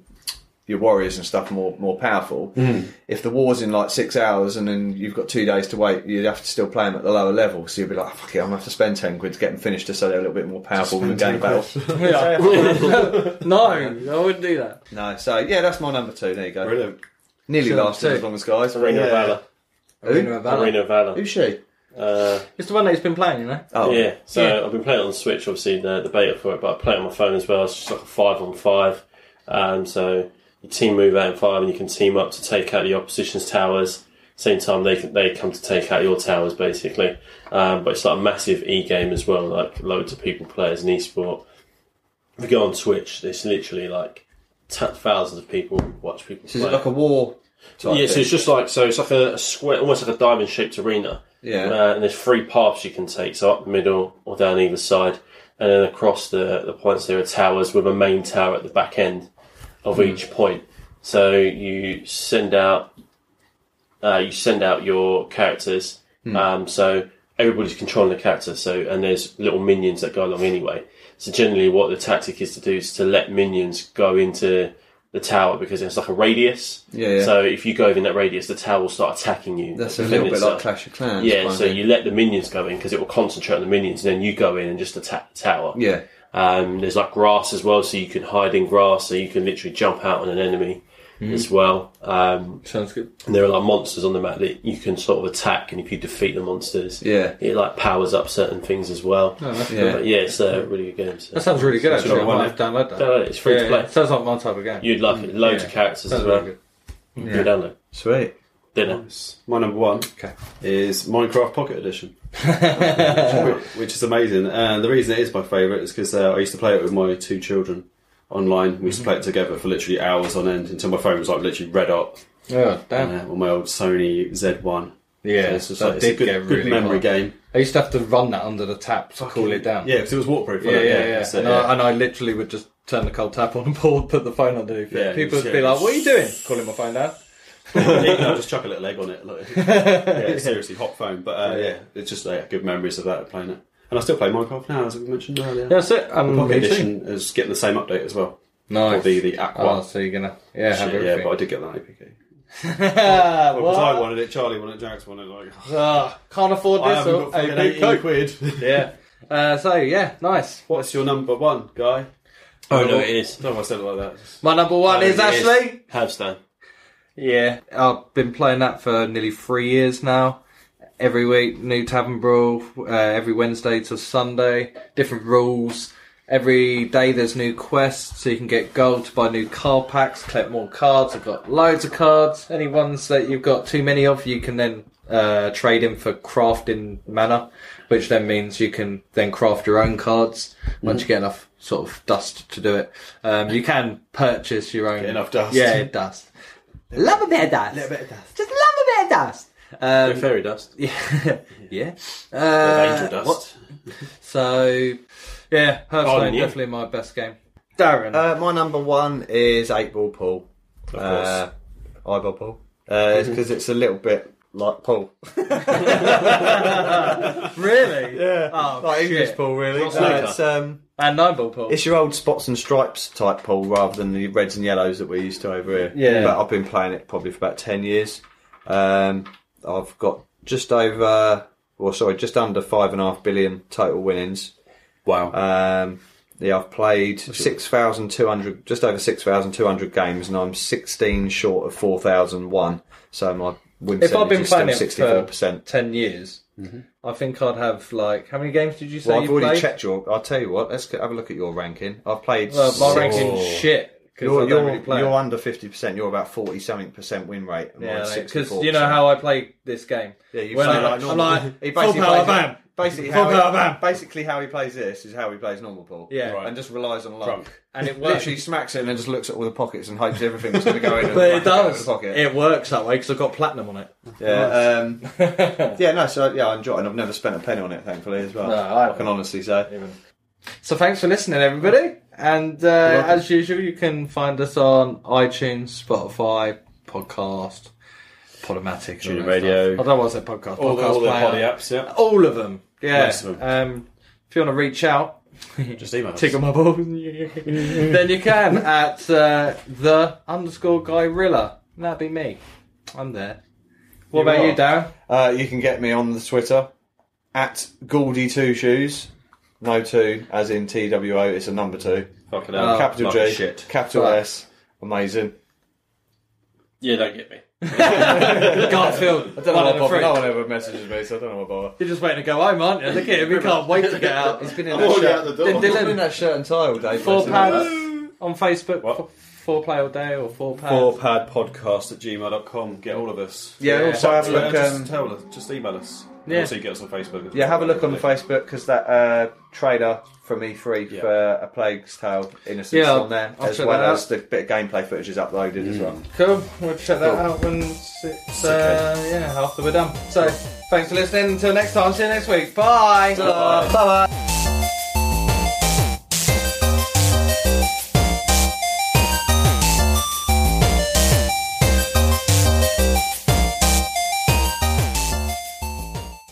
Speaker 2: your warriors and stuff more more powerful.
Speaker 1: Hmm.
Speaker 2: If the war's in like six hours, and then you've got two days to wait, you'd have to still play them at the lower level. So you'd be like, "Oh, fuck it, I'm gonna have to spend ten quid to get them finished, just so they're a little bit more powerful in the game battle.
Speaker 1: no, I wouldn't do that.
Speaker 2: no, so yeah, that's my number two. There you go.
Speaker 4: brilliant.
Speaker 2: Nearly
Speaker 1: Sure,
Speaker 2: lasted
Speaker 1: two.
Speaker 2: as long as guys.
Speaker 3: Arena
Speaker 4: Yeah.
Speaker 3: of Valor.
Speaker 1: Arena of Valor.
Speaker 3: Arena of Valor.
Speaker 2: Who's she?
Speaker 3: Uh,
Speaker 1: It's the one that he's been playing, you know?
Speaker 2: Oh,
Speaker 3: yeah, so
Speaker 1: Yeah.
Speaker 3: I've been playing it on the Switch, obviously, the, the beta for it, but I play it on my phone as well. It's just like a five on five. Um, so you team move out in five and you can team up to take out the opposition's towers. Same time, they can- they come to take out your towers, basically. Um, but it's like a massive e game as well, like loads of people play as an esport. If you go on Twitch, it's literally like t- thousands of people watch people
Speaker 2: So is
Speaker 3: play.
Speaker 2: it like a war? Type
Speaker 3: yeah, so
Speaker 2: thing?
Speaker 3: it's just like so. It's like a, a square, almost like a diamond shaped arena.
Speaker 2: Yeah.
Speaker 3: uh, and there's three paths you can take, so up the middle or down either side, and then across the the points there are towers with a main tower at the back end of
Speaker 2: Hmm.
Speaker 3: each point. So you send out uh, you send out your characters.
Speaker 2: Hmm.
Speaker 3: Um, so everybody's controlling the character. So and there's little minions that go along anyway. So generally, what the tactic is to do is to let minions go into the tower because it's like a radius.
Speaker 2: Yeah, yeah.
Speaker 3: So if you go within that radius, the tower will start attacking you.
Speaker 2: that's a
Speaker 3: within
Speaker 2: little bit like
Speaker 3: itself.
Speaker 2: Clash of Clans.
Speaker 3: uh, Yeah,
Speaker 2: kind of
Speaker 3: so
Speaker 2: thing.
Speaker 3: you let the minions go in because it will concentrate on the minions, and then you go in and just attack the tower.
Speaker 2: yeah,
Speaker 3: Um, there's like grass as well, so you can hide in grass, so you can literally jump out on an enemy as well. Um,
Speaker 1: Sounds good.
Speaker 3: and there are like monsters on the map that you can sort of attack, and if you defeat the monsters,
Speaker 2: Yeah.
Speaker 3: it like powers up certain things as well.
Speaker 2: yeah.
Speaker 3: But Oh, yeah, it's a really good game. So.
Speaker 1: Oh, That sounds really good,
Speaker 3: Sounds
Speaker 1: actually. I
Speaker 3: like one
Speaker 1: might have download that.
Speaker 3: Download it, it's free to
Speaker 1: Yeah,
Speaker 3: play.
Speaker 1: yeah. Sounds like my type of game.
Speaker 3: You'd like it. Loads
Speaker 1: Yeah.
Speaker 3: of characters
Speaker 1: Sounds
Speaker 3: as well.
Speaker 1: really good.
Speaker 3: You can download
Speaker 2: Sweet.
Speaker 3: dinner.
Speaker 4: My number one
Speaker 1: Okay.
Speaker 4: is Minecraft Pocket Edition, which, which is amazing. And the reason it is my favourite is because uh, I used to play it with my two children online. We used to play it together for literally hours on end until my phone was like literally red hot
Speaker 1: Oh,
Speaker 4: uh,
Speaker 1: damn.
Speaker 4: on my old Sony Z1.
Speaker 1: Yeah,
Speaker 4: So it's just
Speaker 1: that
Speaker 4: like, it's a
Speaker 1: did
Speaker 4: good,
Speaker 1: get
Speaker 4: good
Speaker 1: really
Speaker 4: memory
Speaker 1: hot.
Speaker 4: game.
Speaker 1: I used to have to run that under the tap to cool it down.
Speaker 4: Yeah, because it was waterproof.
Speaker 1: Yeah,
Speaker 4: wasn't
Speaker 1: yeah,
Speaker 4: it?
Speaker 1: yeah.
Speaker 4: that's it,
Speaker 1: and, I, and I literally would just turn the cold tap on and pull, put the phone underneath
Speaker 4: Yeah,
Speaker 1: it. People would
Speaker 4: yeah.
Speaker 1: be like, "What are you doing? Calling my phone down?"
Speaker 4: Yeah, no, just chuck a little egg on it. Like, yeah, it's seriously, hot phone. But uh, yeah, it's just like good memories of that playing it. And I still play Minecraft now, as we mentioned earlier.
Speaker 1: Yeah, that's it. Um, me
Speaker 4: Pocket
Speaker 1: too.
Speaker 4: Edition is getting the same update as well. Or
Speaker 1: Nice.
Speaker 4: the the Aqua.
Speaker 1: Oh, so you're gonna yeah have
Speaker 4: shit, yeah, but I
Speaker 1: everything.
Speaker 4: did get that APK.
Speaker 1: Ah,
Speaker 4: Because I
Speaker 1: what?
Speaker 4: wanted it, Charlie wanted it, Jax wanted it. Like,
Speaker 1: Ah, can't afford
Speaker 4: I
Speaker 1: this.
Speaker 4: haven't
Speaker 1: Or
Speaker 4: got fucking
Speaker 1: a big
Speaker 4: 18
Speaker 1: coke.
Speaker 4: quid.
Speaker 1: Yeah. Uh, so yeah, nice.
Speaker 4: What's your number one, guy?
Speaker 3: Oh, no, it is.
Speaker 4: No, I said it like that.
Speaker 1: My number one
Speaker 3: Oh,
Speaker 1: is
Speaker 3: it is.
Speaker 1: Ashley.
Speaker 3: Havstan.
Speaker 1: Yeah, I've been playing that for nearly three years now. Every week, new tavern brawl. Uh, every Wednesday to Sunday, different rules. Every day there's new quests, so you can get gold to buy new card packs, collect more cards. I've got loads of cards. Any ones that you've got too many of, you can then uh, trade in for crafting mana, which then means you can then craft your own cards
Speaker 5: Mm-hmm.
Speaker 1: once you get enough sort of dust to do it. Um, you can purchase your own.
Speaker 5: enough dust.
Speaker 1: Yeah, dust. Love a bit of dust.
Speaker 5: bit of dust.
Speaker 1: Just love a bit of dust. Um,
Speaker 3: fairy dust.
Speaker 1: yeah. yeah.
Speaker 3: angel
Speaker 1: Uh,
Speaker 3: dust.
Speaker 1: what- So, yeah, Hearthstone
Speaker 3: Pardon you.
Speaker 1: definitely my best game. Darren,
Speaker 2: Uh, my number one is Eight Ball Pool. Of
Speaker 3: course. Mm-hmm.
Speaker 2: Uh, eyeball Pool. Uh, it's because it's a little bit like pool.
Speaker 1: really?
Speaker 2: Yeah.
Speaker 1: Oh,
Speaker 2: like
Speaker 1: shit.
Speaker 2: English pool, really.
Speaker 3: Not
Speaker 2: No,
Speaker 3: snooker.
Speaker 2: it's, um,
Speaker 1: And nine ball pool.
Speaker 2: it's your old spots and stripes type pool rather than the reds and yellows that we're used to over here.
Speaker 1: Yeah.
Speaker 2: But I've been playing it probably for about 10 years. Um, I've got just over, or sorry, just under five and a half billion total winnings.
Speaker 4: Wow.
Speaker 1: Uh,
Speaker 2: Um, yeah, I've played six thousand two hundred, just over six thousand two hundred games, and I'm sixteen short of four thousand one. So my win
Speaker 1: If I've been
Speaker 2: percentage is still
Speaker 1: playing it
Speaker 2: sixty four percent. Mm-hmm.
Speaker 1: Ten years. I think I'd have like how many games did you say
Speaker 2: Well, I've
Speaker 1: you
Speaker 2: already
Speaker 1: played?
Speaker 2: checked your. I'll tell you what. Let's get, have a look at your ranking. I've played.
Speaker 1: Well, my
Speaker 2: six- Oh.
Speaker 1: ranking's shit because
Speaker 2: You're,
Speaker 1: I don't
Speaker 2: you're,
Speaker 1: really play. it.
Speaker 2: you're under fifty percent. You're about forty something percent win rate. and
Speaker 1: yeah,
Speaker 2: mine's
Speaker 1: because
Speaker 2: 64%.
Speaker 1: you know how I play this game.
Speaker 2: Yeah, you
Speaker 1: When
Speaker 2: play
Speaker 1: I-
Speaker 2: like
Speaker 1: I'm
Speaker 2: normal.
Speaker 1: like,
Speaker 2: He
Speaker 5: full
Speaker 2: basically
Speaker 5: power
Speaker 2: plays it-
Speaker 5: bam.
Speaker 2: Basically
Speaker 5: Full
Speaker 2: how,
Speaker 5: power
Speaker 2: he,
Speaker 5: bam.
Speaker 2: basically how he plays this is how he plays normal pool.
Speaker 1: Yeah. Right.
Speaker 2: and just relies on luck.
Speaker 1: and it works.
Speaker 2: Literally smacks it and then just looks at all the pockets and hopes everything's going to go in. and
Speaker 1: but
Speaker 2: whack
Speaker 1: it
Speaker 2: out of
Speaker 1: does.
Speaker 2: The pocket.
Speaker 1: It works that way because I've got platinum on it.
Speaker 2: Yeah, um, yeah, no, so yeah, I enjoy it, and I've never spent a penny on it, thankfully, as well.
Speaker 1: No, I
Speaker 2: can honestly say.
Speaker 1: So thanks for listening, everybody. And uh, as usual, you can find us on iTunes, Spotify, podcast, Podomatic, and all
Speaker 4: Tuning
Speaker 1: that
Speaker 4: Radio.
Speaker 1: Stuff. I don't want to say podcast.
Speaker 4: all the,
Speaker 1: podcast
Speaker 4: all the
Speaker 1: player.
Speaker 4: potty apps, yeah.
Speaker 1: All of them. Yeah.
Speaker 4: Most of
Speaker 1: Um, if you want to reach out,
Speaker 4: Just email us.
Speaker 1: tickle my balls, then you can at uh, the underscore guyrilla. And That'd be me. I'm there. What
Speaker 2: You
Speaker 1: about you,
Speaker 2: are.
Speaker 1: Darren?
Speaker 2: Uh, you can get me on the Twitter at Gaudy Two Shoes, no two as in T W O. It's a number two,
Speaker 3: Fucking
Speaker 1: Oh,
Speaker 3: hell.
Speaker 2: capital
Speaker 4: like
Speaker 2: G,
Speaker 4: shit.
Speaker 2: capital
Speaker 1: Fuck.
Speaker 2: S, amazing.
Speaker 3: Yeah, don't get me.
Speaker 1: Garfield. I
Speaker 2: I don't know
Speaker 1: one
Speaker 2: why
Speaker 1: of the
Speaker 2: Bob,
Speaker 1: three.
Speaker 2: no one ever messages me, so I don't know why bother.
Speaker 1: You're just waiting to go home, aren't you? Look at him. He can't wait to get out.
Speaker 2: He's been in
Speaker 5: I'm already
Speaker 2: shirt-
Speaker 5: out the door.
Speaker 1: Dylan-
Speaker 2: He's been in that shirt and tie all day.
Speaker 1: Four
Speaker 2: basically.
Speaker 1: pounds on Facebook.
Speaker 4: What?
Speaker 1: F- Four play all day or four pounds.
Speaker 4: Fourpadpodcast at gmail.com. Get all of us.
Speaker 2: Yeah,
Speaker 1: Yeah.
Speaker 2: also have a
Speaker 4: Yeah,
Speaker 2: look.
Speaker 4: just
Speaker 2: Um,
Speaker 4: tell us. Just email us. And
Speaker 1: Yeah.
Speaker 4: Also, get us on Facebook. as
Speaker 2: yeah,
Speaker 4: well.
Speaker 2: have a look on the Facebook because that uh, trader from E3 for A Plague's Tale Innocence
Speaker 1: Yeah,
Speaker 2: on there,
Speaker 1: I'll
Speaker 2: as
Speaker 1: check
Speaker 2: well
Speaker 1: that Mm.
Speaker 2: as the bit of gameplay footage is uploaded as well.
Speaker 1: Cool. We'll check that out when it's uh, yeah after we're done. So thanks for listening. Until next time. See you next week. Bye.
Speaker 2: Bye bye.